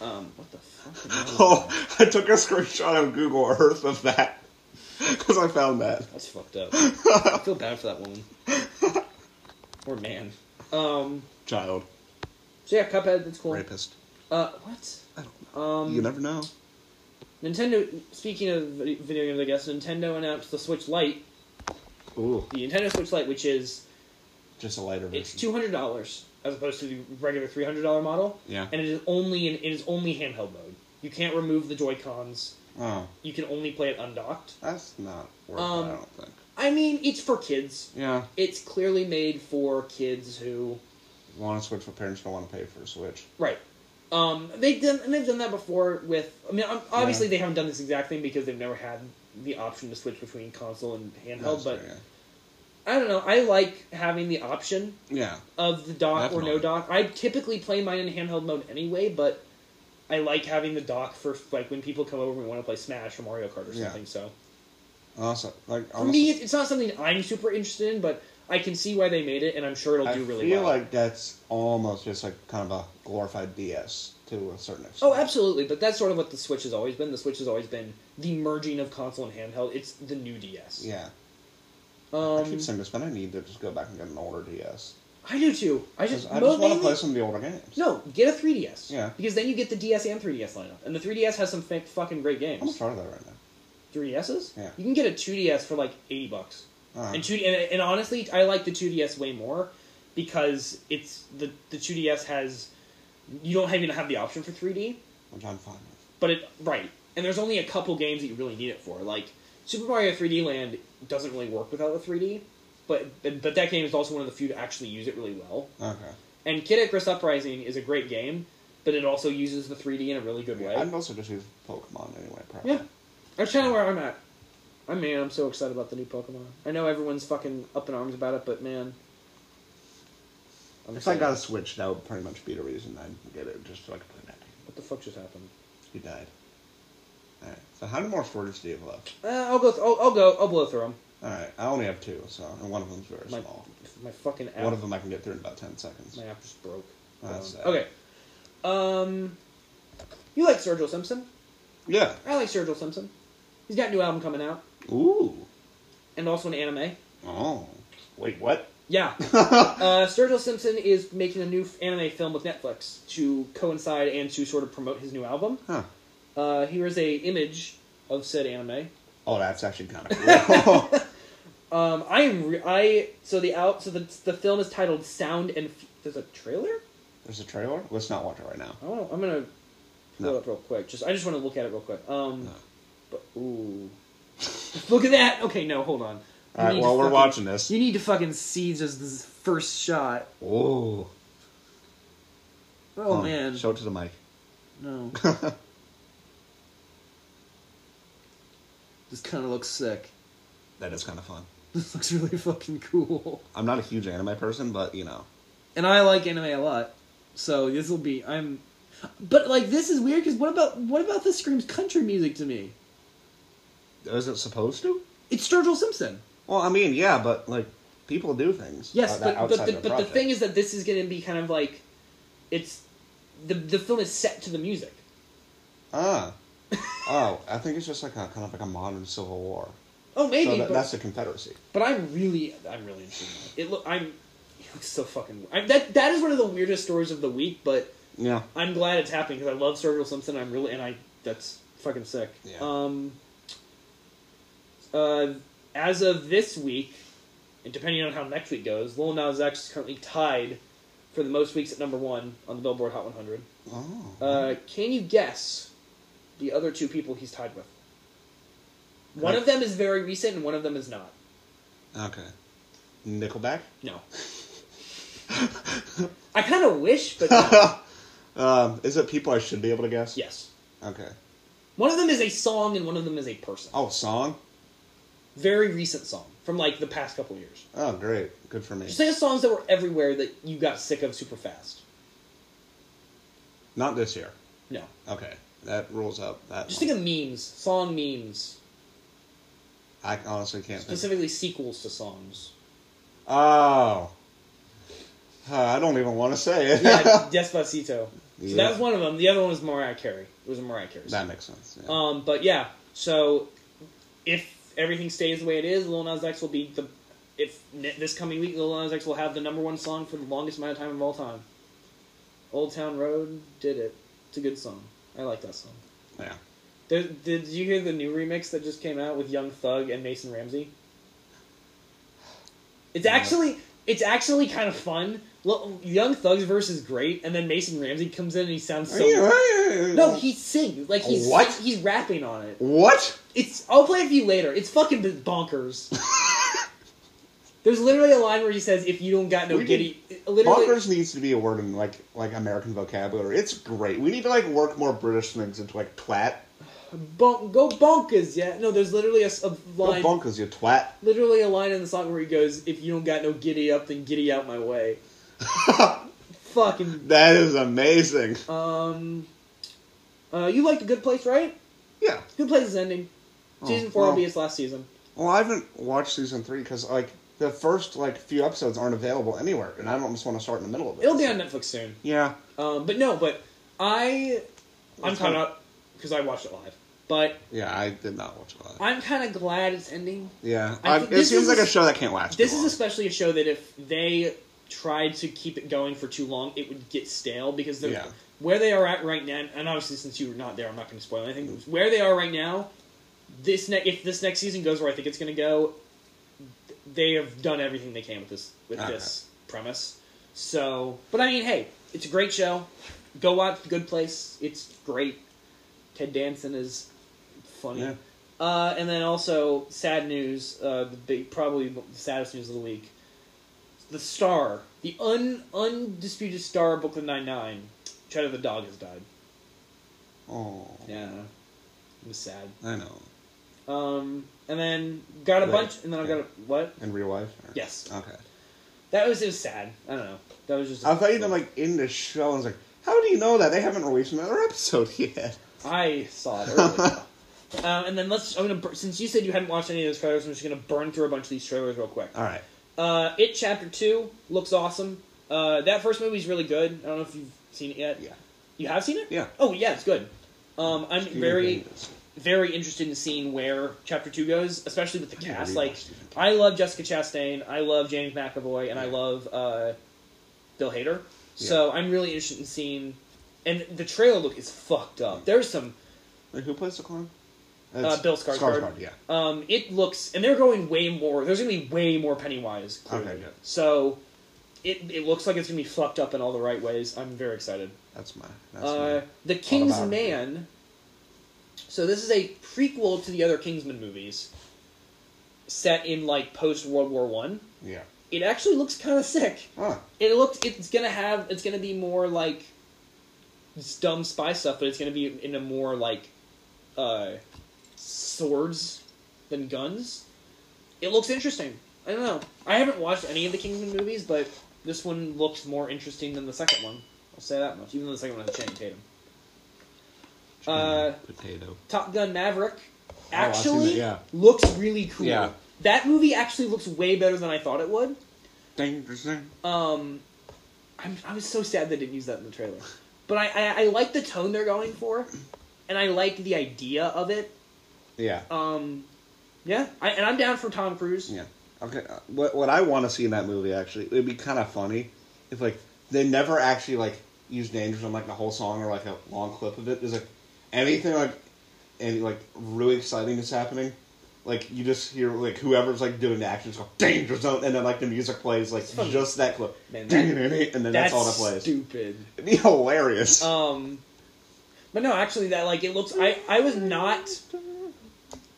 S2: Um, what the fuck? am I looking
S1: <laughs>
S2: at?
S1: Oh, I took a screenshot of Google Earth of that <laughs> because I found that.
S2: That's
S1: <laughs>
S2: fucked up. I feel bad for that woman. or man. Um.
S1: Child
S2: So yeah, Cuphead. That's cool.
S1: rapist.
S2: Uh, what?
S1: I don't
S2: Um.
S1: You never know.
S2: Nintendo. Speaking of vi- video games, I guess Nintendo announced the Switch Lite,
S1: Ooh,
S2: the Nintendo Switch Lite, which is
S1: just a lighter version.
S2: it's two hundred dollars as opposed to the regular three hundred dollar model,
S1: Yeah.
S2: and it is only in it is only handheld mode. You can't remove the Joy Cons.
S1: Oh,
S2: You can only play it undocked.
S1: that's not worth
S2: Um,
S1: it. I don't think.
S2: I mean, it's for kids.
S1: Yeah.
S2: It's clearly made for kids who
S1: Want to switch? My parents don't want to pay for a switch.
S2: Right. Um, they've done and they've done that before with. I mean, ob- obviously they haven't done this exact thing because they've never had the option to switch between console and handheld. but
S1: yeah.
S2: I don't know. I like having the option
S1: yeah,
S2: of the dock or no
S1: Definitely.
S2: dock. I typically play mine in handheld mode anyway, but I like having the dock for like when people come over and we want to play Smash or Mario Kart or
S1: Yeah.
S2: something. So
S1: also like
S2: for
S1: honestly,
S2: me, it- it's not something I'm super interested in, but I can see why they made it, and I'm sure it'll
S1: I
S2: do really
S1: feel
S2: well.
S1: like that's almost just like kind of a glorified DS to a certain extent.
S2: Oh, absolutely, but that's sort of what the Switch has always been. The Switch has always been the merging of console and handheld. It's the new DS.
S1: Yeah, I
S2: Um,
S1: keep saying this, but I need to just go back and get an older DS.
S2: I do too. I
S1: 'Cause
S2: just,
S1: I
S2: well,
S1: just want to
S2: mainly-
S1: play some of the older games.
S2: No, get a 3DS.
S1: Yeah.
S2: Because then you get the DS and 3DS lineup, and the 3DS has some fa- fucking great
S1: I'm gonna
S2: games.
S1: start that right now.
S2: 3DSs.
S1: Yeah.
S2: You can get a 2DS for like 80 bucks.
S1: Uh,
S2: And two and, and honestly, I like the 2DS way more because it's the the 2DS has you don't even have the option for 3D,
S1: which I'm fine with.
S2: but it right. And there's only a couple games that you really need it for. Like Super Mario 3D Land doesn't really work without the 3D, but but but that game is also one of the few to actually use it really well.
S1: Okay.
S2: And Kid Icarus Uprising is a great game, but it also uses the 3D in a really good way.
S1: I'd also just use Pokemon anyway, probably.
S2: Yeah. That's kind of where I'm at. I mean, I'm so excited about the new Pokemon. I know everyone's fucking up in arms about it, but man. I'm
S1: If I
S2: excited.
S1: got a Switch, that would pretty much be the reason I'd get it, just so I could play that.
S2: What the fuck just happened?
S1: He died. Alright, so how many more stories do you have left?
S2: Uh, I'll go. Th- I'll, I'll go. I'll blow through them.
S1: Alright, I only have two, so, and one of them's very
S2: My,
S1: small.
S2: my fucking app.
S1: One of them I can get through in about 10 seconds.
S2: My app just broke.
S1: Oh, that's
S2: Um,
S1: sad.
S2: okay. Um, you like Sergio Simpson?
S1: Yeah.
S2: I like Sergio Simpson. He's got a new album coming out,
S1: Ooh.
S2: and also an anime.
S1: Oh. Wait, what? <laughs>
S2: Yeah. uh, Sturgill Simpson is making a new f- anime film with Netflix to coincide and to sort of promote his new album.
S1: Huh.
S2: Uh, here is a image of said anime.
S1: Oh, that's actually kind of <laughs> cool.
S2: Um, I am re- I so the out so the the film is titled Sound and F- there's a trailer.
S1: There's a trailer? Let's not watch it right now.
S2: I want I'm gonna pull
S1: No.
S2: it up real quick. Just I just want to look at it real quick. Um,
S1: No.
S2: but ooh, <laughs> look at that. Okay, no, hold on. You
S1: Alright,
S2: need to
S1: while we're
S2: fucking-
S1: watching this.
S2: you need to fucking see just this first shot.
S1: Oh.
S2: Oh man,
S1: Show it to the mic. <laughs>
S2: no. This kind of looks sick. <laughs>
S1: that is kind of fun.
S2: This looks really fucking cool.
S1: I'm not a huge anime person, but, you know.
S2: And I like anime a lot, so this will be. I'm, but like this is weird because what about what about this screams country music to me?
S1: Is it supposed to?
S2: It's Sturgill Simpson.
S1: Well, I mean, yeah, but like people do things.
S2: Yes,
S1: uh, that-
S2: but but
S1: outside
S2: the,
S1: their
S2: but the
S1: project.
S2: thing is that this is going to be kind of like, it's, the the film is set to the music.
S1: ah, oh, I think it's just like a kind of like a modern Civil War.
S2: Oh maybe,
S1: so that,
S2: but,
S1: that's the Confederacy.
S2: but I'm really I'm really interested. In it. it look I'm, it looks so fucking. I, that that is one of the weirdest stories of the week, but
S1: Yeah,
S2: I'm glad it's happening because I love Sturgill Simpson. I'm really and I that's fucking sick.
S1: Yeah.
S2: Um. Uh, as of this week, and depending on how next week goes, Lil Nas X is currently tied for the most weeks at number one on the Billboard Hot 100.
S1: oh,
S2: Uh, can you guess the other two people he's tied with? One of them is very recent, and one of them is not.
S1: okay. Nickelback.
S2: No. <laughs> I kind of wish, but no.
S1: um, is it people I should be able to guess?
S2: yes.
S1: Okay.
S2: One of them is a song, and one of them is a person.
S1: Oh, song.
S2: very recent song from like the past couple years.
S1: Oh, great. Good for me.
S2: Just think of songs that were everywhere that you got sick of super fast.
S1: Not this year.
S2: No,
S1: Okay, that rules out that.
S2: just
S1: one.
S2: think of memes, song memes,
S1: I honestly can't. Think. of-
S2: specifically sequels to songs.
S1: Oh. Uh, I don't even want to say it.
S2: Yeah, Despacito. So that
S1: Yeah.
S2: was one of them. The other one was Mariah Carey. It was a Mariah
S1: <laughs>
S2: Carey.
S1: that
S2: Song.
S1: makes sense. Yeah.
S2: Um, but yeah, so if everything stays the way it is, Lil Nas X will be the if ne- this coming week Lil Nas X will have the number one song for the longest amount of time of all time. Old Town Road did it. It's a good song. I like that song.
S1: yeah.
S2: Did, did you hear the new remix that just came out with Young Thug and Mason Ramsey? It's
S1: No.
S2: actually it's actually kind of fun. Lo- Young Thug's verse is great, and then Mason Ramsey comes in and he sounds so. No, he sings like he's
S1: What?
S2: he's rapping on it.
S1: What? <laughs>
S2: It's I'll play it for you later. It's fucking bonkers. There's literally a line where he says, "If you don't got no
S1: We
S2: giddy,"
S1: did-
S2: literally.
S1: Bonkers needs to be a word in like like American vocabulary. It's great. We need to like work more British things into like twat.
S2: Bon- go bonkers, yeah. No, there's literally a, s- a
S1: Go
S2: line,
S1: bonkers, you twat.
S2: literally a line in the song where he goes, "If you don't got no giddy up, then giddy out
S1: <laughs>
S2: my way." Fucking.
S1: That is amazing.
S2: Um. Uh, you liked the Good Place, right?
S1: Yeah.
S2: Good Place is ending. Season
S1: Oh,
S2: four will
S1: well.
S2: be its last season.
S1: Well, I haven't watched season three because like the first like few episodes aren't available anywhere, and I don't just want to start in the middle of it.
S2: It'll be on Netflix soon.
S1: Yeah.
S2: Um, but no, but I, I'm
S1: That's
S2: caught
S1: fine.
S2: up because I watched it live. But
S1: Yeah, I did not watch a lot.
S2: I'm kind of glad it's ending.
S1: yeah,
S2: I
S1: I
S2: think
S1: it
S2: this
S1: seems
S2: is
S1: like
S2: a-
S1: a show that can't last.
S2: This
S1: too
S2: is
S1: long.
S2: especially a show that if they tried to keep it going for too long, it would get stale because they're
S1: Yeah.
S2: where they are at right now. And obviously, since you were not there, I'm not going to spoil anything. but Where they are right now, this ne- if this next season goes where I think it's going to go, th- they have done everything they can with this with
S1: Okay.
S2: this premise. So, but I mean, hey, it's a great show. Go watch The Good Place. It's great. Ted Danson is funny.
S1: Yeah.
S2: Uh, and then also sad news, uh, the big, probably the saddest news of the week. The star, the un undisputed star of Brooklyn Nine Nine, Cheddar the dog has died.
S1: Oh,
S2: Yeah, it was sad.
S1: I know.
S2: Um, and then got a
S1: Right.
S2: bunch, and then I got a what?
S1: In real life. or-
S2: Yes,
S1: Okay.
S2: that was it was sad. I don't know. That was just.
S1: I thought you meant like in the show. I was like, how do you know that they haven't released another <laughs> episode yet?
S2: I saw it
S1: <laughs>
S2: earlier. um, and then let's. I'm gonna bur- since you said you hadn't watched any of those trailers, I'm just gonna burn through a bunch of these trailers real quick.
S1: All right.
S2: Uh, it Chapter Two looks awesome. Uh, that first movie's really good. I don't know if you've seen it yet.
S1: Yeah.
S2: You have seen it?
S1: Yeah.
S2: Oh yeah, it's good. Um, I'm
S1: Stephen
S2: very,
S1: King is-
S2: very interested in seeing where Chapter Two goes, especially with the
S1: Yeah,
S2: cast.
S1: rewatched
S2: Like,
S1: Stephen King.
S2: I love Jessica Chastain. I love James McAvoy, and I
S1: Yeah.
S2: love uh, Bill Hader. So I'm really interested in seeing. And the trailer look is fucked up. There's some.
S1: Wait, who plays the clown?
S2: Uh, Bill Skarsgård.
S1: Yeah.
S2: Um, it looks, and they're going way more. There's gonna be way more Pennywise. Clearly.
S1: Okay, good.
S2: So, it it looks like it's gonna be fucked up in all the right ways. I'm very excited.
S1: That's my. That's
S2: Uh,
S1: my.
S2: the King's
S1: autobiography.
S2: Man. So this is a prequel to the other Kingsman movies, set in like post World War One.
S1: Yeah.
S2: It actually looks kind of sick.
S1: Oh,
S2: It looks it's gonna have it's gonna be more like s- dumb spy stuff, but it's gonna be in a more like uh, swords than guns. It looks interesting. I don't know. I haven't watched any of the Kingsman movies, but this one looks more interesting than the second one. I'll say that much. Even though the second one has Channing Tatum. Uh,
S1: potato.
S2: Top Gun Maverick
S1: Oh, I've seen
S2: actually
S1: that, yeah.
S2: looks really cool.
S1: Yeah.
S2: That movie actually looks way better than I thought it would.
S1: Ding, ding, ding.
S2: Um, I'm, I was so sad they didn't use that in the trailer. But I, I, I like the tone they're going for, and I like the idea of it.
S1: Yeah.
S2: Um, yeah, I, and I'm down for Tom Cruise.
S1: Yeah. Okay. uh, What what I want to see in that movie actually, it'd be kind of funny if like they never actually like used names on like the whole song or like a long clip of it. There's like anything like and like really exciting is happening. Like you just hear like whoever's like doing the action, just go danger zone, and then like the music plays like
S2: funny.
S1: just that clip, <laughs>
S2: Man, that-
S1: and then that's, all that plays.
S2: stupid.
S1: It'd be hilarious.
S2: Um, but no, actually, that like it looks. I I was not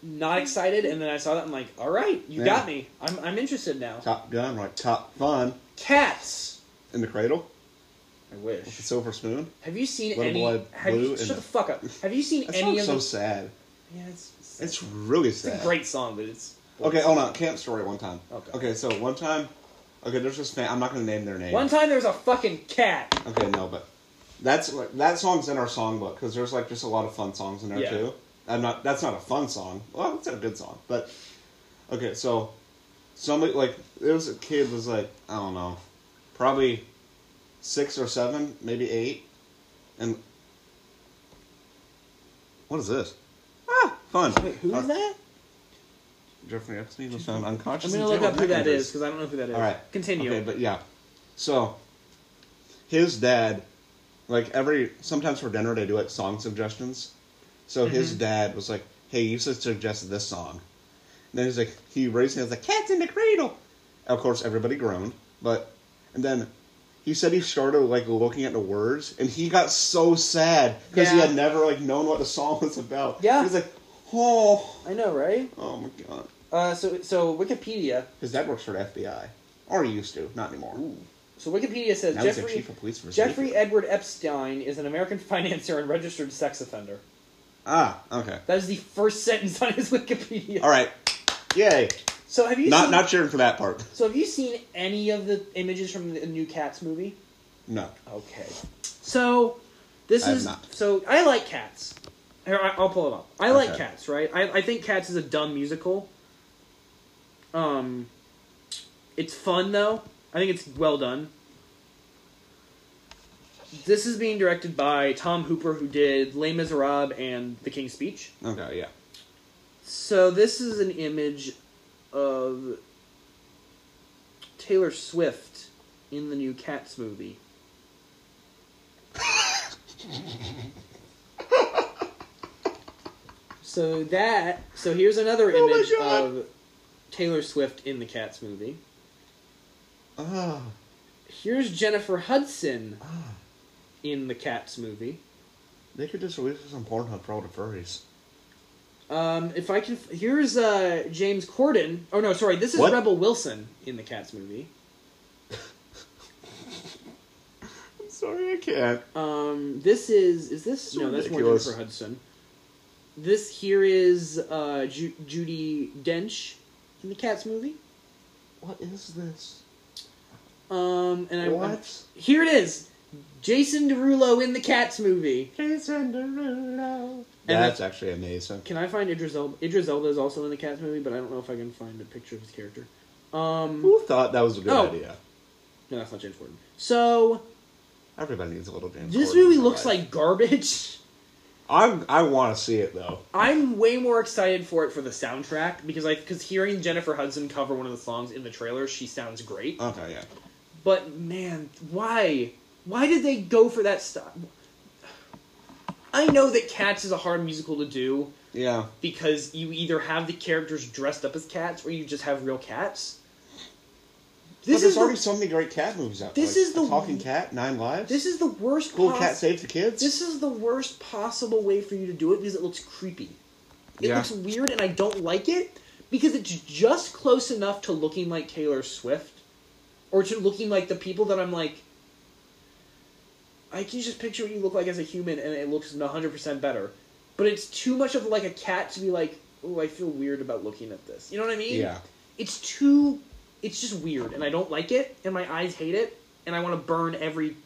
S2: not excited, and then I saw that. I'm like, all right, you
S1: Yeah.
S2: got me. I'm I'm interested now.
S1: Top Gun, like Top Fun
S2: Cats.
S1: in the Cradle,
S2: I wish.
S1: the Silver Spoon.
S2: Have you seen
S1: Little
S2: any?
S1: Boy
S2: have
S1: Blue
S2: you,
S1: and-
S2: shut the fuck up. Have you seen
S1: That
S2: any
S1: sounds
S2: of
S1: so
S2: the?
S1: sad.
S2: Yeah, it's
S1: It's really sad.
S2: It's a great song, but it's
S1: Okay, hold on. Camp story one time.
S2: Okay.
S1: Okay. Okay, so one time. Okay, there's this name. I'm not going to name their name.
S2: One time there was a fucking cat.
S1: Okay, no, but that's like that song's in our songbook because there's like just a lot of fun songs in there
S2: Yeah.
S1: too. I'm not. That's not a fun song. Well, it's a good song, but okay. So somebody like there was a kid was like I don't know, probably six or seven, maybe eight, and what is this? Ah, fun.
S2: Wait, who
S1: Uh,
S2: is that?
S1: Jeffrey Epstein was found unconscious.
S2: I'm gonna
S1: in
S2: look
S1: jail
S2: up who
S1: in
S2: that
S1: Texas.
S2: is because I don't know who that is.
S1: All right.
S2: Continue.
S1: Okay, but yeah. So, his dad, like every sometimes for dinner they do like song suggestions. So his
S2: Mm-hmm.
S1: dad was like, "Hey, you should suggest this song." And then he's like, he raised his like, "Cats in the Cradle." Of course, everybody groaned, but and then he said he started like looking at the words, and he got so sad because he
S2: Yeah.
S1: had never like known what the song was about.
S2: Yeah.
S1: he was like, Oh,
S2: I know, right?
S1: oh my god.
S2: Uh, so so Wikipedia.
S1: His dad works for the FBI. Or he used to, not anymore.
S2: So Wikipedia says
S1: now he's the
S2: Jeffrey
S1: chief of police for
S2: Jeffrey
S1: Ed-
S2: Edward Epstein is an American <laughs> financier and registered sex offender.
S1: Ah, okay.
S2: That is the first sentence on his <laughs> Wikipedia.
S1: All right. Yay.
S2: So have you
S1: Not
S2: seen,
S1: not cheering for that part.
S2: So have you seen any of the images from the new Cats movie?
S1: No.
S2: Okay. So this
S1: I have
S2: is
S1: not.
S2: so I like Cats. Here, I, I'll pull it up. I like
S1: Okay.
S2: Cats, right? I, I think Cats is a dumb musical. Um, it's fun though. I think it's well done. This is being directed by Tom Hooper, who did Les Miserables and The King's Speech.
S1: Okay, yeah.
S2: So this is an image of Taylor Swift in the new Cats movie. so that so here's another
S1: Oh my
S2: image
S1: God.
S2: of Taylor Swift in the Cats movie.
S1: Ah,
S2: Here's Jennifer Hudson
S1: ah.
S2: in the Cats movie.
S1: They could just release this on Pornhub for all the furries.
S2: Um, if I can, here's uh, James Corden. Oh no, sorry, this is
S1: What?
S2: Rebel Wilson in the Cats movie.
S1: I'm sorry, I can't.
S2: Um, this is is this no? That's more
S1: Ridiculous.
S2: Jennifer Hudson. This here is uh, Ju- Judy Dench in the Cats movie.
S1: What is this?
S2: Um, and I I'm-
S1: What?
S2: here it is, Jason Derulo in the Cats movie.
S1: That's actually amazing.
S2: Can I find Idris Elba? Idris Elba is also in the Cats movie, but I don't know if I can find a picture of his character. Um,
S1: Who thought that was a good
S2: Oh.
S1: idea?
S2: no, that's not James Corden. So
S1: Everybody needs a little James. Corden
S2: this
S1: in
S2: movie
S1: their
S2: looks
S1: life.
S2: like garbage. <laughs>
S1: I'm. I want to see it though.
S2: I'm way more excited for it for the soundtrack because I because hearing Jennifer Hudson cover one of the songs in the trailer, she sounds great.
S1: Okay, yeah.
S2: But man, why? Why did they go for that stuff? I know that Cats is a hard musical to do
S1: Yeah.
S2: because you either have the characters dressed up as cats or you just have real cats.
S1: This
S2: This is
S1: there's already
S2: the,
S1: so many great cat movies out. there.
S2: this
S1: like
S2: is the-
S1: Talking Cat, Nine Lives.
S2: this is the worst.
S1: Cool
S2: poss-
S1: Cat Save the Kids.
S2: This is the worst possible way for you to do it because it looks creepy. It
S1: Yeah.
S2: looks weird and I don't like it because it's just close enough to looking like Taylor Swift or to looking like the people that I'm like I can just picture what you look like as a human and it looks 100% better. But it's too much of like a cat to be like, "Oh, I feel weird about looking at this." You know what I mean?
S1: yeah.
S2: It's too it's just weird and I don't like it and my eyes hate it and I want to burn
S1: <clears throat>
S2: every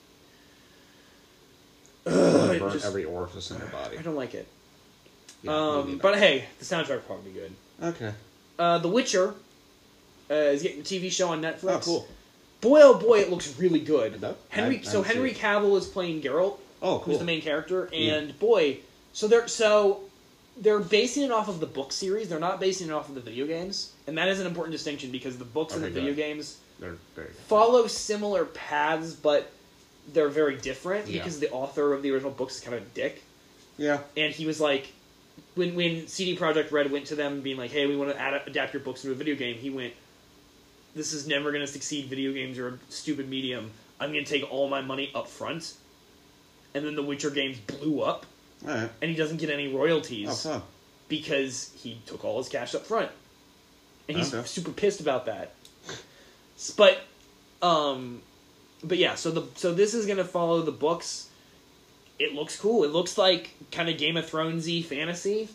S1: Burn
S2: it just-
S1: every orifice in your body.
S2: I don't like it.
S1: Yeah,
S2: um,
S1: maybe
S2: but
S1: not.
S2: hey, the soundtrack will probably be good.
S1: okay. Oh,
S2: Uh, the Witcher uh, is getting a TV show on Netflix.
S1: Oh, cool.
S2: Boy, oh boy, it looks really
S1: I
S2: good.
S1: know.
S2: Henry,
S1: I- I
S2: so
S1: see
S2: Henry
S1: it.
S2: Cavill is playing Geralt,
S1: Oh, cool.
S2: who's the main character,
S1: Yeah.
S2: and boy, so they're so they're basing it off of the book series. They're not basing it off of the video games, and that is an important distinction because the books and the
S1: Okay,
S2: video
S1: good.
S2: games
S1: They're very good.
S2: follow similar paths, but they're very different
S1: Yeah.
S2: because the author of the original books is kind of a dick
S1: Yeah.
S2: and he was like when when CD Projekt Red went to them being like, "Hey, we want to ad- adapt your books into a video game." He went, "This is never going to succeed. Video games are a stupid medium. I'm going to take all my money up front." And then the Witcher games blew up,
S1: All right.
S2: and he doesn't get any royalties
S1: Oh, fun.
S2: because he took all his cash up front, and he's
S1: Okay.
S2: super pissed about that. S- But, um, but yeah. So the so this is gonna follow the books. It looks cool. It looks like kind of Game of Thronesy fantasy.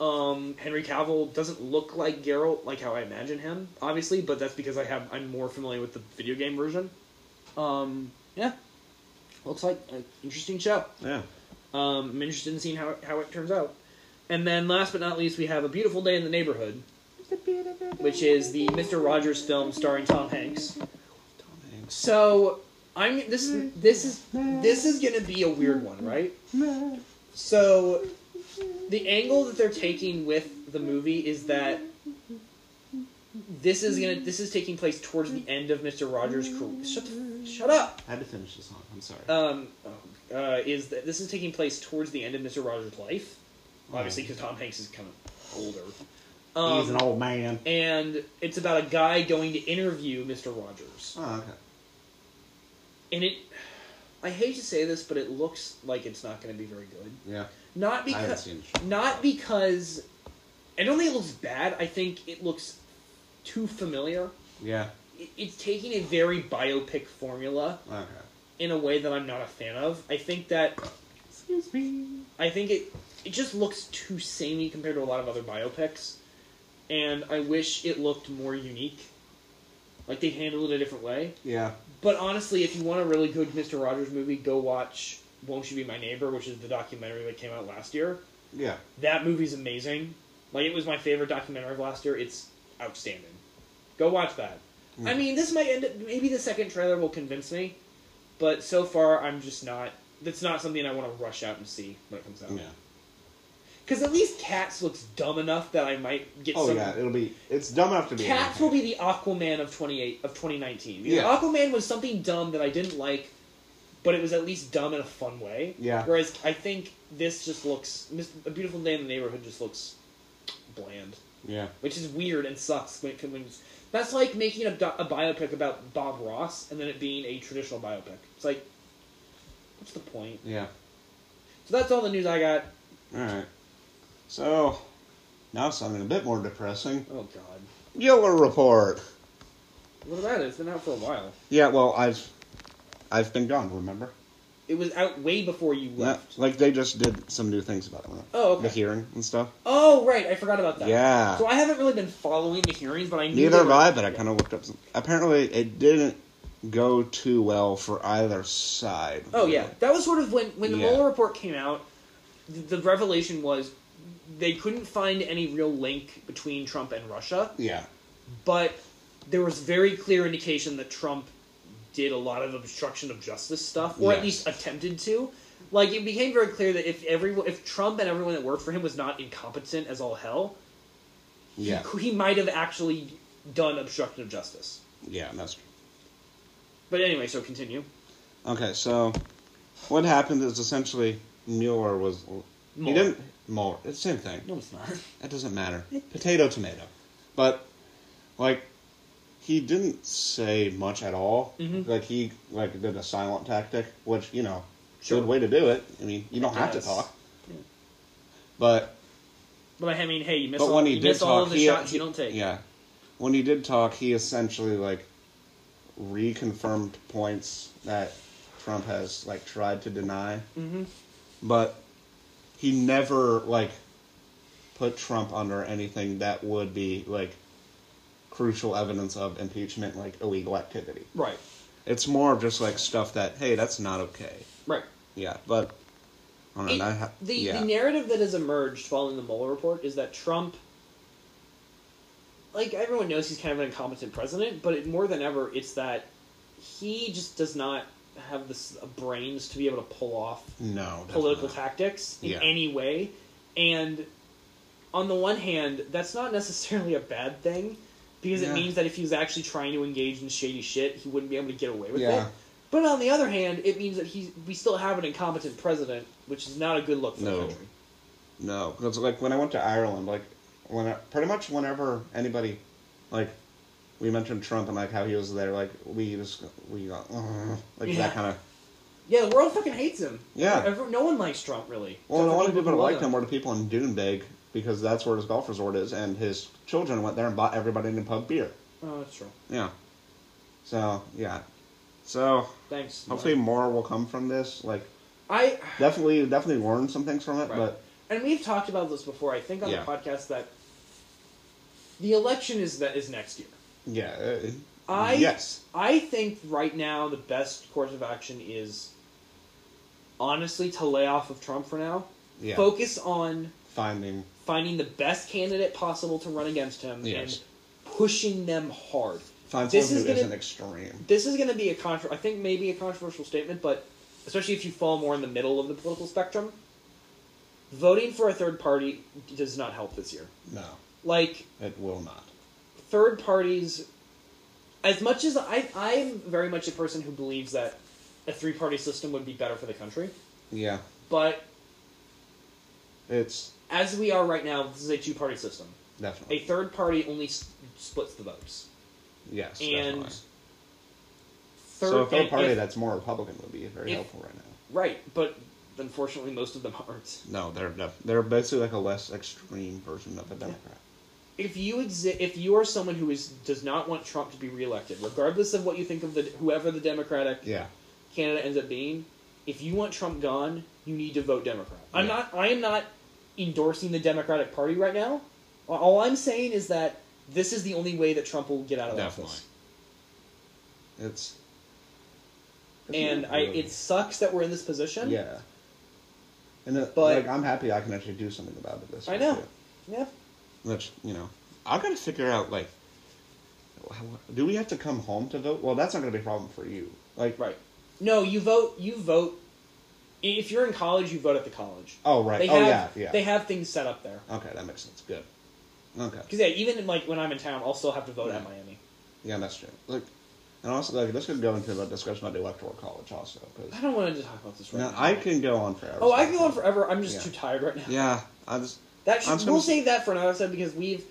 S2: Um, Henry Cavill doesn't look like Geralt like how I imagine him, obviously, but that's because I have I'm more familiar with the video game version. Um, yeah, looks like an interesting show.
S1: Yeah.
S2: Um, I'm interested in seeing how it, how it turns out. And then, last but not least, we have a beautiful day in the neighborhood, which is the Mister Rogers film starring Tom Hanks. So I'm this is this is this is gonna be a weird one, right? So the angle that they're taking with the movie is that this is gonna this is taking place towards the end of Mister Rogers' career. Shut the, shut up
S1: I had to finish the song. I'm sorry.
S2: um, uh, is that this is taking place towards the end of Mister Rogers' life, obviously
S1: Oh.
S2: because Tom Hanks is kind of older.
S1: He's an
S2: Um,
S1: old man.
S2: and it's about a guy going to interview Mister Rogers,
S1: Oh, okay.
S2: and it. I hate to say this, but it looks like it's not going to be very good.
S1: Yeah.
S2: Not
S1: I haven't
S2: because
S1: seen it.
S2: not because I don't think it looks bad. I think it looks too familiar.
S1: Yeah.
S2: It- It's taking a very biopic formula
S1: Okay.
S2: in a way that I'm not a fan of. I think that
S1: Excuse me.
S2: I think it it just looks too samey compared to a lot of other biopics, and I wish it looked more unique. Like they handled it a different way.
S1: Yeah.
S2: But honestly, if you want a really good Mister Rogers movie, go watch "Won't You Be My Neighbor," which is the documentary that came out last year.
S1: Yeah.
S2: That movie's amazing. Like it was my favorite documentary of last year. It's outstanding. Go watch that. I mean, this might end up maybe the second trailer will convince me, but so far I'm just not. That's not something I want to rush out and see when it comes out.
S1: Yeah.
S2: Because at least Cats looks dumb enough that I might get
S1: Oh
S2: some.
S1: yeah, it'll be. It's dumb enough to be.
S2: Cats will be the Aquaman of twenty eight of twenty nineteen.
S1: Yeah.
S2: Aquaman was something dumb that I didn't like, but it was at least dumb in a fun way.
S1: Yeah.
S2: Whereas I think this just looks Mis- a beautiful day in the neighborhood just looks bland,
S1: Yeah.
S2: which is weird and sucks when it comes. That's like making a, do- a biopic about Bob Ross and then it being a traditional biopic. It's like, what's the point?
S1: Yeah.
S2: So that's all the news I got.
S1: All right. So now something a bit more depressing.
S2: Oh God,
S1: Yellow report.
S2: look at that! It's been out for a while.
S1: Yeah. Well, I've I've been gone. Remember?
S2: It was out way before you left.
S1: Like they just did some new things about it. right?
S2: Oh, okay.
S1: The hearing and stuff.
S2: Oh, right. I forgot about that.
S1: Yeah.
S2: So I haven't really been following the hearings, but I knew.
S1: Neither
S2: they
S1: have
S2: were-
S1: I, but I kind of looked up. Some, apparently, it didn't go too well for either side.
S2: Oh yeah, that was sort of when when the
S1: Yeah.
S2: Mueller report came out. The, the revelation was they couldn't find any real link between Trump and Russia,
S1: Yeah.
S2: but there was very clear indication that Trump did a lot of obstruction of justice stuff, or at
S1: Yes.
S2: least attempted to. Like it became very clear that if everyone, if Trump and everyone that worked for him was not incompetent as all hell,
S1: Yeah.
S2: he, he might have actually done obstruction of justice.
S1: Yeah, that's true.
S2: But anyway, so continue.
S1: Okay, so what happened is essentially Mueller was
S2: Mueller.
S1: he didn't Mueller. It's the same thing.
S2: No, it's not.
S1: That doesn't matter. Potato tomato. But like he didn't say much at all.
S2: Mhm.
S1: Like he like did a silent tactic, which, you know,
S2: Sure.
S1: good way to do it. I mean, you don't have
S2: Yes.
S1: to talk. But
S2: But I mean, hey, you miss,
S1: but
S2: all,
S1: when he
S2: you
S1: did
S2: miss
S1: talk,
S2: all of the
S1: he,
S2: shots
S1: he-
S2: you don't take.
S1: Yeah, when he did talk, he essentially like reconfirmed points that Trump has like tried to deny,
S2: Mhm.
S1: but he never like put Trump under anything that would be like crucial evidence of impeachment, like illegal activity.
S2: Right.
S1: It's more of just like stuff that hey, that's not okay.
S2: Right.
S1: Yeah, but I don't
S2: It-
S1: know. I ha-
S2: the
S1: yeah.
S2: the narrative that has emerged following the Mueller report is that Trump, like everyone knows, he's kind of an incompetent president. But it, more than ever, it's that he just does not have the s- brains to be able to pull off
S1: no
S2: political
S1: definitely.
S2: tactics in
S1: Yeah.
S2: any way. And on the one hand, that's not necessarily a bad thing because it
S1: Yeah.
S2: means that if he was actually trying to engage in shady shit, he wouldn't be able to get away with
S1: Yeah.
S2: it. But on the other hand, it means that he we still have an incompetent president, which is not a good look for the
S1: No.
S2: country.
S1: No, because like when I went to Ireland, like when I, pretty much whenever anybody, like we mentioned Trump and like how he was there, like we just we got "Ugh," like
S2: Yeah.
S1: that kind of.
S2: Yeah, the world fucking hates him.
S1: Yeah.
S2: Every- no one likes Trump really.
S1: Well,
S2: Except
S1: the
S2: for
S1: only people that
S2: who love
S1: liked him were the people in Dunebeg because that's where his golf resort is, and his children went there and bought everybody in the pub beer.
S2: Oh, that's true.
S1: Yeah. So yeah, so
S2: Thanks.
S1: hopefully more will come from this. Like
S2: I
S1: definitely, definitely learn some things
S2: <sighs>
S1: from it,
S2: Right.
S1: but
S2: and we've talked about this before. I think on
S1: Yeah.
S2: the podcast that the election is that is next year.
S1: yeah. uh,
S2: I
S1: yes.
S2: I think right now the best course of action is honestly to lay off of Trump for now.
S1: Yeah.
S2: Focus on
S1: Finding.
S2: finding the best candidate possible to run against him
S1: Yes.
S2: and pushing them hard.
S1: Find
S2: This
S1: someone who
S2: is gonna-
S1: isn't extreme.
S2: This is going to be a contro- I think maybe a controversial statement, but especially if you fall more in the middle of the political spectrum, voting for a third party does not help this year.
S1: No.
S2: Like
S1: It will not.
S2: third parties as much as I I'm very much a person who believes that a three party system would be better for the country.
S1: Yeah.
S2: But
S1: It's
S2: as we are right now, this is a two party system. A
S1: definitely.
S2: third party only s- splits the votes.
S1: yes.
S2: and
S1: definitely.
S2: Third,
S1: so a third
S2: and
S1: party
S2: if-
S1: that's more Republican would be very
S2: if-
S1: helpful right now.
S2: right, but Unfortunately, most of them aren't.
S1: No, they're no, they're basically like a less extreme version of a Democrat.
S2: If you exi- if you are someone who is does not want Trump to be reelected, regardless of what you think of the whoever the Democratic
S1: Yeah,
S2: Canada ends up being, if you want Trump gone, you need to vote Democrat. I'm
S1: Yeah.
S2: not. I am not endorsing the Democratic Party right now. All I'm saying is that this is the only way that Trump will get out of
S1: definitely.
S2: office.
S1: It's, it's
S2: And
S1: not
S2: I,
S1: really-
S2: it sucks that we're in this position.
S1: yeah. And it,
S2: But-
S1: like I'm happy I can actually do something about it this
S2: I
S1: year,
S2: know.
S1: too.
S2: Yeah.
S1: Which you know, I've got to figure out like, how, do we have to come home to vote? Well, that's not going to be a problem for you. Like,
S2: Right. No, you vote. You vote. If you're in college, you vote at the college.
S1: oh right,
S2: They
S1: oh
S2: have,
S1: yeah, yeah.
S2: They have things set up there.
S1: okay, that makes sense. Good. Okay.
S2: Because yeah, even like when I'm in town, I'll still have to vote at
S1: Yeah.
S2: Miami.
S1: Yeah, that's true. Like, and also like this could go into the discussion about the electoral college also
S2: I
S1: because
S2: don't want to talk about this right now.
S1: I can go on forever.
S2: Oh, I can go on forever. I'm just
S1: Yeah.
S2: too tired right now.
S1: Yeah, I just
S2: That
S1: I'm
S2: should,
S1: just
S2: we'll
S1: gonna-
S2: save that for another episode because we've,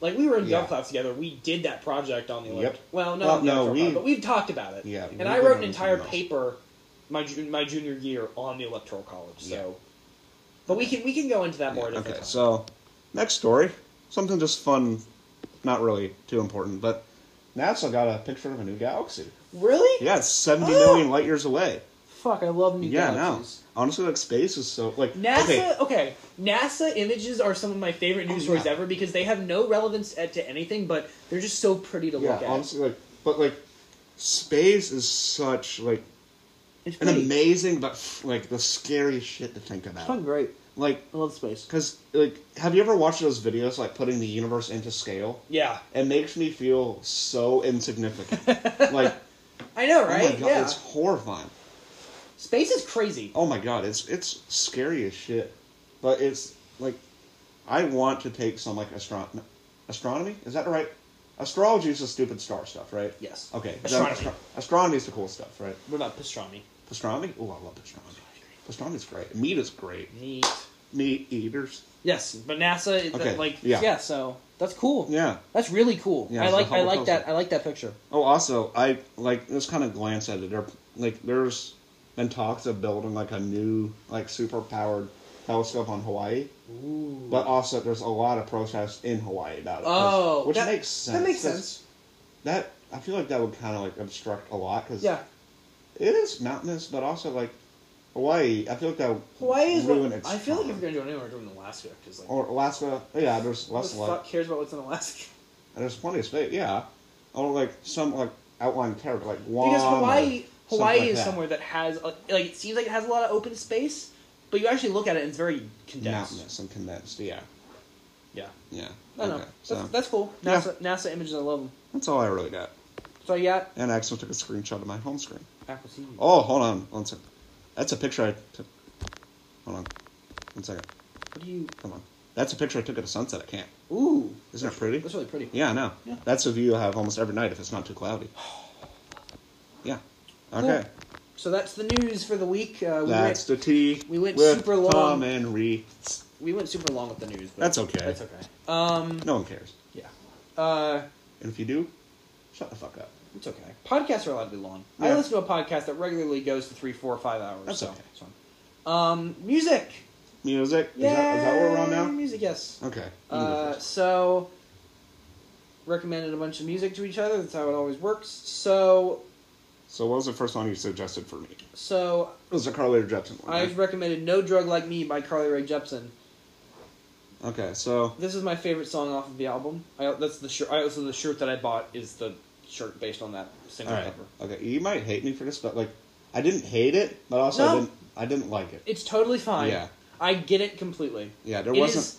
S2: like, we were in
S1: Yeah.
S2: gov class together. We did that project on the
S1: Yep.
S2: elect. Well, not
S1: Well,
S2: on
S1: no,
S2: the electoral
S1: we-
S2: college, but we've talked about it.
S1: Yeah, we
S2: And I
S1: did
S2: wrote
S1: on
S2: an
S1: the
S2: entire
S1: college.
S2: paper, my ju- my junior year on the electoral college. So,
S1: Yeah.
S2: but we can we can go into that more. at a
S1: Yeah,
S2: different
S1: okay,
S2: time.
S1: so next story, something just fun, not really too important, but NASA got a picture of a new galaxy.
S2: really?
S1: Yeah, it's
S2: <gasps>
S1: 70
S2: Ah!
S1: million light years away.
S2: Fuck, I love new
S1: Yeah, no.
S2: galaxies.
S1: Honestly, like space is so like
S2: NASA,
S1: Okay,
S2: okay. NASA images are some of my favorite news
S1: Oh,
S2: stories
S1: yeah.
S2: ever because they have no relevance at- to anything, but they're just so pretty to
S1: yeah,
S2: look at.
S1: honestly, like but like space is such like
S2: it's
S1: an
S2: pretty.
S1: amazing but like the scary shit to think
S2: It's
S1: about.
S2: fucking great.
S1: Like
S2: I love space.
S1: Because, like, have you ever watched those videos, like, putting the universe into scale?
S2: Yeah,
S1: It makes me feel so insignificant.
S2: <laughs>
S1: like,
S2: I know,
S1: oh
S2: right?
S1: my god,
S2: yeah,
S1: it's horrifying.
S2: space is crazy.
S1: Oh my god, it's it's scary as shit. But it's, like, I want to take some, like, astron- astronomy? Is that right? Astrology is the stupid star stuff, right?
S2: Yes.
S1: Okay. then
S2: Astronomy.
S1: astro- astronomy is the cool stuff, right?
S2: What about pastrami?
S1: Pastrami? Oh, I love pastrami. Pastrami's great. Meat is great.
S2: Neat.
S1: Meat eaters.
S2: Yes, but NASA, it- that,
S1: Okay,
S2: like,
S1: yeah.
S2: yeah. so that's cool.
S1: Yeah.
S2: That's really cool.
S1: Yeah,
S2: I
S1: it's the
S2: like, I
S1: Hubble
S2: like that.
S1: telescope.
S2: I like that picture.
S1: Oh, also, I like just kind of glance at it. There, like, there's been talks of building like a new, like, super powered telescope on Hawaii,
S2: Ooh.
S1: but also there's a lot of protests in Hawaii about it.
S2: Oh,
S1: which
S2: that-
S1: makes
S2: that
S1: sense.
S2: makes
S1: 'cause
S2: sense.
S1: That I feel like that would kind of like obstruct a lot because
S2: Yeah,
S1: it is mountainous, but also like Hawaii. I feel like that would
S2: Hawaii is.
S1: ruin
S2: What,
S1: its
S2: I feel like if
S1: charm.
S2: you're gonna do anywhere, doing Alaska because like,
S1: or Alaska. Yeah, there's
S2: who the
S1: less light.
S2: fuck cares about what's in Alaska?
S1: And there's plenty of space. Yeah, or like some like outlying territory, like Guam.
S2: Because
S1: or
S2: Hawaii,
S1: something
S2: Hawaii
S1: like
S2: is
S1: that.
S2: somewhere that has a, like it seems like it has a lot of open space, but you actually look at it and it's very condensed.
S1: mountainous and condensed. Yeah,
S2: Yeah,
S1: yeah.
S2: I don't know.
S1: okay, so
S2: that's,
S1: that's,
S2: that's cool.
S1: Yeah.
S2: NASA, NASA images, I love them.
S1: all I really got.
S2: So I got
S1: And I actually took a screenshot of my home screen.
S2: Apple TV.
S1: Oh, hold on, one second. That's a picture I took. Hold on, one second.
S2: What do you?
S1: Come on. That's a picture I took at a sunset at camp.
S2: Ooh,
S1: Isn't it pretty?
S2: that's really pretty.
S1: Yeah, I know.
S2: Yeah.
S1: That's a view I have almost every night if it's not too
S2: <sighs>
S1: cloudy. Yeah. Okay.
S2: So that's the news for the week. Uh, we,
S1: That's
S2: went,
S1: the tea.
S2: we went
S1: with
S2: super long.
S1: Tom and Ree.
S2: we went super long with the news. But
S1: That's okay.
S2: That's okay. Um,
S1: No one cares.
S2: yeah, uh,
S1: And if you do, shut the fuck up.
S2: it's okay. Podcasts are allowed to be long. I
S1: Yeah.
S2: listen to a podcast that regularly goes to three, four, five hours.
S1: That's
S2: so
S1: okay.
S2: it's fine. Um, music.
S1: Music. Is that, is that where we're on
S2: Yay,
S1: now?
S2: Music, yes.
S1: Okay. you can go
S2: Uh,
S1: first.
S2: so recommended a bunch of music to each other. That's how it always works. So
S1: So what was the first one you suggested for me? It
S2: so
S1: was the Carly Jepsen one.
S2: I've
S1: right?
S2: recommended "No Drug Like Me" by Carly Rae Jepsen.
S1: okay, so
S2: This is my favorite song off of the album. I, that's the shirt. I also the shirt that I bought is the shirt based on that
S1: all
S2: single
S1: right,
S2: cover.
S1: okay. You might hate me for this, but like, I didn't hate it, but also I
S2: No.
S1: didn't. I didn't like it.
S2: It's totally fine.
S1: Yeah.
S2: I get it completely.
S1: Yeah, there
S2: It
S1: wasn't
S2: is-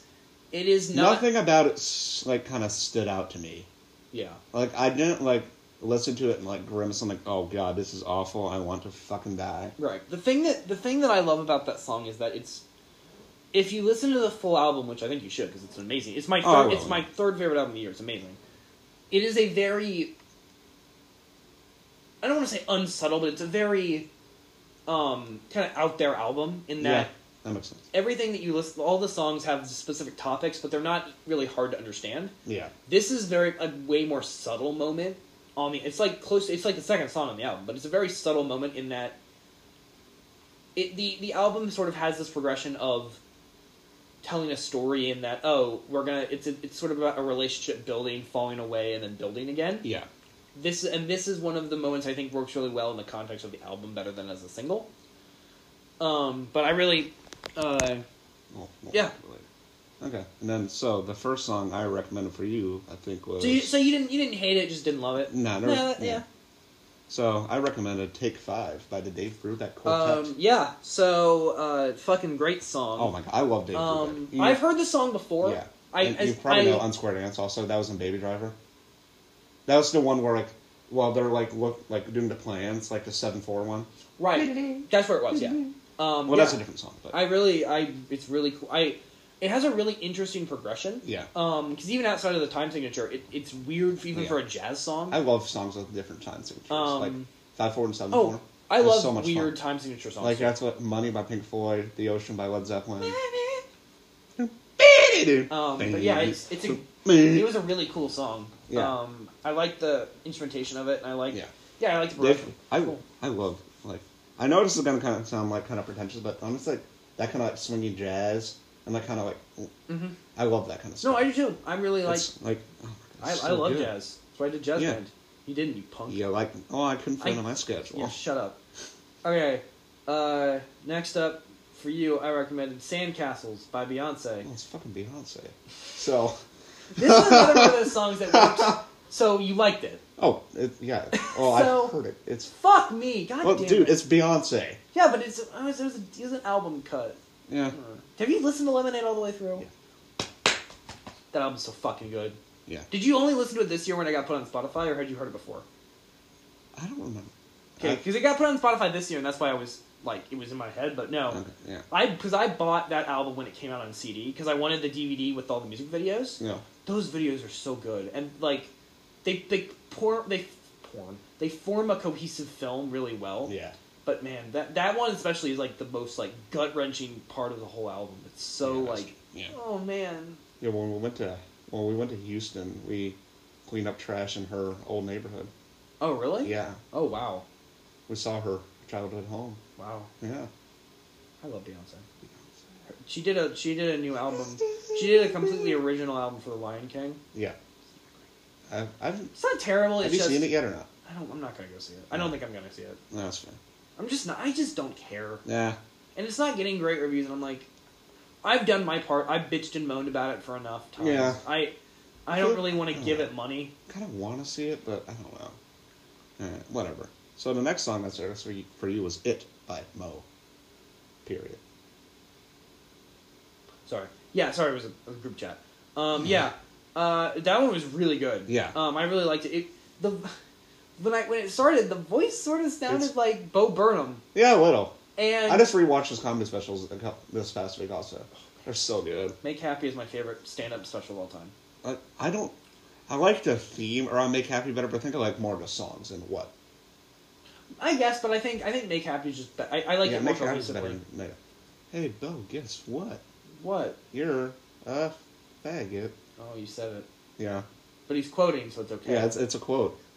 S2: It is not.
S1: nothing about it. s- Like, kind of stood out to me.
S2: Yeah.
S1: Like, I didn't like listen to it and like grimace. I'm like, oh god, this is awful. I want to fucking die.
S2: Right. The thing that the thing that I love about that song is that it's if you listen to the full album, which I think you should because it's amazing. It's my
S1: Oh, I
S2: third,
S1: will,
S2: it's my
S1: yeah.
S2: third favorite album of the year. It's amazing. It is a very I don't want to say unsubtle, but it's a very um kind of out there album in that
S1: Yeah, that makes sense.
S2: everything that you listen all the songs have specific topics, but they're not really hard to understand.
S1: Yeah,
S2: This is very a way more subtle moment on the. It's like close. It's like the second song on the album, but it's a very subtle moment in that it, the the album sort of has this progression of telling a story in that oh we're gonna it's a, it's sort of about a relationship building falling away and then building again
S4: Yeah.
S2: this and this is one of the moments I think works really well in the context of the album better than as a single. Um, but I really, uh,
S1: Well, well,
S2: Yeah.
S1: Okay, and then so the first song I recommended for you, I think was
S2: so you, so you didn't you didn't hate it, just didn't love it.
S1: no, there
S2: no,
S1: was-
S2: that- yeah,
S1: So I recommended "Take Five by the Dave Brubeck Quartet.
S2: um, yeah. So uh, fucking great song.
S1: oh my god, I love Dave
S2: Um,
S1: Brubeck. You-
S2: I've heard this song before.
S1: Yeah,
S2: I,
S1: and you
S2: as-
S1: probably
S2: I-
S1: know um, Unsquared Ants. Also, that was in Baby Driver. That was the one where like, while they're like look like doing the plans, like the seven four one.
S2: right. That's where it was. Yeah. Um,
S1: Well, that's a
S2: yeah.
S1: different song, but
S2: I really, I it's really cool. I it has a really interesting progression.
S1: yeah,
S2: Um, because even outside of the time signature, it, it's weird even
S1: Yeah.
S2: for a jazz song.
S1: I love songs with different time signatures, like
S2: Um,
S1: five four and seven four.
S2: Oh, I
S1: It's
S2: love
S1: so much fun.
S2: weird time signature songs.
S1: Like uh,
S2: too.
S1: that's what "Money" by Pink Floyd, "The Ocean" by Led Zeppelin.
S2: Um, but yeah, it's, it's a, it was a really cool song.
S1: Yeah.
S2: Um, I like the instrumentation of it, and I like
S1: Yeah.
S2: yeah, I like the progression.
S1: Dave, I I love like I know this is gonna kind of sound like kind of pretentious, but honestly, like, that kind of like swingy jazz and that kind of like
S2: Mhm.
S1: I love that kind of stuff.
S2: No, I do too. I really like.
S1: It's like oh my God,
S2: I,
S1: it's
S2: I
S1: so
S2: love
S1: good.
S2: jazz. So I did jazz
S1: Yeah.
S2: band. You didn't, you punk.
S1: Yeah, like oh, I couldn't fit
S2: I-
S1: it on my schedule.
S2: Yeah, Shut up. Okay. Uh, next up for you, I recommended "Sandcastles" by
S1: <laughs>
S2: Beyonce.
S1: Well, Oh, it's fucking Beyonce. So
S2: This is another one of those songs that works. So you liked it?
S1: oh it,
S2: <laughs>
S1: yeah,
S2: So-
S1: oh I've heard it. It's
S2: Fuck me, god
S1: well,
S2: damn
S1: dude,
S2: it.
S1: it's Beyonce.
S2: yeah, but it's it was, it was, it was an album cut.
S1: Yeah,
S2: Mm. Have you listened to Lemonade all the way through?
S1: Yeah.
S2: That album's so fucking good.
S1: yeah.
S2: Did you only listen to it this year when it got put on Spotify, or had you heard it before?
S1: I don't remember.
S2: Okay,
S1: I-
S2: because it got put on Spotify this year, and that's why I was like, it was in my head. But no,
S1: okay, yeah,
S2: I because I bought that album when it came out on CD because I wanted the DVD with all the music videos.
S1: yeah.
S2: Those videos are so good, and like, they they pour they porn they form a cohesive film really well.
S1: Yeah.
S2: But man, that that one especially is like the most like gut wrenching part of the whole album. It's so
S1: Yeah,
S2: like,
S1: yeah.
S2: oh man,
S1: Yeah, when we went to when we went to Houston, we cleaned up trash in her old neighborhood.
S2: oh really?
S1: Yeah,
S2: Oh wow,
S1: we saw her childhood home.
S2: wow.
S1: Yeah,
S2: I love Beyonce. She did a she did a new album. She did a completely original album for The Lion King.
S1: yeah. I've, I've
S2: It's not terrible. It's
S1: have you
S2: just
S1: seen it yet or not?
S2: I don't. I'm not gonna go see it. I don't think I'm gonna see it.
S1: No, that's fine.
S2: I'm just not. I just don't care.
S1: Yeah,
S2: And it's not getting great reviews. And I'm like, I've done my part. I bitched and moaned about it for enough times.
S1: Yeah.
S2: I I don't really want to give it money.
S1: kind of want to see it, but I don't know. Alright, whatever. So the next song that's there for you, for you was "It" by Mo. Period.
S2: Sorry. Yeah. Sorry. It was a, a group chat. Um. Yeah. Uh. That one was really good.
S1: Yeah.
S2: Um. I really liked it. it the when I when it started, the voice sort of sounded
S1: It's-
S2: like Bo Burnham.
S1: Yeah, a little.
S2: And
S1: I just rewatched his comedy specials a couple, this past week. Also, they're so good.
S2: Make Happy is my favorite stand-up special of all time.
S1: I, I don't. I like the theme around Make Happy Better, but I think I like more of the songs and what.
S2: I guess, but I think I think Make Happy is just. Be- I, I like it more
S1: Make Happy's
S2: cohesively.
S1: than Mega. Hey, Bo, guess what?
S2: What?
S1: You're a faggot.
S2: Oh, you said it.
S1: Yeah.
S2: But he's quoting, so it's okay.
S1: Yeah, it's, it's a quote. <laughs>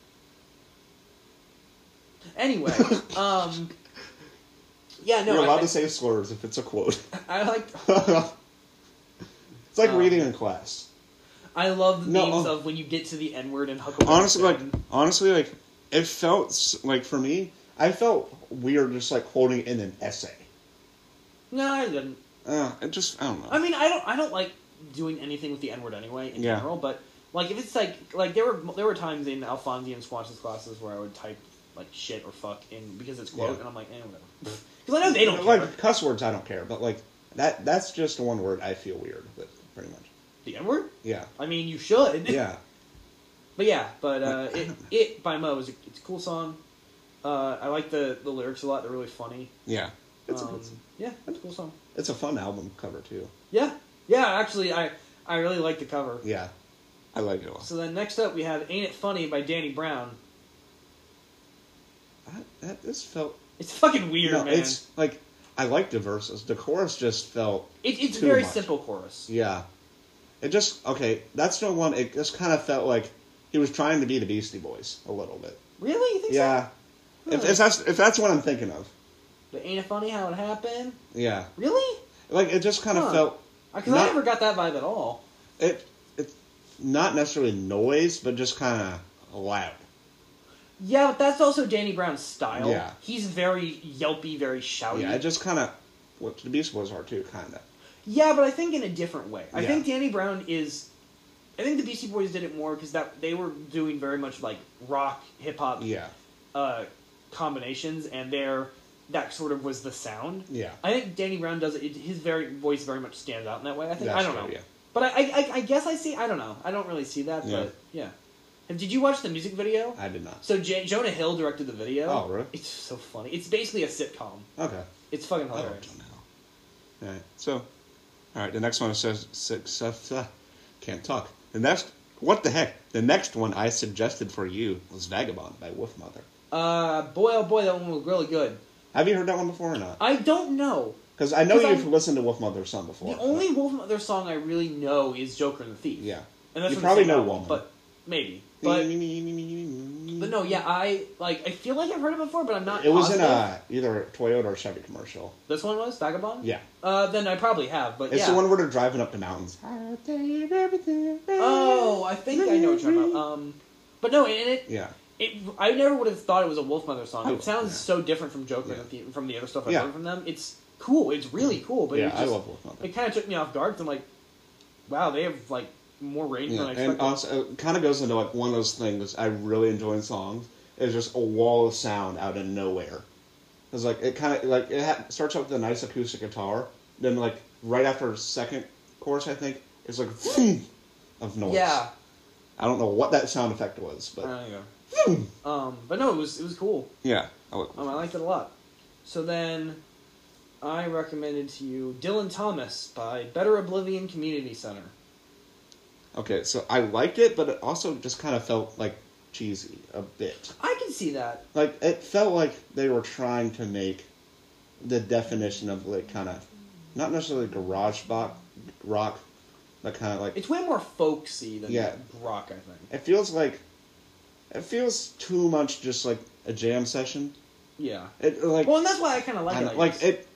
S2: Anyway, um, yeah, no,
S1: You're
S2: I,
S1: allowed
S2: I,
S1: to say slurs if it's a quote. <laughs>
S2: I like.
S1: it's like
S2: Um,
S1: reading in class.
S2: I love the
S1: No,
S2: memes
S1: oh.
S2: of when you get to the N word and Huckleberry.
S1: honestly like
S2: Finn.
S1: honestly like it felt s- like for me i felt weird just like holding in an essay
S2: no, I didn't.
S1: uh, it just i don't know
S2: I mean, I don't. I don't like doing anything with the N word anyway in
S1: Yeah.
S2: general. But like, if it's like, like there were there were times in Alfonsi and Squash's classes where I would type like shit or fuck in because it's quote,
S1: Yeah.
S2: and I'm like, eh, whatever. <laughs> Because I know they don't
S1: <laughs> like
S2: care.
S1: cuss words i don't care but like that that's just one word i feel weird with pretty much
S2: the N word. <laughs>
S1: yeah
S2: I mean, you should.
S1: yeah
S2: <laughs> But yeah, but uh,
S1: Like, I
S2: it
S1: <laughs> don't know.
S2: it by Mo is a, it's a cool song. Uh, I like the, the lyrics a lot. They're really funny.
S1: yeah it's,
S2: um,
S1: a,
S2: yeah, it's a cool song.
S1: it's a fun album cover too
S2: Yeah, yeah. Actually, I I really like the cover.
S1: yeah i like it a lot
S2: So then next up we have "Ain't It Funny" by Danny Brown.
S1: I, that this felt
S2: It's fucking weird,
S1: no,
S2: man.
S1: it's like i like the verses the chorus just felt
S2: it, it's a
S1: too
S2: very
S1: much.
S2: simple chorus.
S1: Yeah. It just okay, that's the one it just kinda felt like he was trying to be the Beastie Boys a little bit.
S2: Really? You think so?
S1: Yeah. If, if that's if that's what I'm thinking of.
S2: But ain't it funny how it happened?
S1: Yeah,
S2: Really?
S1: like it just kind of
S2: Huh.
S1: felt
S2: Because I
S1: Not-
S2: never got that vibe at all.
S1: it. It's not necessarily noise, but just kind of loud.
S2: Yeah, but that's also Danny Brown's style.
S1: Yeah.
S2: He's very yelpy, very shouty.
S1: Yeah, it just kind of. What the Beast Boys are too, kind of.
S2: Yeah, but I think in a different way. I
S1: Yeah.
S2: think Danny Brown is. I think the Beastie Boys did it more because that they were doing very much like rock, hip hop
S1: Yeah,
S2: uh, combinations, and their that sort of was the sound.
S1: yeah.
S2: I think Danny Brown does it. His very voice very much stands out in that way. I think I
S1: That's
S2: don't
S1: true,
S2: know,
S1: yeah.
S2: but I, I I- I guess I see. I don't know. I don't really see that,
S1: Yeah.
S2: but yeah. And did you watch the music video?
S1: I did not.
S2: so J- Jonah Hill directed the video.
S1: Oh, really?
S2: It's so funny. It's basically a sitcom.
S1: Okay.
S2: It's fucking
S1: I
S2: hilarious.
S1: don't know. All right. So, all right. The next one says success. Uh, can't talk. The next. What the heck? The next one I suggested for you was Vagabond by Wolf Mother.
S2: Uh, boy, oh boy, that one was really good.
S1: Have you heard that one before or not?
S2: I don't know.
S1: Because I know
S2: 'Cause
S1: you've
S2: I'm-
S1: listened to Wolf Mother some before.
S2: The only Wolf Mother song I really know is "Joker and the Thief."
S1: Yeah.
S2: and that's
S1: You
S2: from the
S1: probably
S2: same
S1: know
S2: album,
S1: Woman.
S2: but maybe.
S1: <laughs>
S2: But
S1: but
S2: but no, yeah, I like. I feel like I've heard it before, but I'm not.
S1: It was in
S2: positive.
S1: a either Toyota or Chevy commercial.
S2: This one was Vagabond.
S1: Yeah.
S2: Uh, then I probably have, but
S1: It's
S2: yeah.
S1: the one where they're driving up the mountains.
S2: Oh, I think I know what you're talking about. Um, but no, and it,
S1: Yeah.
S2: it, I never would have thought it was a Wolf Mother song.
S1: I-
S2: It sounds
S1: yeah.
S2: so different from Joker
S1: Yeah.
S2: and the, from the other stuff I've
S1: Yeah. Mm.
S2: heard from them. It's cool. It's really cool. But
S1: yeah,
S2: it was
S1: I
S2: just,
S1: love Wolf Mother.
S2: It kind of took me off guard. 'cause I'm like, wow, they have like more range
S1: Yeah,
S2: than I
S1: and
S2: expected.
S1: also it kind of goes into like one of those things I really enjoy in songs is just a wall of sound out of nowhere. It's like it kind of like it ha- starts out with a nice acoustic guitar, then like right after the second chorus, I think it's like <laughs> of noise.
S2: yeah. Uh,
S1: I don't know what that sound effect was, but Hmm.
S2: I don't know. um, but no, it was it was cool.
S1: yeah, I like.
S2: Um, I liked it a lot. So then, I recommended to you Dylan Thomas by Better Oblivion Community Center.
S1: Okay, so I liked it, but it also just kind of felt like cheesy a bit.
S2: I can see that.
S1: Like it felt like they were trying to make the definition of like kind of not necessarily garage rock, rock, but kind of like
S2: It's way more folksy than
S1: Yeah.
S2: rock, I think.
S1: it feels like it feels too much just like a jam session.
S2: Yeah.
S1: It like
S2: Well, and that's why I kind of like
S1: I
S2: it.
S1: know,
S2: I
S1: like
S2: guess.
S1: it.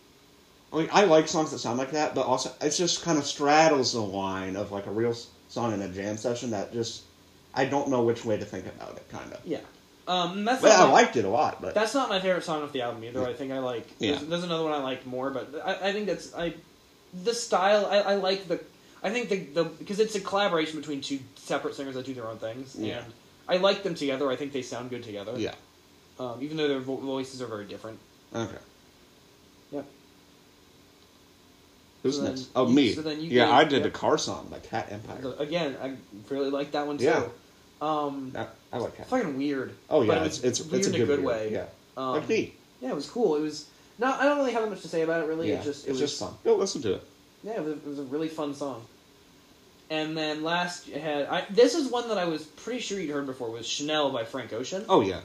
S1: Like I like songs that sound like that, but also it just kind of straddles the line of like a real s- song in a jam session that just I don't know which way to think about it, kind of.
S2: Yeah. Um, that's
S1: But
S2: not
S1: I
S2: my,
S1: liked it a lot, but
S2: That's not my favorite song off the album either. I think I like.
S1: Yeah.
S2: There's, there's another one I liked more, but I, I think that's I. The style I, I like the. I think the the because it's a collaboration between two separate singers that do their own things,
S1: Yeah.
S2: and I like them together. I think they sound good together.
S1: yeah,
S2: Um, even though their vo- voices are very different.
S1: okay.
S2: Yep.
S1: Who's
S2: So then
S1: next? Oh,
S2: you-
S1: me.
S2: so then you
S1: yeah,
S2: gave-
S1: I did the
S2: yep.
S1: car song by Cat Empire.
S2: The- Again, I really like that one too.
S1: Yeah.
S2: Um,
S1: I, I like Cat.
S2: fucking weird.
S1: Oh
S2: but
S1: yeah,
S2: it
S1: it's
S2: was
S1: it's
S2: weird
S1: it's a
S2: in
S1: good,
S2: a good
S1: weird,
S2: way.
S1: Yeah,
S2: Um,
S1: like me.
S2: Yeah, it was cool. It was not. I don't really have that much to say about it. Really,
S1: yeah,
S2: it just it
S1: it's
S2: was
S1: just fun. Go listen to it.
S2: Yeah, it was, it was a really fun song. And then last you had I, this is one that I was pretty sure you'd heard before was Chanel by Frank Ocean.
S1: Oh yeah,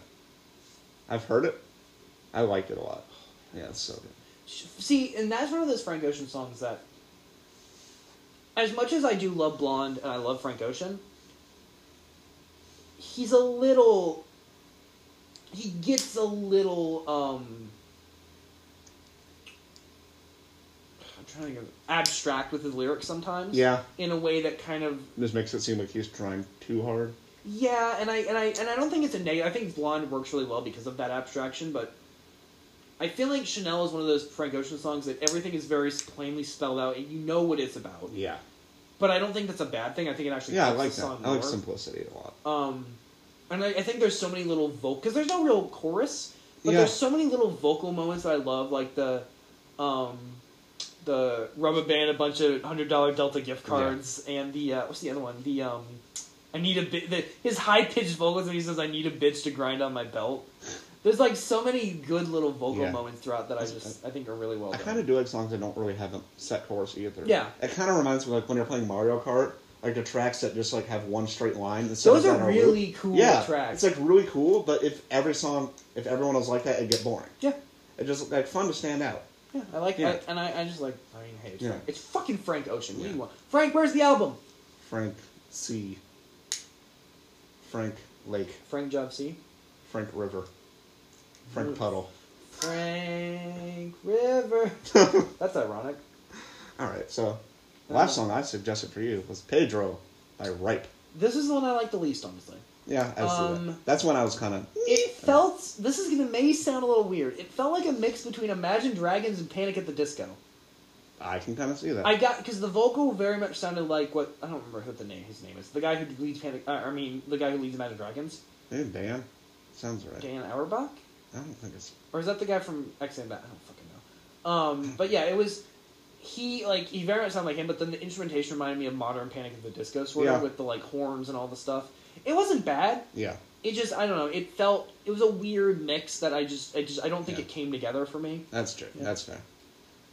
S1: I've heard it. I liked it a lot. Yeah, it's so good.
S2: Sh- See, and that's one of those Frank Ocean songs that, as much as I do love Blonde and I love Frank Ocean, he's a little. He gets a little. um I'm trying to think of abstract with his lyrics sometimes.
S1: Yeah.
S2: In a way that kind of
S1: This makes it seem like he's trying too hard.
S2: Yeah, and I and I and I don't think it's a negative. I think Blonde works really well because of that abstraction, but I feel like Chanel is one of those Frank Ocean songs that everything is very plainly spelled out and you know what it's about.
S1: Yeah.
S2: But I don't think that's a bad thing. I think it actually
S1: Yeah, I
S2: helps
S1: like
S2: the
S1: that.
S2: song
S1: I like
S2: more.
S1: simplicity a lot.
S2: Um, and I, I think there's so many little vocal because there's no real chorus, but
S1: Yeah.
S2: there's so many little vocal moments that I love, like the, um, the rubber band, a bunch of hundred dollar Delta gift cards, and the uh, what's the other one? The um, I need a bit. The, his high pitched vocals when he says, "I need a bitch to grind on my belt." There's like so many good little vocal
S1: Yeah.
S2: moments throughout that I
S1: That's-
S2: just I think are really well
S1: I
S2: done.
S1: kind of do like songs that don't really have a set chorus either.
S2: Yeah.
S1: It kind of reminds me like when you're playing Mario Kart, like the tracks that just like have one straight line. instead of
S2: Those are
S1: running a
S2: really
S1: loop.
S2: cool
S1: yeah,
S2: tracks.
S1: It's like really cool, but if every song, if everyone was like that, it'd get boring.
S2: yeah.
S1: It just like fun to stand out.
S2: Yeah, I like
S1: Yeah.
S2: it, and I, I just like. I mean, hey, it's,
S1: Yeah.
S2: Frank, it's fucking Frank Ocean. What do
S1: Yeah.
S2: you want? Frank, where's the album?
S1: Frank C. Frank Lake.
S2: Frank Job C.
S1: Frank River.
S2: Oof.
S1: Frank Puddle.
S2: Frank River.
S1: All
S2: That's ironic.
S1: right,
S2: Uh.
S1: so last song I suggested for you was Pedro by Ripe.
S2: This is the one I like the least, honestly.
S1: Yeah, I see
S2: Um,
S1: that. That's when I was kind of
S2: It felt. This is gonna may sound a little weird. It felt like a mix between Imagine Dragons and Panic at the Disco.
S1: I can kind of see that.
S2: I got because the vocal very much sounded like what I don't remember who the name his name is. The guy who leads Panic. Uh, I mean, the guy who leads Imagine Dragons,
S1: Dude, Dan sounds right.
S2: Dan Auerbach,
S1: I don't think it's
S2: or is that the guy from X and Bat? I don't fucking know.
S1: <laughs>
S2: Um, but yeah, it was. He like he very much sounded like him, but then the instrumentation reminded me of modern Panic at the Disco, sort
S1: Yeah.
S2: of with the like horns and all the stuff. It wasn't bad.
S1: yeah.
S2: It just I don't know. It felt it was a weird mix that I just I just I don't think
S1: Yeah.
S2: it came together for me.
S1: That's true.
S2: Yeah.
S1: That's fair.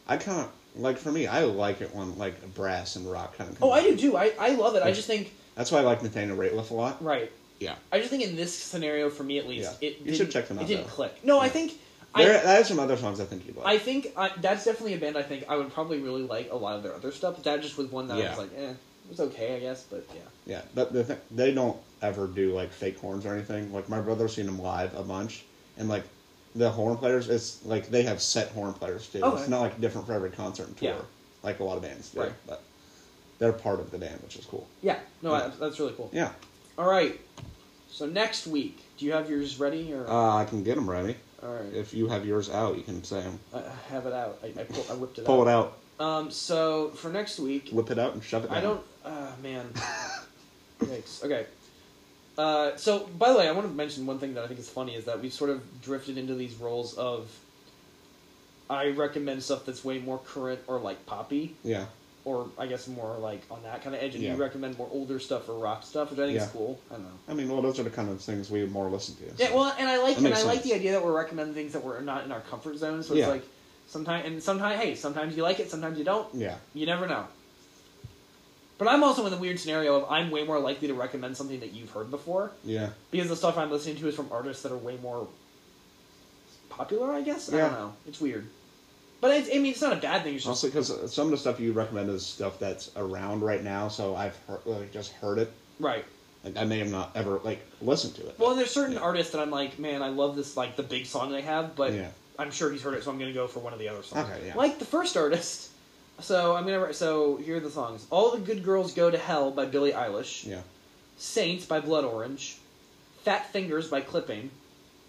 S1: I kind of like for me, I like it when like brass and rock kind of.
S2: Oh, I do too. I, I love it. I
S1: Which-
S2: just think
S1: That's why I like Nathaniel Rateliff a lot.
S2: right.
S1: Yeah,
S2: I just think in this scenario, for me at least,
S1: Yeah.
S2: it
S1: You should
S2: didn't-
S1: check them out,
S2: It didn't
S1: though.
S2: click. No, I
S1: Yeah.
S2: think
S1: there.
S2: I,
S1: that is some other songs I think you would
S2: I
S1: like.
S2: think I, that's definitely a band I think I would probably really like a lot of their other stuff. But that just was one that I
S1: Yeah.
S2: was like, eh, it was okay, I guess. But yeah,
S1: yeah, but the thing, they don't ever do like fake horns or anything. Like my brother's seen them live a bunch, and like the horn players, it's like they have set horn players too.
S2: Okay.
S1: It's not like different for every concert and tour,
S2: Yeah.
S1: like a lot of bands do.
S2: Right.
S1: But they're part of the band, which is cool.
S2: yeah, no,
S1: Yeah.
S2: I, that's really cool.
S1: Hmm. Yeah,
S2: All right, so next week, do you have yours ready or?
S1: uh, I can get them ready.
S2: all right,
S1: If you have yours out, you can say 'em.
S2: I I have it out. I, I, pull, I whipped it
S1: Pull it
S2: out.
S1: out,
S2: Um, so for next week,
S1: whip it out, and shove it. Down.
S2: I don't. Uh,
S1: <laughs>
S2: man. Yikes. Okay. Uh, so, by the way, I want to mention one thing that I think is funny is that we've sort of drifted into these roles of I recommend stuff that's way more current or like poppy,
S1: Yeah.
S2: or I guess more like on that kind of edge, and
S1: Yeah.
S2: you recommend more older stuff or rock stuff, which I think
S1: Yeah.
S2: is cool. I don't know.
S1: I mean, well, those are the kind of things we more listen to.
S2: Yeah,
S1: so.
S2: well, and I like
S1: That
S2: and I
S1: makes
S2: like
S1: sense.
S2: the idea that we're recommending things that we're not in our comfort zone. So it's
S1: Yeah.
S2: like sometimes and sometimes hey, sometimes you like it, sometimes you don't.
S1: yeah,
S2: You never know. But I'm also in the weird scenario of I'm way more likely to recommend something that you've heard before
S1: yeah.
S2: because the stuff I'm listening to is from artists that are way more popular, I guess. I
S1: Yeah.
S2: don't know. It's weird. But it's, I mean, it's not a bad thing. It's just
S1: Also, because some of the stuff you recommend is stuff that's around right now, so I've heard, like, just heard it.
S2: right.
S1: Like, I may have not ever like listened to it.
S2: Well, and there's certain
S1: Yeah.
S2: artists that I'm like, man, I love this, like the big song they have, but
S1: Yeah.
S2: I'm sure he's heard it, so I'm gonna go for one of the other songs.
S1: Okay, yeah.
S2: Like the first artist. So I'm gonna write. So here are the songs: "All the Good Girls Go to Hell" by Billie Eilish.
S1: yeah,
S2: Saints by Blood Orange, Fat Fingers by Clipping,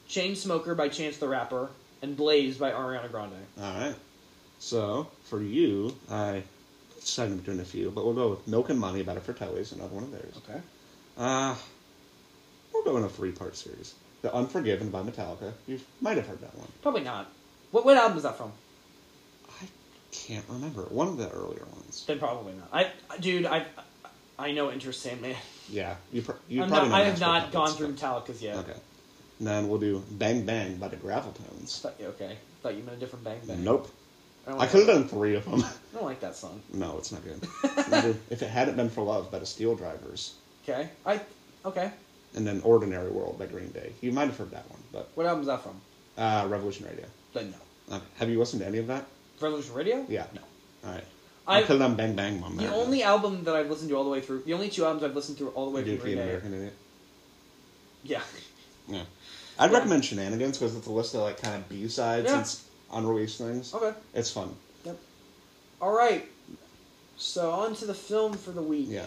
S2: Chainsmoker by Chance the Rapper, and Blaze by Ariana Grande.
S1: all right. So for you, I decided between a few, but we'll go with Milk and Money by the Fratellis, another one of theirs.
S2: Okay.
S1: Uh, we're going a three-part series. The Unforgiven by Metallica. You might have heard that one.
S2: Probably not. What what album is that from?
S1: I can't remember one of the earlier ones.
S2: Then probably not. I dude, I I know Enter Sandman.
S1: Yeah, you, pr- you
S2: I'm
S1: probably
S2: not,
S1: know
S2: I have
S1: Master
S2: not
S1: Puppets,
S2: gone
S1: but-
S2: through Metallica's yet.
S1: Okay. And then we'll do Bang Bang by the Gravel Tones.
S2: Thought, okay. Thought you meant a different Bang Bang.
S1: Nope.
S2: I, don't
S1: I
S2: like
S1: could have
S2: that-
S1: done three of them.
S2: I don't like that song.
S1: <laughs> no, it's not good. It's not <laughs> good. if it hadn't been for Love by the Steel Drivers,
S2: Okay. I okay.
S1: and then Ordinary World by Green Day. You might have heard that one, but
S2: What album is that from?
S1: uh, Revolution Radio.
S2: Then no.
S1: Okay. Have you listened to any of that?
S2: Revolution Radio?
S1: Yeah.
S2: No.
S1: All right. I
S2: I've-
S1: could have done Bang Bang on
S2: The
S1: that.
S2: only album that I've listened to all the way through, the only two albums I've listened through all the way through
S1: Duke the
S2: Green Day.
S1: American Idiot.
S2: Yeah. <laughs>
S1: Yeah. I'd
S2: Yeah.
S1: recommend Shenanigans because it's a list of like kind of B sides
S2: Yeah. Oh.
S1: and s- unreleased things.
S2: Okay.
S1: It's fun.
S2: Yep. All right. So on to the film for the week.
S1: Yeah.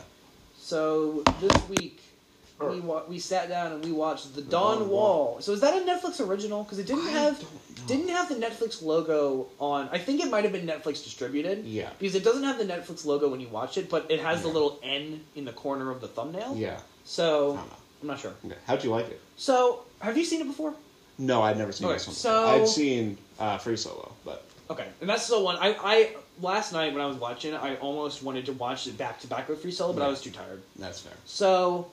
S2: So this week we
S1: Or-
S2: wa- we sat down and we watched The Dawn
S1: Dawn Wall.
S2: Wall. So is that a Netflix original? Because it didn't
S1: I
S2: have
S1: don't know.
S2: didn't have the Netflix logo on. I think it might have been Netflix distributed.
S1: Yeah.
S2: Because it doesn't have the Netflix logo when you watch it, but it has the
S1: Yeah.
S2: little N in the corner of the thumbnail.
S1: Yeah.
S2: So
S1: I don't know.
S2: I'm not sure.
S1: Okay. How'd you like it?
S2: So have you seen it before?
S1: No, I'd never seen
S2: Okay,
S1: this one.
S2: so-
S1: I'd seen uh, Free Solo, but
S2: Okay, and that's the one. I, I last night when I was watching it, I almost wanted to watch it back to back with Free Solo, but I
S1: Yeah.
S2: was too tired.
S1: that's fair.
S2: So,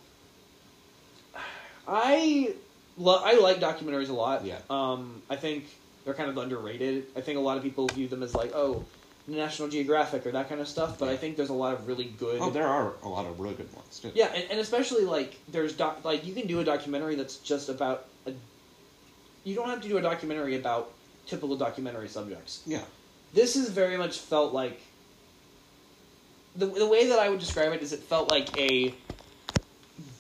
S2: I lo- I like documentaries a lot.
S1: Yeah.
S2: Um, I think they're kind of underrated. I think a lot of people view them as like, oh, National Geographic or that kind of stuff. But I think there's a lot of really good.
S1: Oh, there are a lot of really good ones too.
S2: yeah, and, and especially like there's doc like you can do a documentary that's just about a. You don't have to do a documentary about typical documentary subjects
S1: Yeah.
S2: this is very much felt like the, the way that I would describe it is it felt like a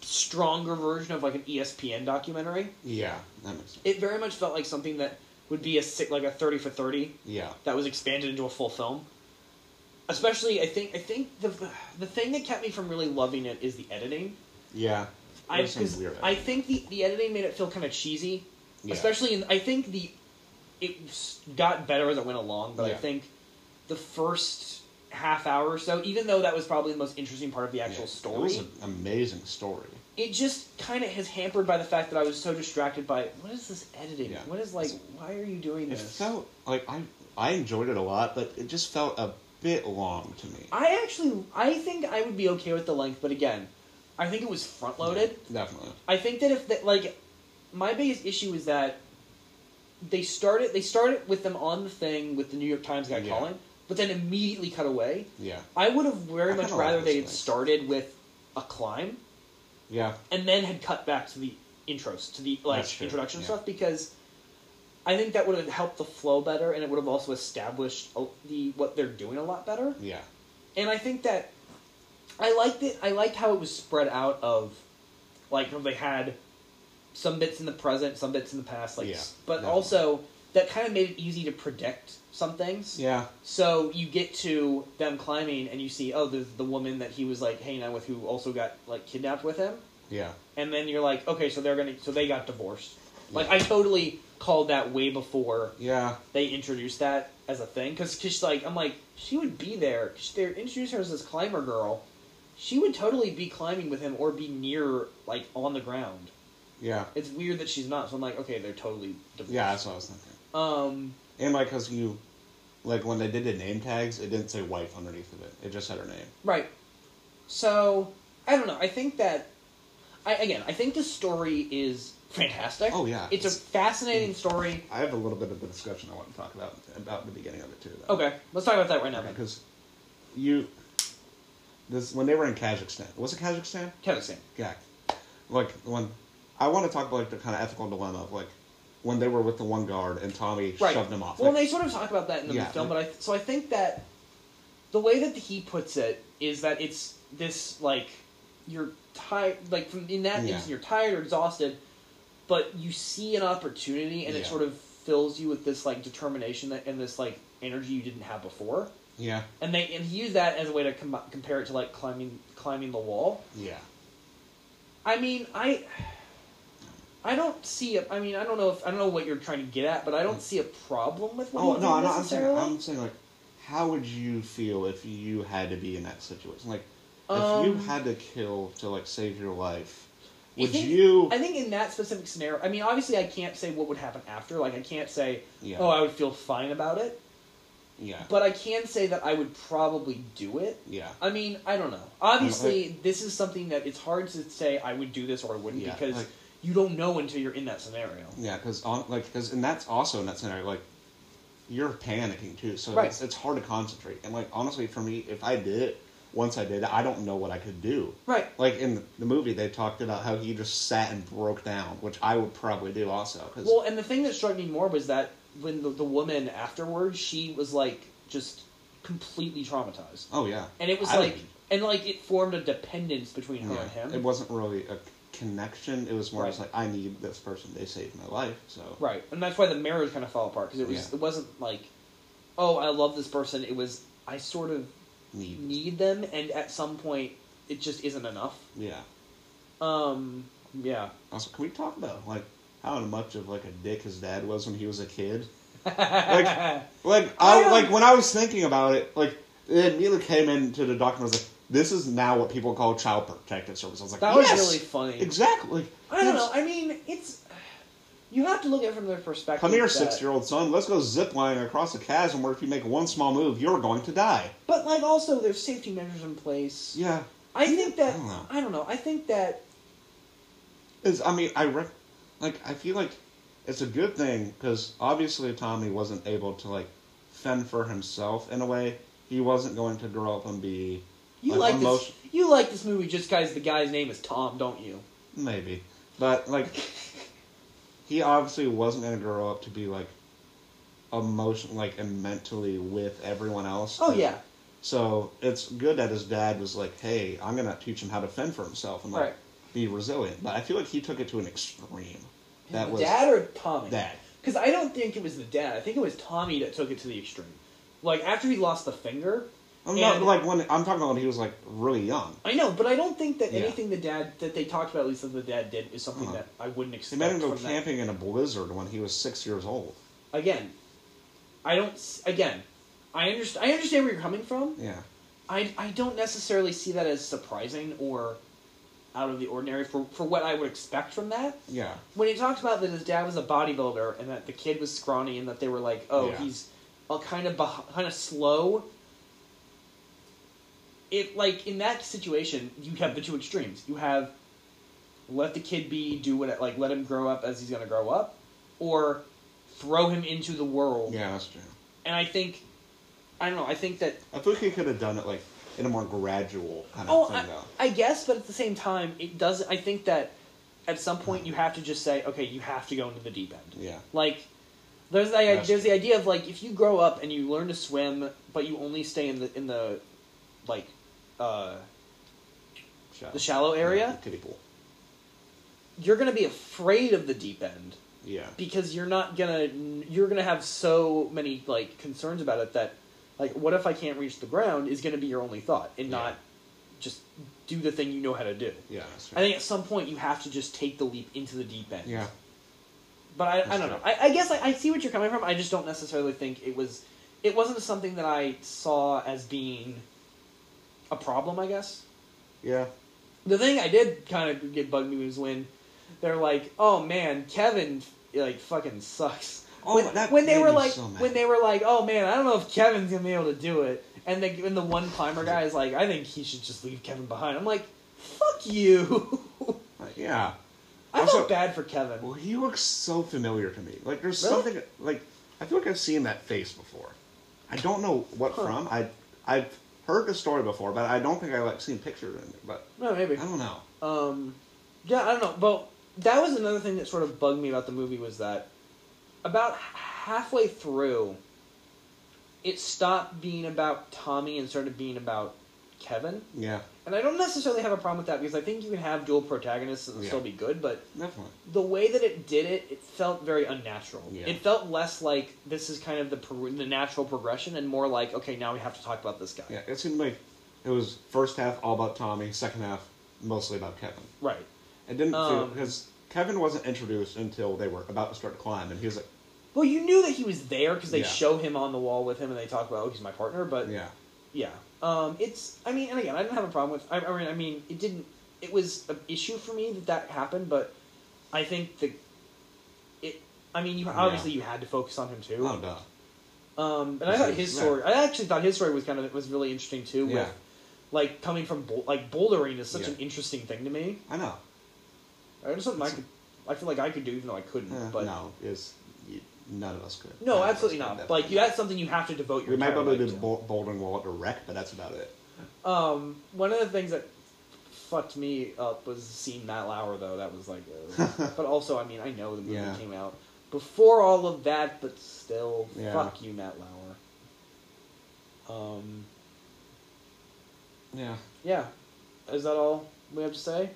S2: stronger version of like an E ESPN documentary.
S1: Yeah. That makes sense.
S2: It very much felt like something that would be a si- like a thirty for thirty
S1: Yeah.
S2: that was expanded into a full film. Especially, I think I think the the thing that kept me from really loving it is the editing.
S1: Yeah.
S2: I,
S1: There's some
S2: 'cause
S1: weird
S2: I
S1: editing.
S2: think the, the editing made it feel kind of cheesy,
S1: Yeah.
S2: especially in I think the it s- got better as it went along, but I
S1: Yeah.
S2: think the first half hour or so, even though that was probably the most interesting part of the
S1: Yeah.
S2: actual
S1: It
S2: story,
S1: was
S2: it,
S1: an amazing story.
S2: just kind of is hampered by the fact that I was so distracted by what is this editing?
S1: Yeah.
S2: What is like? Why are you doing
S1: It
S2: this?
S1: felt like I I enjoyed it a lot, but it just felt a bit long to me.
S2: I actually I think I would be okay with the length, but again, I think it was front loaded.
S1: Definitely.
S2: I think that if that like my biggest issue is that they started they started with them on the thing with the New York Times guy
S1: Yeah.
S2: calling, but then immediately cut away.
S1: Yeah.
S2: I would have very
S1: I
S2: much
S1: kinda like
S2: rather
S1: this
S2: they had
S1: thing.
S2: started with a climb
S1: Yeah.
S2: and then had cut back to the intros to the
S1: That's
S2: like
S1: true,
S2: introduction
S1: yeah.
S2: stuff because I think that would have helped the flow better and it would have also established a- the what they're doing a lot better
S1: Yeah.
S2: and I think that I liked it. I liked how it was spread out of like how they had some bits in the present, some bits in the past, like
S1: Yeah,
S2: s- but
S1: definitely.
S2: also that kind of made it easy to predict some things.
S1: Yeah.
S2: So you get to them climbing and you see oh there's the woman that he was like hanging out with who also got like kidnapped with him
S1: Yeah.
S2: and then you're like okay so they're going to so they got divorced. Like
S1: Yeah.
S2: I totally called that way before
S1: Yeah.
S2: they introduced that as a thing because she's like I'm like she would be there. She- They introduced her as this climber girl. She would totally be climbing with him or be near like on the ground.
S1: Yeah.
S2: It's weird that she's not. So I'm like, okay, they're totally divorced.
S1: Yeah, that's what I was thinking.
S2: Um.
S1: And like, cause you, like when they did the name tags, it didn't say wife underneath of it. It just had her name.
S2: Right. So I don't know. I think that. I again. I think the story is fantastic.
S1: Oh, yeah.
S2: It's a
S1: It's- mm.
S2: fascinating story.
S1: I have a little bit of a discussion I want to talk about about the beginning of it too. Though.
S2: Okay, let's talk about that right now. then.
S1: Because you, this when they were in Kazakhstan. Was it Kazakhstan?
S2: Kazakhstan.
S1: Yeah. Like when I want to talk about like the kind of ethical dilemma of like when they were with the one guard and Tommy
S2: right.
S1: shoved him off.
S2: Well,
S1: like,
S2: they sort of talk about that in the
S1: Yeah.
S2: film, but I so I think that the way that he puts it is that it's this like you're tired, like from in that
S1: Yeah.
S2: instance you're tired or exhausted, but you see an opportunity and it
S1: Yeah.
S2: sort of fills you with this like determination that, and this like energy you didn't have before,
S1: yeah,
S2: and they and he used that as a way to com- compare it to like climbing climbing the wall.
S1: yeah,
S2: I mean, I I don't see a, I mean, I don't know if I don't know what you're trying to get at, but I don't see a problem with what
S1: Oh
S2: he
S1: no,
S2: did
S1: I'm, not, I'm saying
S2: necessarily.
S1: I'm saying like, how would you feel if you had to be in that situation? Like, if you
S2: Um,
S1: had to kill to like save your life,
S2: I
S1: would
S2: think-
S1: you?
S2: I think in that specific scenario, I mean, obviously, I can't say what would happen after. Like, I can't say,
S1: yeah,
S2: oh, I would feel fine about it,
S1: yeah,
S2: but I can say that I would probably do it.
S1: yeah,
S2: I mean, I don't know. Obviously, this is something that it's hard to say I would do this or I wouldn't
S1: Yeah,
S2: because
S1: like-
S2: you don't know until you're in that scenario.
S1: yeah. Because on like because and that's also in that scenario like. You're panicking too, so
S2: Right.
S1: it's, it's hard to concentrate. And like honestly, for me, if I did it, once I did it, I don't know what I could do.
S2: Right.
S1: Like in the movie, they talked about how he just sat and broke down, which I would probably do also. 'cause-
S2: Well, and the thing that struck me more was that when the, the woman afterwards, she was like just completely traumatized,
S1: oh yeah,
S2: and it was
S1: I would
S2: like, and like it formed a dependence between her
S1: Yeah,
S2: and him.
S1: It wasn't really a connection. It was more just
S2: Right.
S1: like I need this person. They saved my life. So
S2: Right, and that's why the marriage kind of fell apart because it was
S1: Yeah.
S2: it wasn't like, oh, I love this person. It was I sort of
S1: need.
S2: need them, and at some point, it just isn't enough.
S1: Yeah.
S2: Um, yeah,
S1: Also, can we talk about like how much of like a dick his dad was when he was a kid?
S2: <laughs>
S1: like, like
S2: I
S1: I,
S2: don't-
S1: like when I was thinking about it, like it immediately came into the document. I was like, this is now what people call child protective service. I was like,
S2: that was
S1: yes!
S2: really funny.
S1: Exactly.
S2: I don't
S1: Yes.
S2: know. I mean, it's you have to look at it from their perspective.
S1: Come here,
S2: that-
S1: six-year-old son. Let's go ziplining across a chasm where if you make one small move, you're going to die.
S2: But like, also, there's safety measures in place.
S1: Yeah.
S2: I think that
S1: I don't know.
S2: I don't know. I think that
S1: Is I mean I re- like I feel like it's a good thing because obviously Tommy wasn't able to like fend for himself in a way. He wasn't going to grow up and be
S2: you
S1: Like,
S2: like, this.
S1: emotion-
S2: You like this movie just because the guy's name is Tom, don't you?
S1: maybe, but like
S2: <laughs>
S1: he obviously wasn't going to grow up to be like emotion like and mentally with everyone else.
S2: Oh yeah,
S1: So it's good that his dad was like, "Hey, I'm going to teach him how to fend for himself and like
S2: Right.
S1: be resilient." But I feel like he took it to an extreme. That was
S2: Dad or Tommy?
S1: Dad.
S2: Because I don't think it was the dad. I think it was Tommy that took it to the extreme. Like after he lost the finger.
S1: I'm not
S2: and-
S1: like when I'm talking about when he was like really young.
S2: I know, but I don't think that
S1: Yeah.
S2: anything the dad that they talked about, at least that the dad did, is something
S1: Uh-huh.
S2: that I wouldn't
S1: They
S2: expect.
S1: made him go
S2: from that.
S1: camping in a blizzard when he was six years old.
S2: Again, I don't. s- Again, I understand. I understand where you're coming from.
S1: Yeah.
S2: I I don't necessarily see that as surprising or out of the ordinary for for what I would expect from that.
S1: Yeah.
S2: when he talked about that his dad was a bodybuilder and that the kid was scrawny and that they were like, oh,
S1: Yeah.
S2: he's all kind of beh- kind of slow. It like in that situation, you have the two extremes. You have let the kid be, do what like let him grow up as he's gonna grow up, or throw him into the world.
S1: Yeah, that's true.
S2: And I think, I don't know. I think that
S1: I think he could have done it like in a more gradual kind of
S2: Oh,
S1: thing
S2: I,
S1: though.
S2: I guess, but at the same time, it does. I think that at some point you have to just say, okay, you have to go into the deep end.
S1: Yeah.
S2: Like, there's the
S1: That's
S2: there's the idea of like if you grow up and you learn to swim, but you only stay in the in the like uh,
S1: Shallow.
S2: the shallow
S1: Yeah,
S2: area,
S1: kiddie pool.
S2: you're gonna be afraid of the deep end
S1: Yeah.
S2: because you're not gonna you're gonna have so many like concerns about it that like what if I can't reach the ground is gonna be your only thought and
S1: Yeah.
S2: not just do the thing you know how to do.
S1: Yeah, that's right.
S2: I think at some point you have to just take the leap into the deep end.
S1: yeah.
S2: But I, I
S1: That's
S2: don't
S1: true.
S2: know. I, I guess I, I see what you're coming from. I just don't necessarily think it was. It wasn't something that I saw as being a problem. I guess
S1: Yeah.
S2: the thing I did kind of get bugged me was when they're like, "Oh man, Kevin like fucking sucks."
S1: Oh,
S2: when,
S1: that
S2: when they
S1: made
S2: were
S1: me
S2: like,
S1: so mad.
S2: when they were like, "Oh man, I don't know if Kevin's gonna be able to do it," and the and the one climber guy is like, "I think he should just leave Kevin behind." I'm like, "Fuck you." <laughs>
S1: Like, yeah.
S2: I
S1: Also-
S2: felt bad for Kevin.
S1: Well, he looks so familiar to me. Like there's
S2: Really?
S1: something like I feel like I've seen that face before. I don't know what
S2: Huh.
S1: from. I I've heard the story before, but I don't think I like seen pictures in it. But
S2: No,
S1: I
S2: maybe.
S1: don't know.
S2: Um, yeah, I don't know. But that was another thing that sort of bugged me about the movie was that about h- halfway through, it stopped being about Tommy and started being about Kevin.
S1: Yeah,
S2: And I don't necessarily have a problem with that because I think you can have dual protagonists and
S1: Yeah.
S2: still be good. But
S1: definitely.
S2: the way that it did it, it felt very unnatural.
S1: Yeah.
S2: It felt less like this is kind of the pro- the natural progression and more like okay, now we have to talk about this guy.
S1: Yeah, it seemed like it was first half all about Tommy, second half mostly about Kevin.
S2: Right.
S1: It didn't feel
S2: Um,
S1: because Kevin wasn't introduced until they were about to start to climb, and he was like,
S2: Well, you knew that he was there because they
S1: Yeah.
S2: show him on the wall with him, and they talk about, "Oh, he's my partner." But yeah,
S1: "Yeah,
S2: Um, it's. I mean, and again, I didn't have a problem with. I, I mean, I mean, it didn't. It was an issue for me that that happened, but I think the. It. I mean, you obviously you had to focus on him too.
S1: oh duh,
S2: Um, and I thought his
S1: Yeah.
S2: story. I actually thought his story was kind of was really interesting too.
S1: yeah,
S2: With like coming from bou- like bouldering is such
S1: Yeah.
S2: an interesting thing to me.
S1: I know."
S2: I just something I
S1: It's-
S2: could. I feel like I could do even though I couldn't.
S1: Eh,
S2: but
S1: no, is none of us could. None
S2: No,
S1: of us
S2: absolutely
S1: could,
S2: not.
S1: definitely
S2: Like you, that's something you have to devote your.
S1: we might be
S2: entire
S1: able to
S2: life
S1: do the bou- bouldering wall at the wreck, but that's about it.
S2: Um, one of the things that fucked me up was seeing Matt Lauer though. That
S1: <laughs>
S2: was like, uh, but also, I mean, I know the movie
S1: Yeah.
S2: came out before all of that, but still,
S1: Yeah.
S2: fuck you, Matt Lauer. Um,
S1: Yeah,
S2: yeah, is that all we have to say?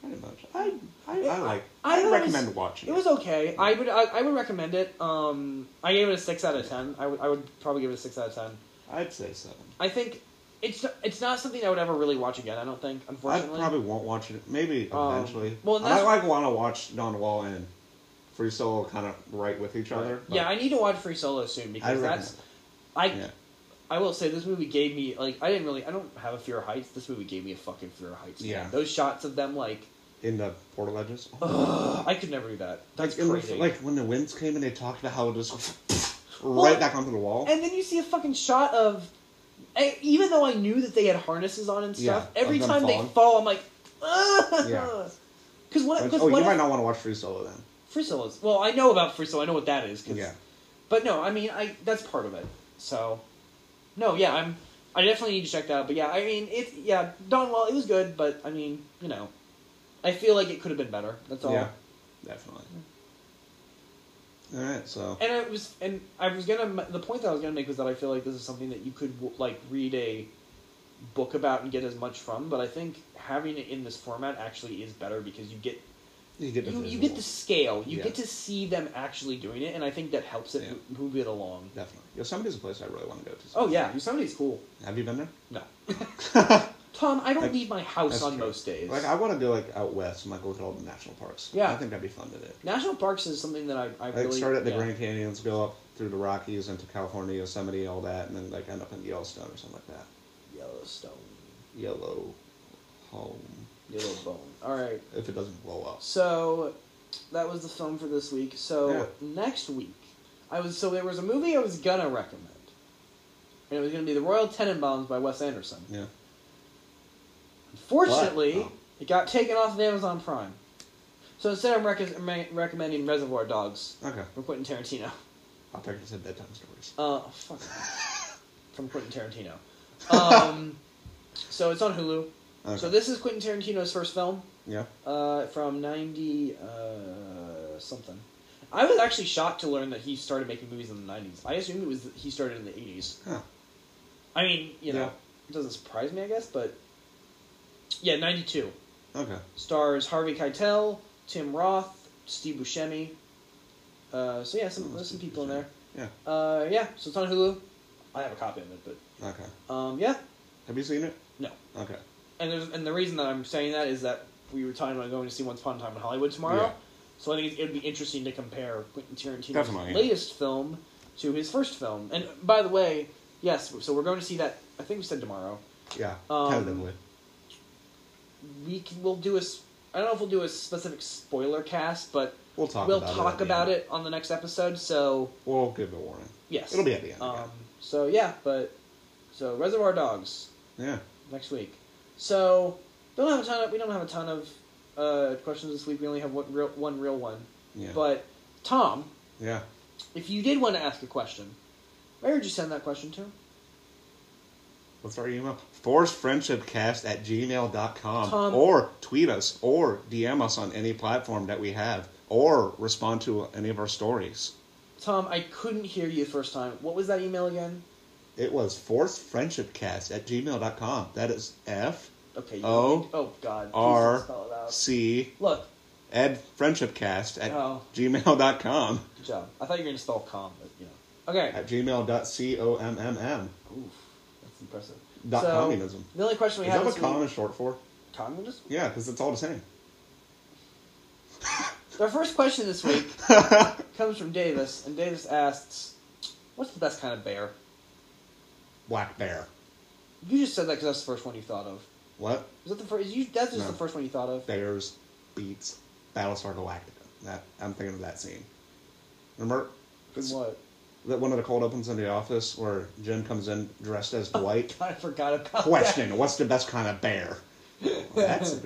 S1: pretty much. I I, I like.
S2: I
S1: I,
S2: thought it
S1: recommend
S2: was-
S1: watching.
S2: It was okay. I would I, I would recommend it. Um, I gave it a six out of ten. I would I would probably give it a six out of ten.
S1: I'd say seven.
S2: I think it's it's not something I would ever really watch again. I don't think,
S1: I
S2: unfortunately.
S1: probably won't watch it. Maybe
S2: Um,
S1: eventually. Well,
S2: well, and
S1: I might
S2: that's-
S1: like want to watch Don Wall and Free Solo kind of right with each other. but
S2: yeah, I need to watch Free Solo soon
S1: I
S2: because
S1: recommend
S2: that's I
S1: it. Yeah.
S2: I will say this movie gave me like I didn't really I don't have a fear of heights. This movie gave me a fucking fear of heights. man.
S1: Yeah.
S2: those shots of them like
S1: in the Portal Legends.
S2: ugh, I could never do that. Oh,
S1: like,
S2: That's
S1: in the-
S2: crazy.
S1: like when the winds came and they talked about how it just right
S2: Well,
S1: back onto the wall.
S2: and then you see a fucking shot of I, even though I knew that they had harnesses on and stuff.
S1: Yeah,
S2: every
S1: of them
S2: time they
S1: falling.
S2: fall, I'm like, <laughs> ugh.
S1: Yeah.
S2: Because what?
S1: Like,
S2: Cause
S1: oh, you
S2: what if-
S1: might not want to watch Free Solo then.
S2: Free Solo's. Well, I know about Free Solo. I know what that is. 'cause-
S1: Yeah.
S2: But no, I mean, I that's part of it. So, no, yeah, I'm. I definitely need to check that out. But yeah, I mean, it. Yeah, Don Wall. It was good, but I mean, you know, I feel like it could have been better. That's all.
S1: Yeah, definitely. All right, so
S2: And it was, and I was gonna. The point that I was gonna make was that I feel like this is something that you could like read a book about and get as much from. But I think having it in this format actually is better because you get
S1: You get the
S2: you, you
S1: visuals.
S2: get the scale. You
S1: Yeah.
S2: get to see them actually doing it, and I think that helps it
S1: Yeah.
S2: mo- move it along.
S1: Definitely. Yosemite's a place I really want to go to.
S2: Oh yeah, Yosemite's cool.
S1: Have you been there?
S2: No, <laughs> Tom, I don't
S1: Like,
S2: leave my house
S1: That's
S2: on
S1: true.
S2: most days.
S1: Like I want to go like out west and like look at all the national parks.
S2: Yeah.
S1: I think that'd be fun to do.
S2: National parks is something that I, I
S1: Like
S2: really
S1: start at the
S2: yeah.
S1: Grand Canyons, go up through the Rockies into California, Yosemite, all that, and then like end up in Yellowstone or something like that.
S2: Yellowstone,
S1: Yellow home.
S2: Yellowbone. All right,
S1: If it doesn't blow up.
S2: so that was the film for this week. So
S1: Yeah.
S2: next week, I was so there was a movie I was gonna recommend, and it was gonna be The Royal Tenenbaums by Wes Anderson.
S1: Yeah.
S2: Unfortunately,
S1: What? Oh.
S2: it got taken off of Amazon Prime. So instead, I'm rec- ma- recommending Reservoir Dogs
S1: Okay.
S2: from Quentin Tarantino.
S1: I'll take this at bedtime stories.
S2: Uh,
S1: <laughs>
S2: fuck. from Quentin Tarantino. Um, so it's on Hulu.
S1: Okay.
S2: So this is Quentin Tarantino's first film
S1: yeah.
S2: uh, from 90 uh, something. I was actually shocked to learn that he started making movies in the 90s. I assumed it was he started in the 80s.
S1: Huh.
S2: I mean, you know,
S1: Yeah.
S2: it doesn't surprise me, I guess, but yeah, 92
S1: Okay.
S2: stars Harvey Keitel, Tim Roth, Steve Buscemi. Uh, so yeah, some there's some people in there.
S1: Yeah.
S2: Uh, yeah, so it's on Hulu. I have a copy of it,
S1: Okay.
S2: but um, yeah,
S1: Have you seen it?
S2: no.
S1: Okay.
S2: And there's, and the reason that I'm saying that is that we were talking about going to see Once Upon a Time in Hollywood tomorrow.
S1: Yeah.
S2: So I think it'd be interesting to compare Quentin Tarantino's
S1: Definitely, yeah.
S2: latest film to his first film. And by the way, yes, so we're going to see that. I think we said tomorrow.
S1: Yeah.
S2: Um,
S1: tentatively.
S2: We can, we'll do a. s- I don't know if we'll do a specific spoiler cast, but
S1: We'll talk
S2: we'll
S1: about it. at
S2: talk
S1: the
S2: about
S1: end.
S2: it on the next episode. So
S1: We'll give a warning.
S2: yes,
S1: It'll be at the end.
S2: Um, so yeah, but so Reservoir Dogs
S1: yeah.
S2: next week. So don't have a ton. Of, we don't have a ton of uh, questions this week. We only have one real one real one.
S1: Yeah.
S2: But Tom,
S1: yeah.
S2: if you did want to ask a question, where would you send that question to?
S1: What's our email? ForcedFriendshipCast at gmail.com.
S2: Tom.
S1: Or tweet us or DM us on any platform that we have or respond to any of our stories.
S2: Tom, I couldn't hear you the first time. What was that email again?
S1: It was ForcedFriendshipCast at gmail.com. That is F
S2: Okay. You,
S1: O
S2: oh God. please
S1: R-
S2: don't spell it out.
S1: C
S2: Look.
S1: Ed Friendshipcast at
S2: Oh.
S1: gmail.com.
S2: Good job. I thought you were gonna spell com, but you know. Okay.
S1: At gmail.com.
S2: Oof, that's impressive.
S1: Dot
S2: so,
S1: communism.
S2: The only question we
S1: Is
S2: have
S1: that
S2: is
S1: what com is short for?
S2: communism.
S1: Yeah, because it's all the same.
S2: Our first question this week
S1: <laughs>
S2: comes from Davis, and Davis asks, "What's the best kind of bear?"
S1: Black bear.
S2: You just said that because that's the first one you thought of.
S1: What?
S2: Is that the first? You, that's just
S1: No.
S2: the first one you thought of.
S1: Bears beats Battlestar Galactica. That I'm thinking of that scene. Remember? It's-
S2: What? <laughs>
S1: That one of the cold opens in the office where Jen comes in dressed as
S2: <laughs>
S1: Dwight.
S2: I forgot about <laughs>
S1: Question: What's the best kind of bear? Well, that's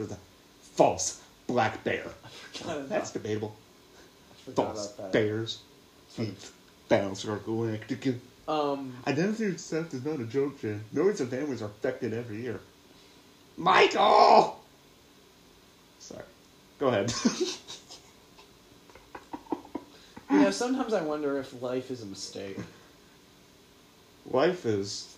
S1: false. Black bear.
S2: That.
S1: That's debatable.
S2: I forgot
S1: False
S2: about that.
S1: bears. Beat Battlestar Galactica.
S2: Um,
S1: Identity theft is not a joke, Jen. Millions of families are affected every year. Michael! Sorry. Go ahead. <laughs>
S2: you know, sometimes I wonder if life is a mistake.
S1: Life is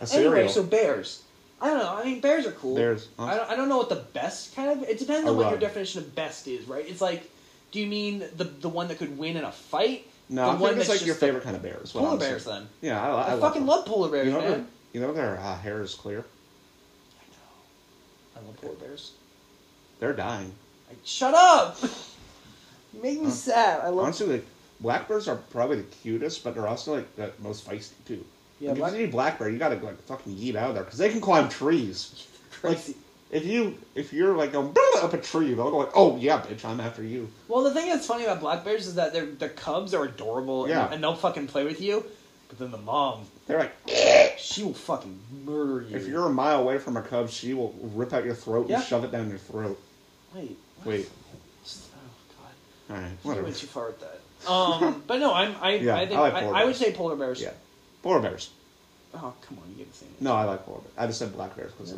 S1: a cereal.
S2: Anyway, so bears. I don't know. I mean, bears are cool.
S1: Bears, huh?
S2: I don't, I don't know what the best kind of. It depends
S1: A
S2: on what your
S1: rug.
S2: definition of best is, right? It's like, do you mean the the one that could win in a fight?
S1: no, I
S2: the one
S1: think it's
S2: that's
S1: like your
S2: just-
S1: favorite kind of bear. is what
S2: Polar
S1: I'm saying.
S2: bears, then.
S1: Yeah, I, I,
S2: I, fucking
S1: them.
S2: love polar bears,
S1: you know, their,
S2: man.
S1: you know their uh, hair is clear.
S2: I love polar bears.
S1: They're dying.
S2: I, shut up. <laughs> you make me sad. I love.
S1: Honestly, like, black bears are probably the cutest, but they're also like the most feisty too. Yeah,
S2: Yeah,
S1: like,
S2: black-
S1: if you see a black bear, you gotta like fucking yeet out of there because they can climb
S2: <laughs>
S1: trees.
S2: Crazy.
S1: Like, if you if you're like going "Brr," up a <laughs> tree, they'll go like, "Oh yeah, bitch, I'm after you."
S2: Well, the thing that's funny about black bears is that their their cubs are adorable, and-
S1: Yeah.
S2: and, they'll fucking play with you. But then the mom,
S1: They're like,
S2: she will fucking murder you.
S1: if you're a mile away from a cub, she will rip out your throat
S2: Yeah.
S1: and shove it down your throat.
S2: wait, what?
S1: Wait,
S2: oh god.
S1: all right,
S2: You
S1: whatever.
S2: went too far with that. <laughs> Um, but no, I'm, I,
S1: Yeah,
S2: I think
S1: I like
S2: I,
S1: polar
S2: I would
S1: bears.
S2: say polar bears.
S1: Yeah, polar bears.
S2: Oh come on, you get the same.
S1: No, I like polar bears. I just said black bears 'cause-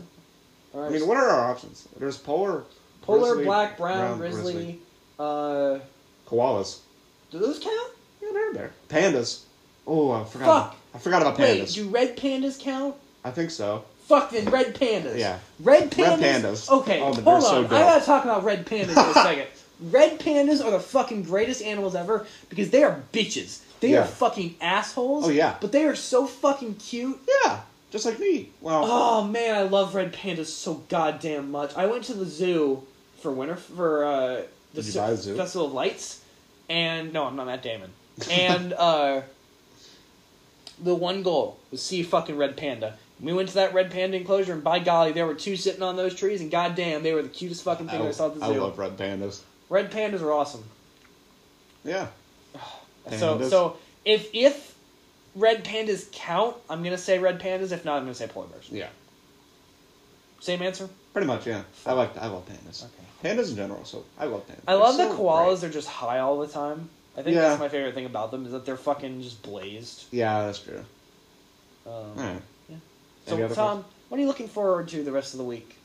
S2: All right.
S1: I mean, what are our options? There's polar,
S2: polar,
S1: grizzly,
S2: black, brown, grizzly. Uh,
S1: koalas.
S2: do those count?
S1: Yeah, they're there. Pandas. Oh, I forgot.
S2: Fuck.
S1: I forgot about
S2: Wait,
S1: pandas.
S2: do red pandas count?
S1: I think so.
S2: fucking red pandas.
S1: Yeah.
S2: Red pandas.
S1: Red pandas.
S2: Okay,
S1: Oh, but
S2: hold
S1: they're
S2: on.
S1: so dope.
S2: I gotta talk about red pandas
S1: <laughs>
S2: for a second. Red pandas are the fucking greatest animals ever because they are bitches. They
S1: Yeah.
S2: are fucking assholes.
S1: Oh, yeah.
S2: But they are so fucking cute.
S1: Yeah, just like me. Well,
S2: Oh man, I love red pandas so goddamn much. I went to the zoo for winter for uh, the
S1: Did you
S2: Su-
S1: buy a zoo?
S2: Festival of Lights, and no, I'm not Matt Damon.
S1: <laughs>
S2: And uh, the one goal was see a fucking red panda. We went to that red panda enclosure, and by golly, there were two sitting on those trees, and goddamn, they were the cutest fucking
S1: I,
S2: thing I, saw at the
S1: I
S2: zoo.
S1: love red pandas.
S2: Red pandas are awesome.
S1: Yeah.
S2: So
S1: Pandas.
S2: so if if red pandas count, I'm gonna say red pandas. If not, I'm gonna say polar bears.
S1: Yeah.
S2: Same answer.
S1: Pretty much, yeah. I like I love pandas. Pandas in general, so I love pandas.
S2: I love
S1: They're
S2: that
S1: so
S2: koalas
S1: great.
S2: are just high all the time. I think
S1: Yeah.
S2: that's my favorite thing about them is that they're fucking just blazed.
S1: Yeah, that's true.
S2: Um,
S1: Alright.
S2: Yeah.
S1: Any
S2: So
S1: other
S2: Tom, what are you looking forward to the rest of the week?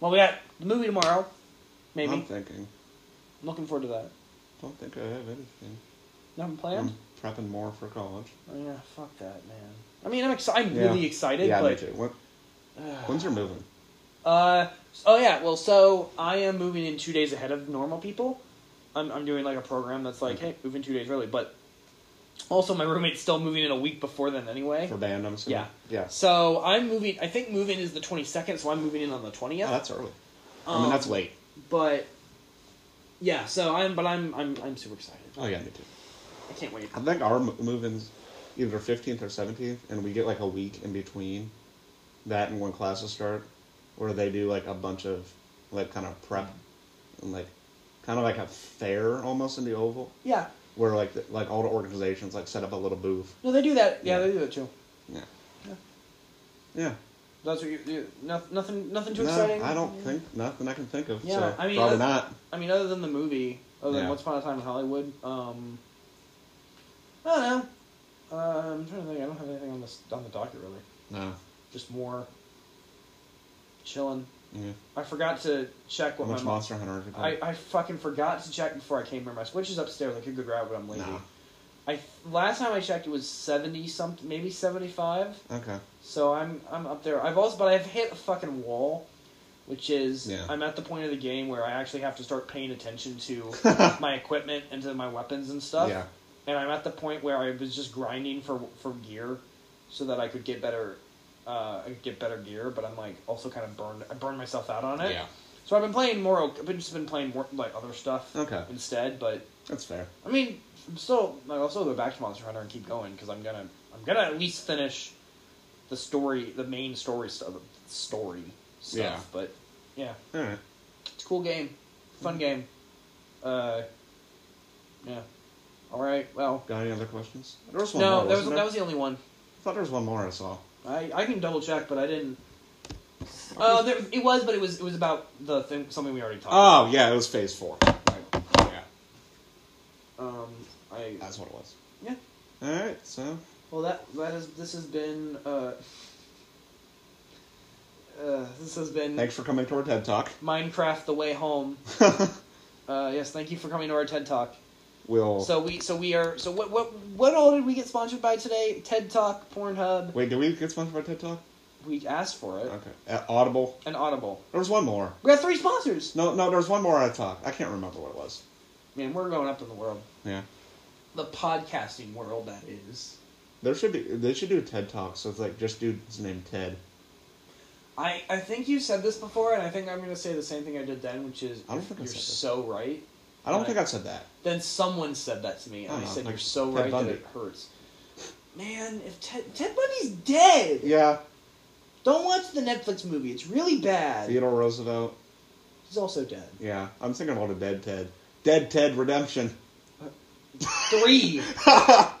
S2: Well, we got the movie tomorrow. Maybe
S1: I'm
S2: I'm
S1: thinking.
S2: looking forward to that.
S1: Don't think I have anything.
S2: Nothing
S1: I'm
S2: planned.
S1: prepping more for college.
S2: Oh, yeah, fuck that, man. I mean, I'm exci- I'm
S1: Mm. Yeah.
S2: really excited,
S1: yeah,
S2: but <sighs>
S1: me too. When, when's your moving?
S2: Uh, oh yeah. Well, so I am moving in two days ahead of normal people. I'm I'm doing like a program that's
S1: Mm.
S2: like, hey, move in two days early. But also, my roommate's still moving in a week before then anyway.
S1: For band, I'm assuming.
S2: Yeah.
S1: Yeah.
S2: So I'm moving. I think moving is the 22nd, so I'm moving in on the 20th.
S1: Oh, that's early. I mean,
S2: Um,
S1: that's late.
S2: But yeah, so I'm. But I'm. I'm. I'm super excited.
S1: Oh, yeah, me too.
S2: I can't wait.
S1: I think our mo- move-in's either 15th or 17th, and we get like a week in between that and when classes start, where they do like a bunch of like kind of prep and like kind of like a fair almost in the Oval,
S2: Yeah.
S1: where like the, like all the organizations like set up a little booth.
S2: No, they do that. Yeah,
S1: Yeah.
S2: they do that too.
S1: Yeah.
S2: Yeah.
S1: Yeah.
S2: That's what you. you nothing. Nothing. Nothing too
S1: No,
S2: exciting.
S1: I don't
S2: Yeah.
S1: think nothing I can think of.
S2: Yeah,
S1: so
S2: I mean, uh,
S1: probably
S2: that's-
S1: not.
S2: I mean, other than the movie, other than
S1: Yeah.
S2: Once Upon a Time in Hollywood, um, I don't know. Uh, I'm trying to think. I don't have anything on this on the docket really.
S1: No.
S2: Just more chilling.
S1: Yeah.
S2: I forgot to check
S1: How
S2: what my
S1: much
S2: mom.
S1: Monster Hunter? have you
S2: I,
S1: played?
S2: I fucking forgot to check before I came here. My switch is upstairs. I could go grab it. I'm lazy.
S1: Nah.
S2: I last time I checked, it was seventy something, maybe seventy five.
S1: Okay.
S2: So I'm I'm up there. I've also, but I've hit a fucking wall, which is
S1: Yeah.
S2: I'm at the point of the game where I actually have to start paying attention to
S1: <laughs>
S2: my equipment and to my weapons and stuff.
S1: Yeah.
S2: And I'm at the point where I was just grinding for for gear, so that I could get better, uh, I could get better gear. But I'm like also kind of burned. I burned myself out on it. So I've been playing more. I've been just been playing more like other stuff
S1: Okay.
S2: instead. But
S1: That's fair.
S2: I mean, I'm still like, I'll still go back to Monster Hunter and keep going because I'm gonna I'm gonna at least finish the story, the main story stuff, story stuff.
S1: Yeah.
S2: But yeah,
S1: All right.
S2: it's a cool game,
S1: Mm-hmm.
S2: fun game. Uh, yeah. All right. Well,
S1: Got any other questions? There was one
S2: no,
S1: more.
S2: that was
S1: wasn't
S2: that
S1: there?
S2: was the only one.
S1: I thought there was one more I saw.
S2: I I can double check, but I didn't. Uh, there, it was, but it was it was about the thing something we already talked.
S1: Oh yeah, it was Phase Four.
S2: about.
S1: Yeah,
S2: Um, I
S1: that's what it was.
S2: yeah.
S1: All right, so
S2: Well, that that is this has been uh, uh, this has been
S1: thanks for coming to our TED Talk.
S2: Minecraft: The
S1: <laughs>
S2: Way Home. Uh, yes, thank you for coming to our TED Talk.
S1: we'll
S2: So we so we are so what what what all did we get sponsored by today? TED Talk, Pornhub.
S1: wait. Did we get sponsored by TED Talk?
S2: We asked for it.
S1: Okay. Uh, Audible.
S2: And Audible.
S1: There was one more.
S2: We got three sponsors.
S1: No, no, there was one more I talk. I can't remember what it was.
S2: Man, we're going up in the world,
S1: Yeah,
S2: the podcasting world. That is.
S1: there should be. They should do a TED Talk. So it's like just dude's named Ted.
S2: I, I think you said this before, and I think I'm going to say the same thing I did then, which is
S1: I don't think I
S2: you're
S1: said this.
S2: so right.
S1: I don't
S2: Right.
S1: think I said that.
S2: Then someone said that to me, and
S1: I
S2: I,
S1: know,
S2: said,
S1: Oh, like
S2: "You're so
S1: Ted
S2: right
S1: Bundy.
S2: that it hurts." Man, if Ted Ted Bundy's dead,
S1: Yeah,
S2: don't watch the Netflix movie. It's really bad.
S1: Theodore Roosevelt.
S2: He's also dead.
S1: Yeah, I'm thinking about a dead Ted. Dead Ted Redemption. <laughs>
S2: Three.
S1: Well,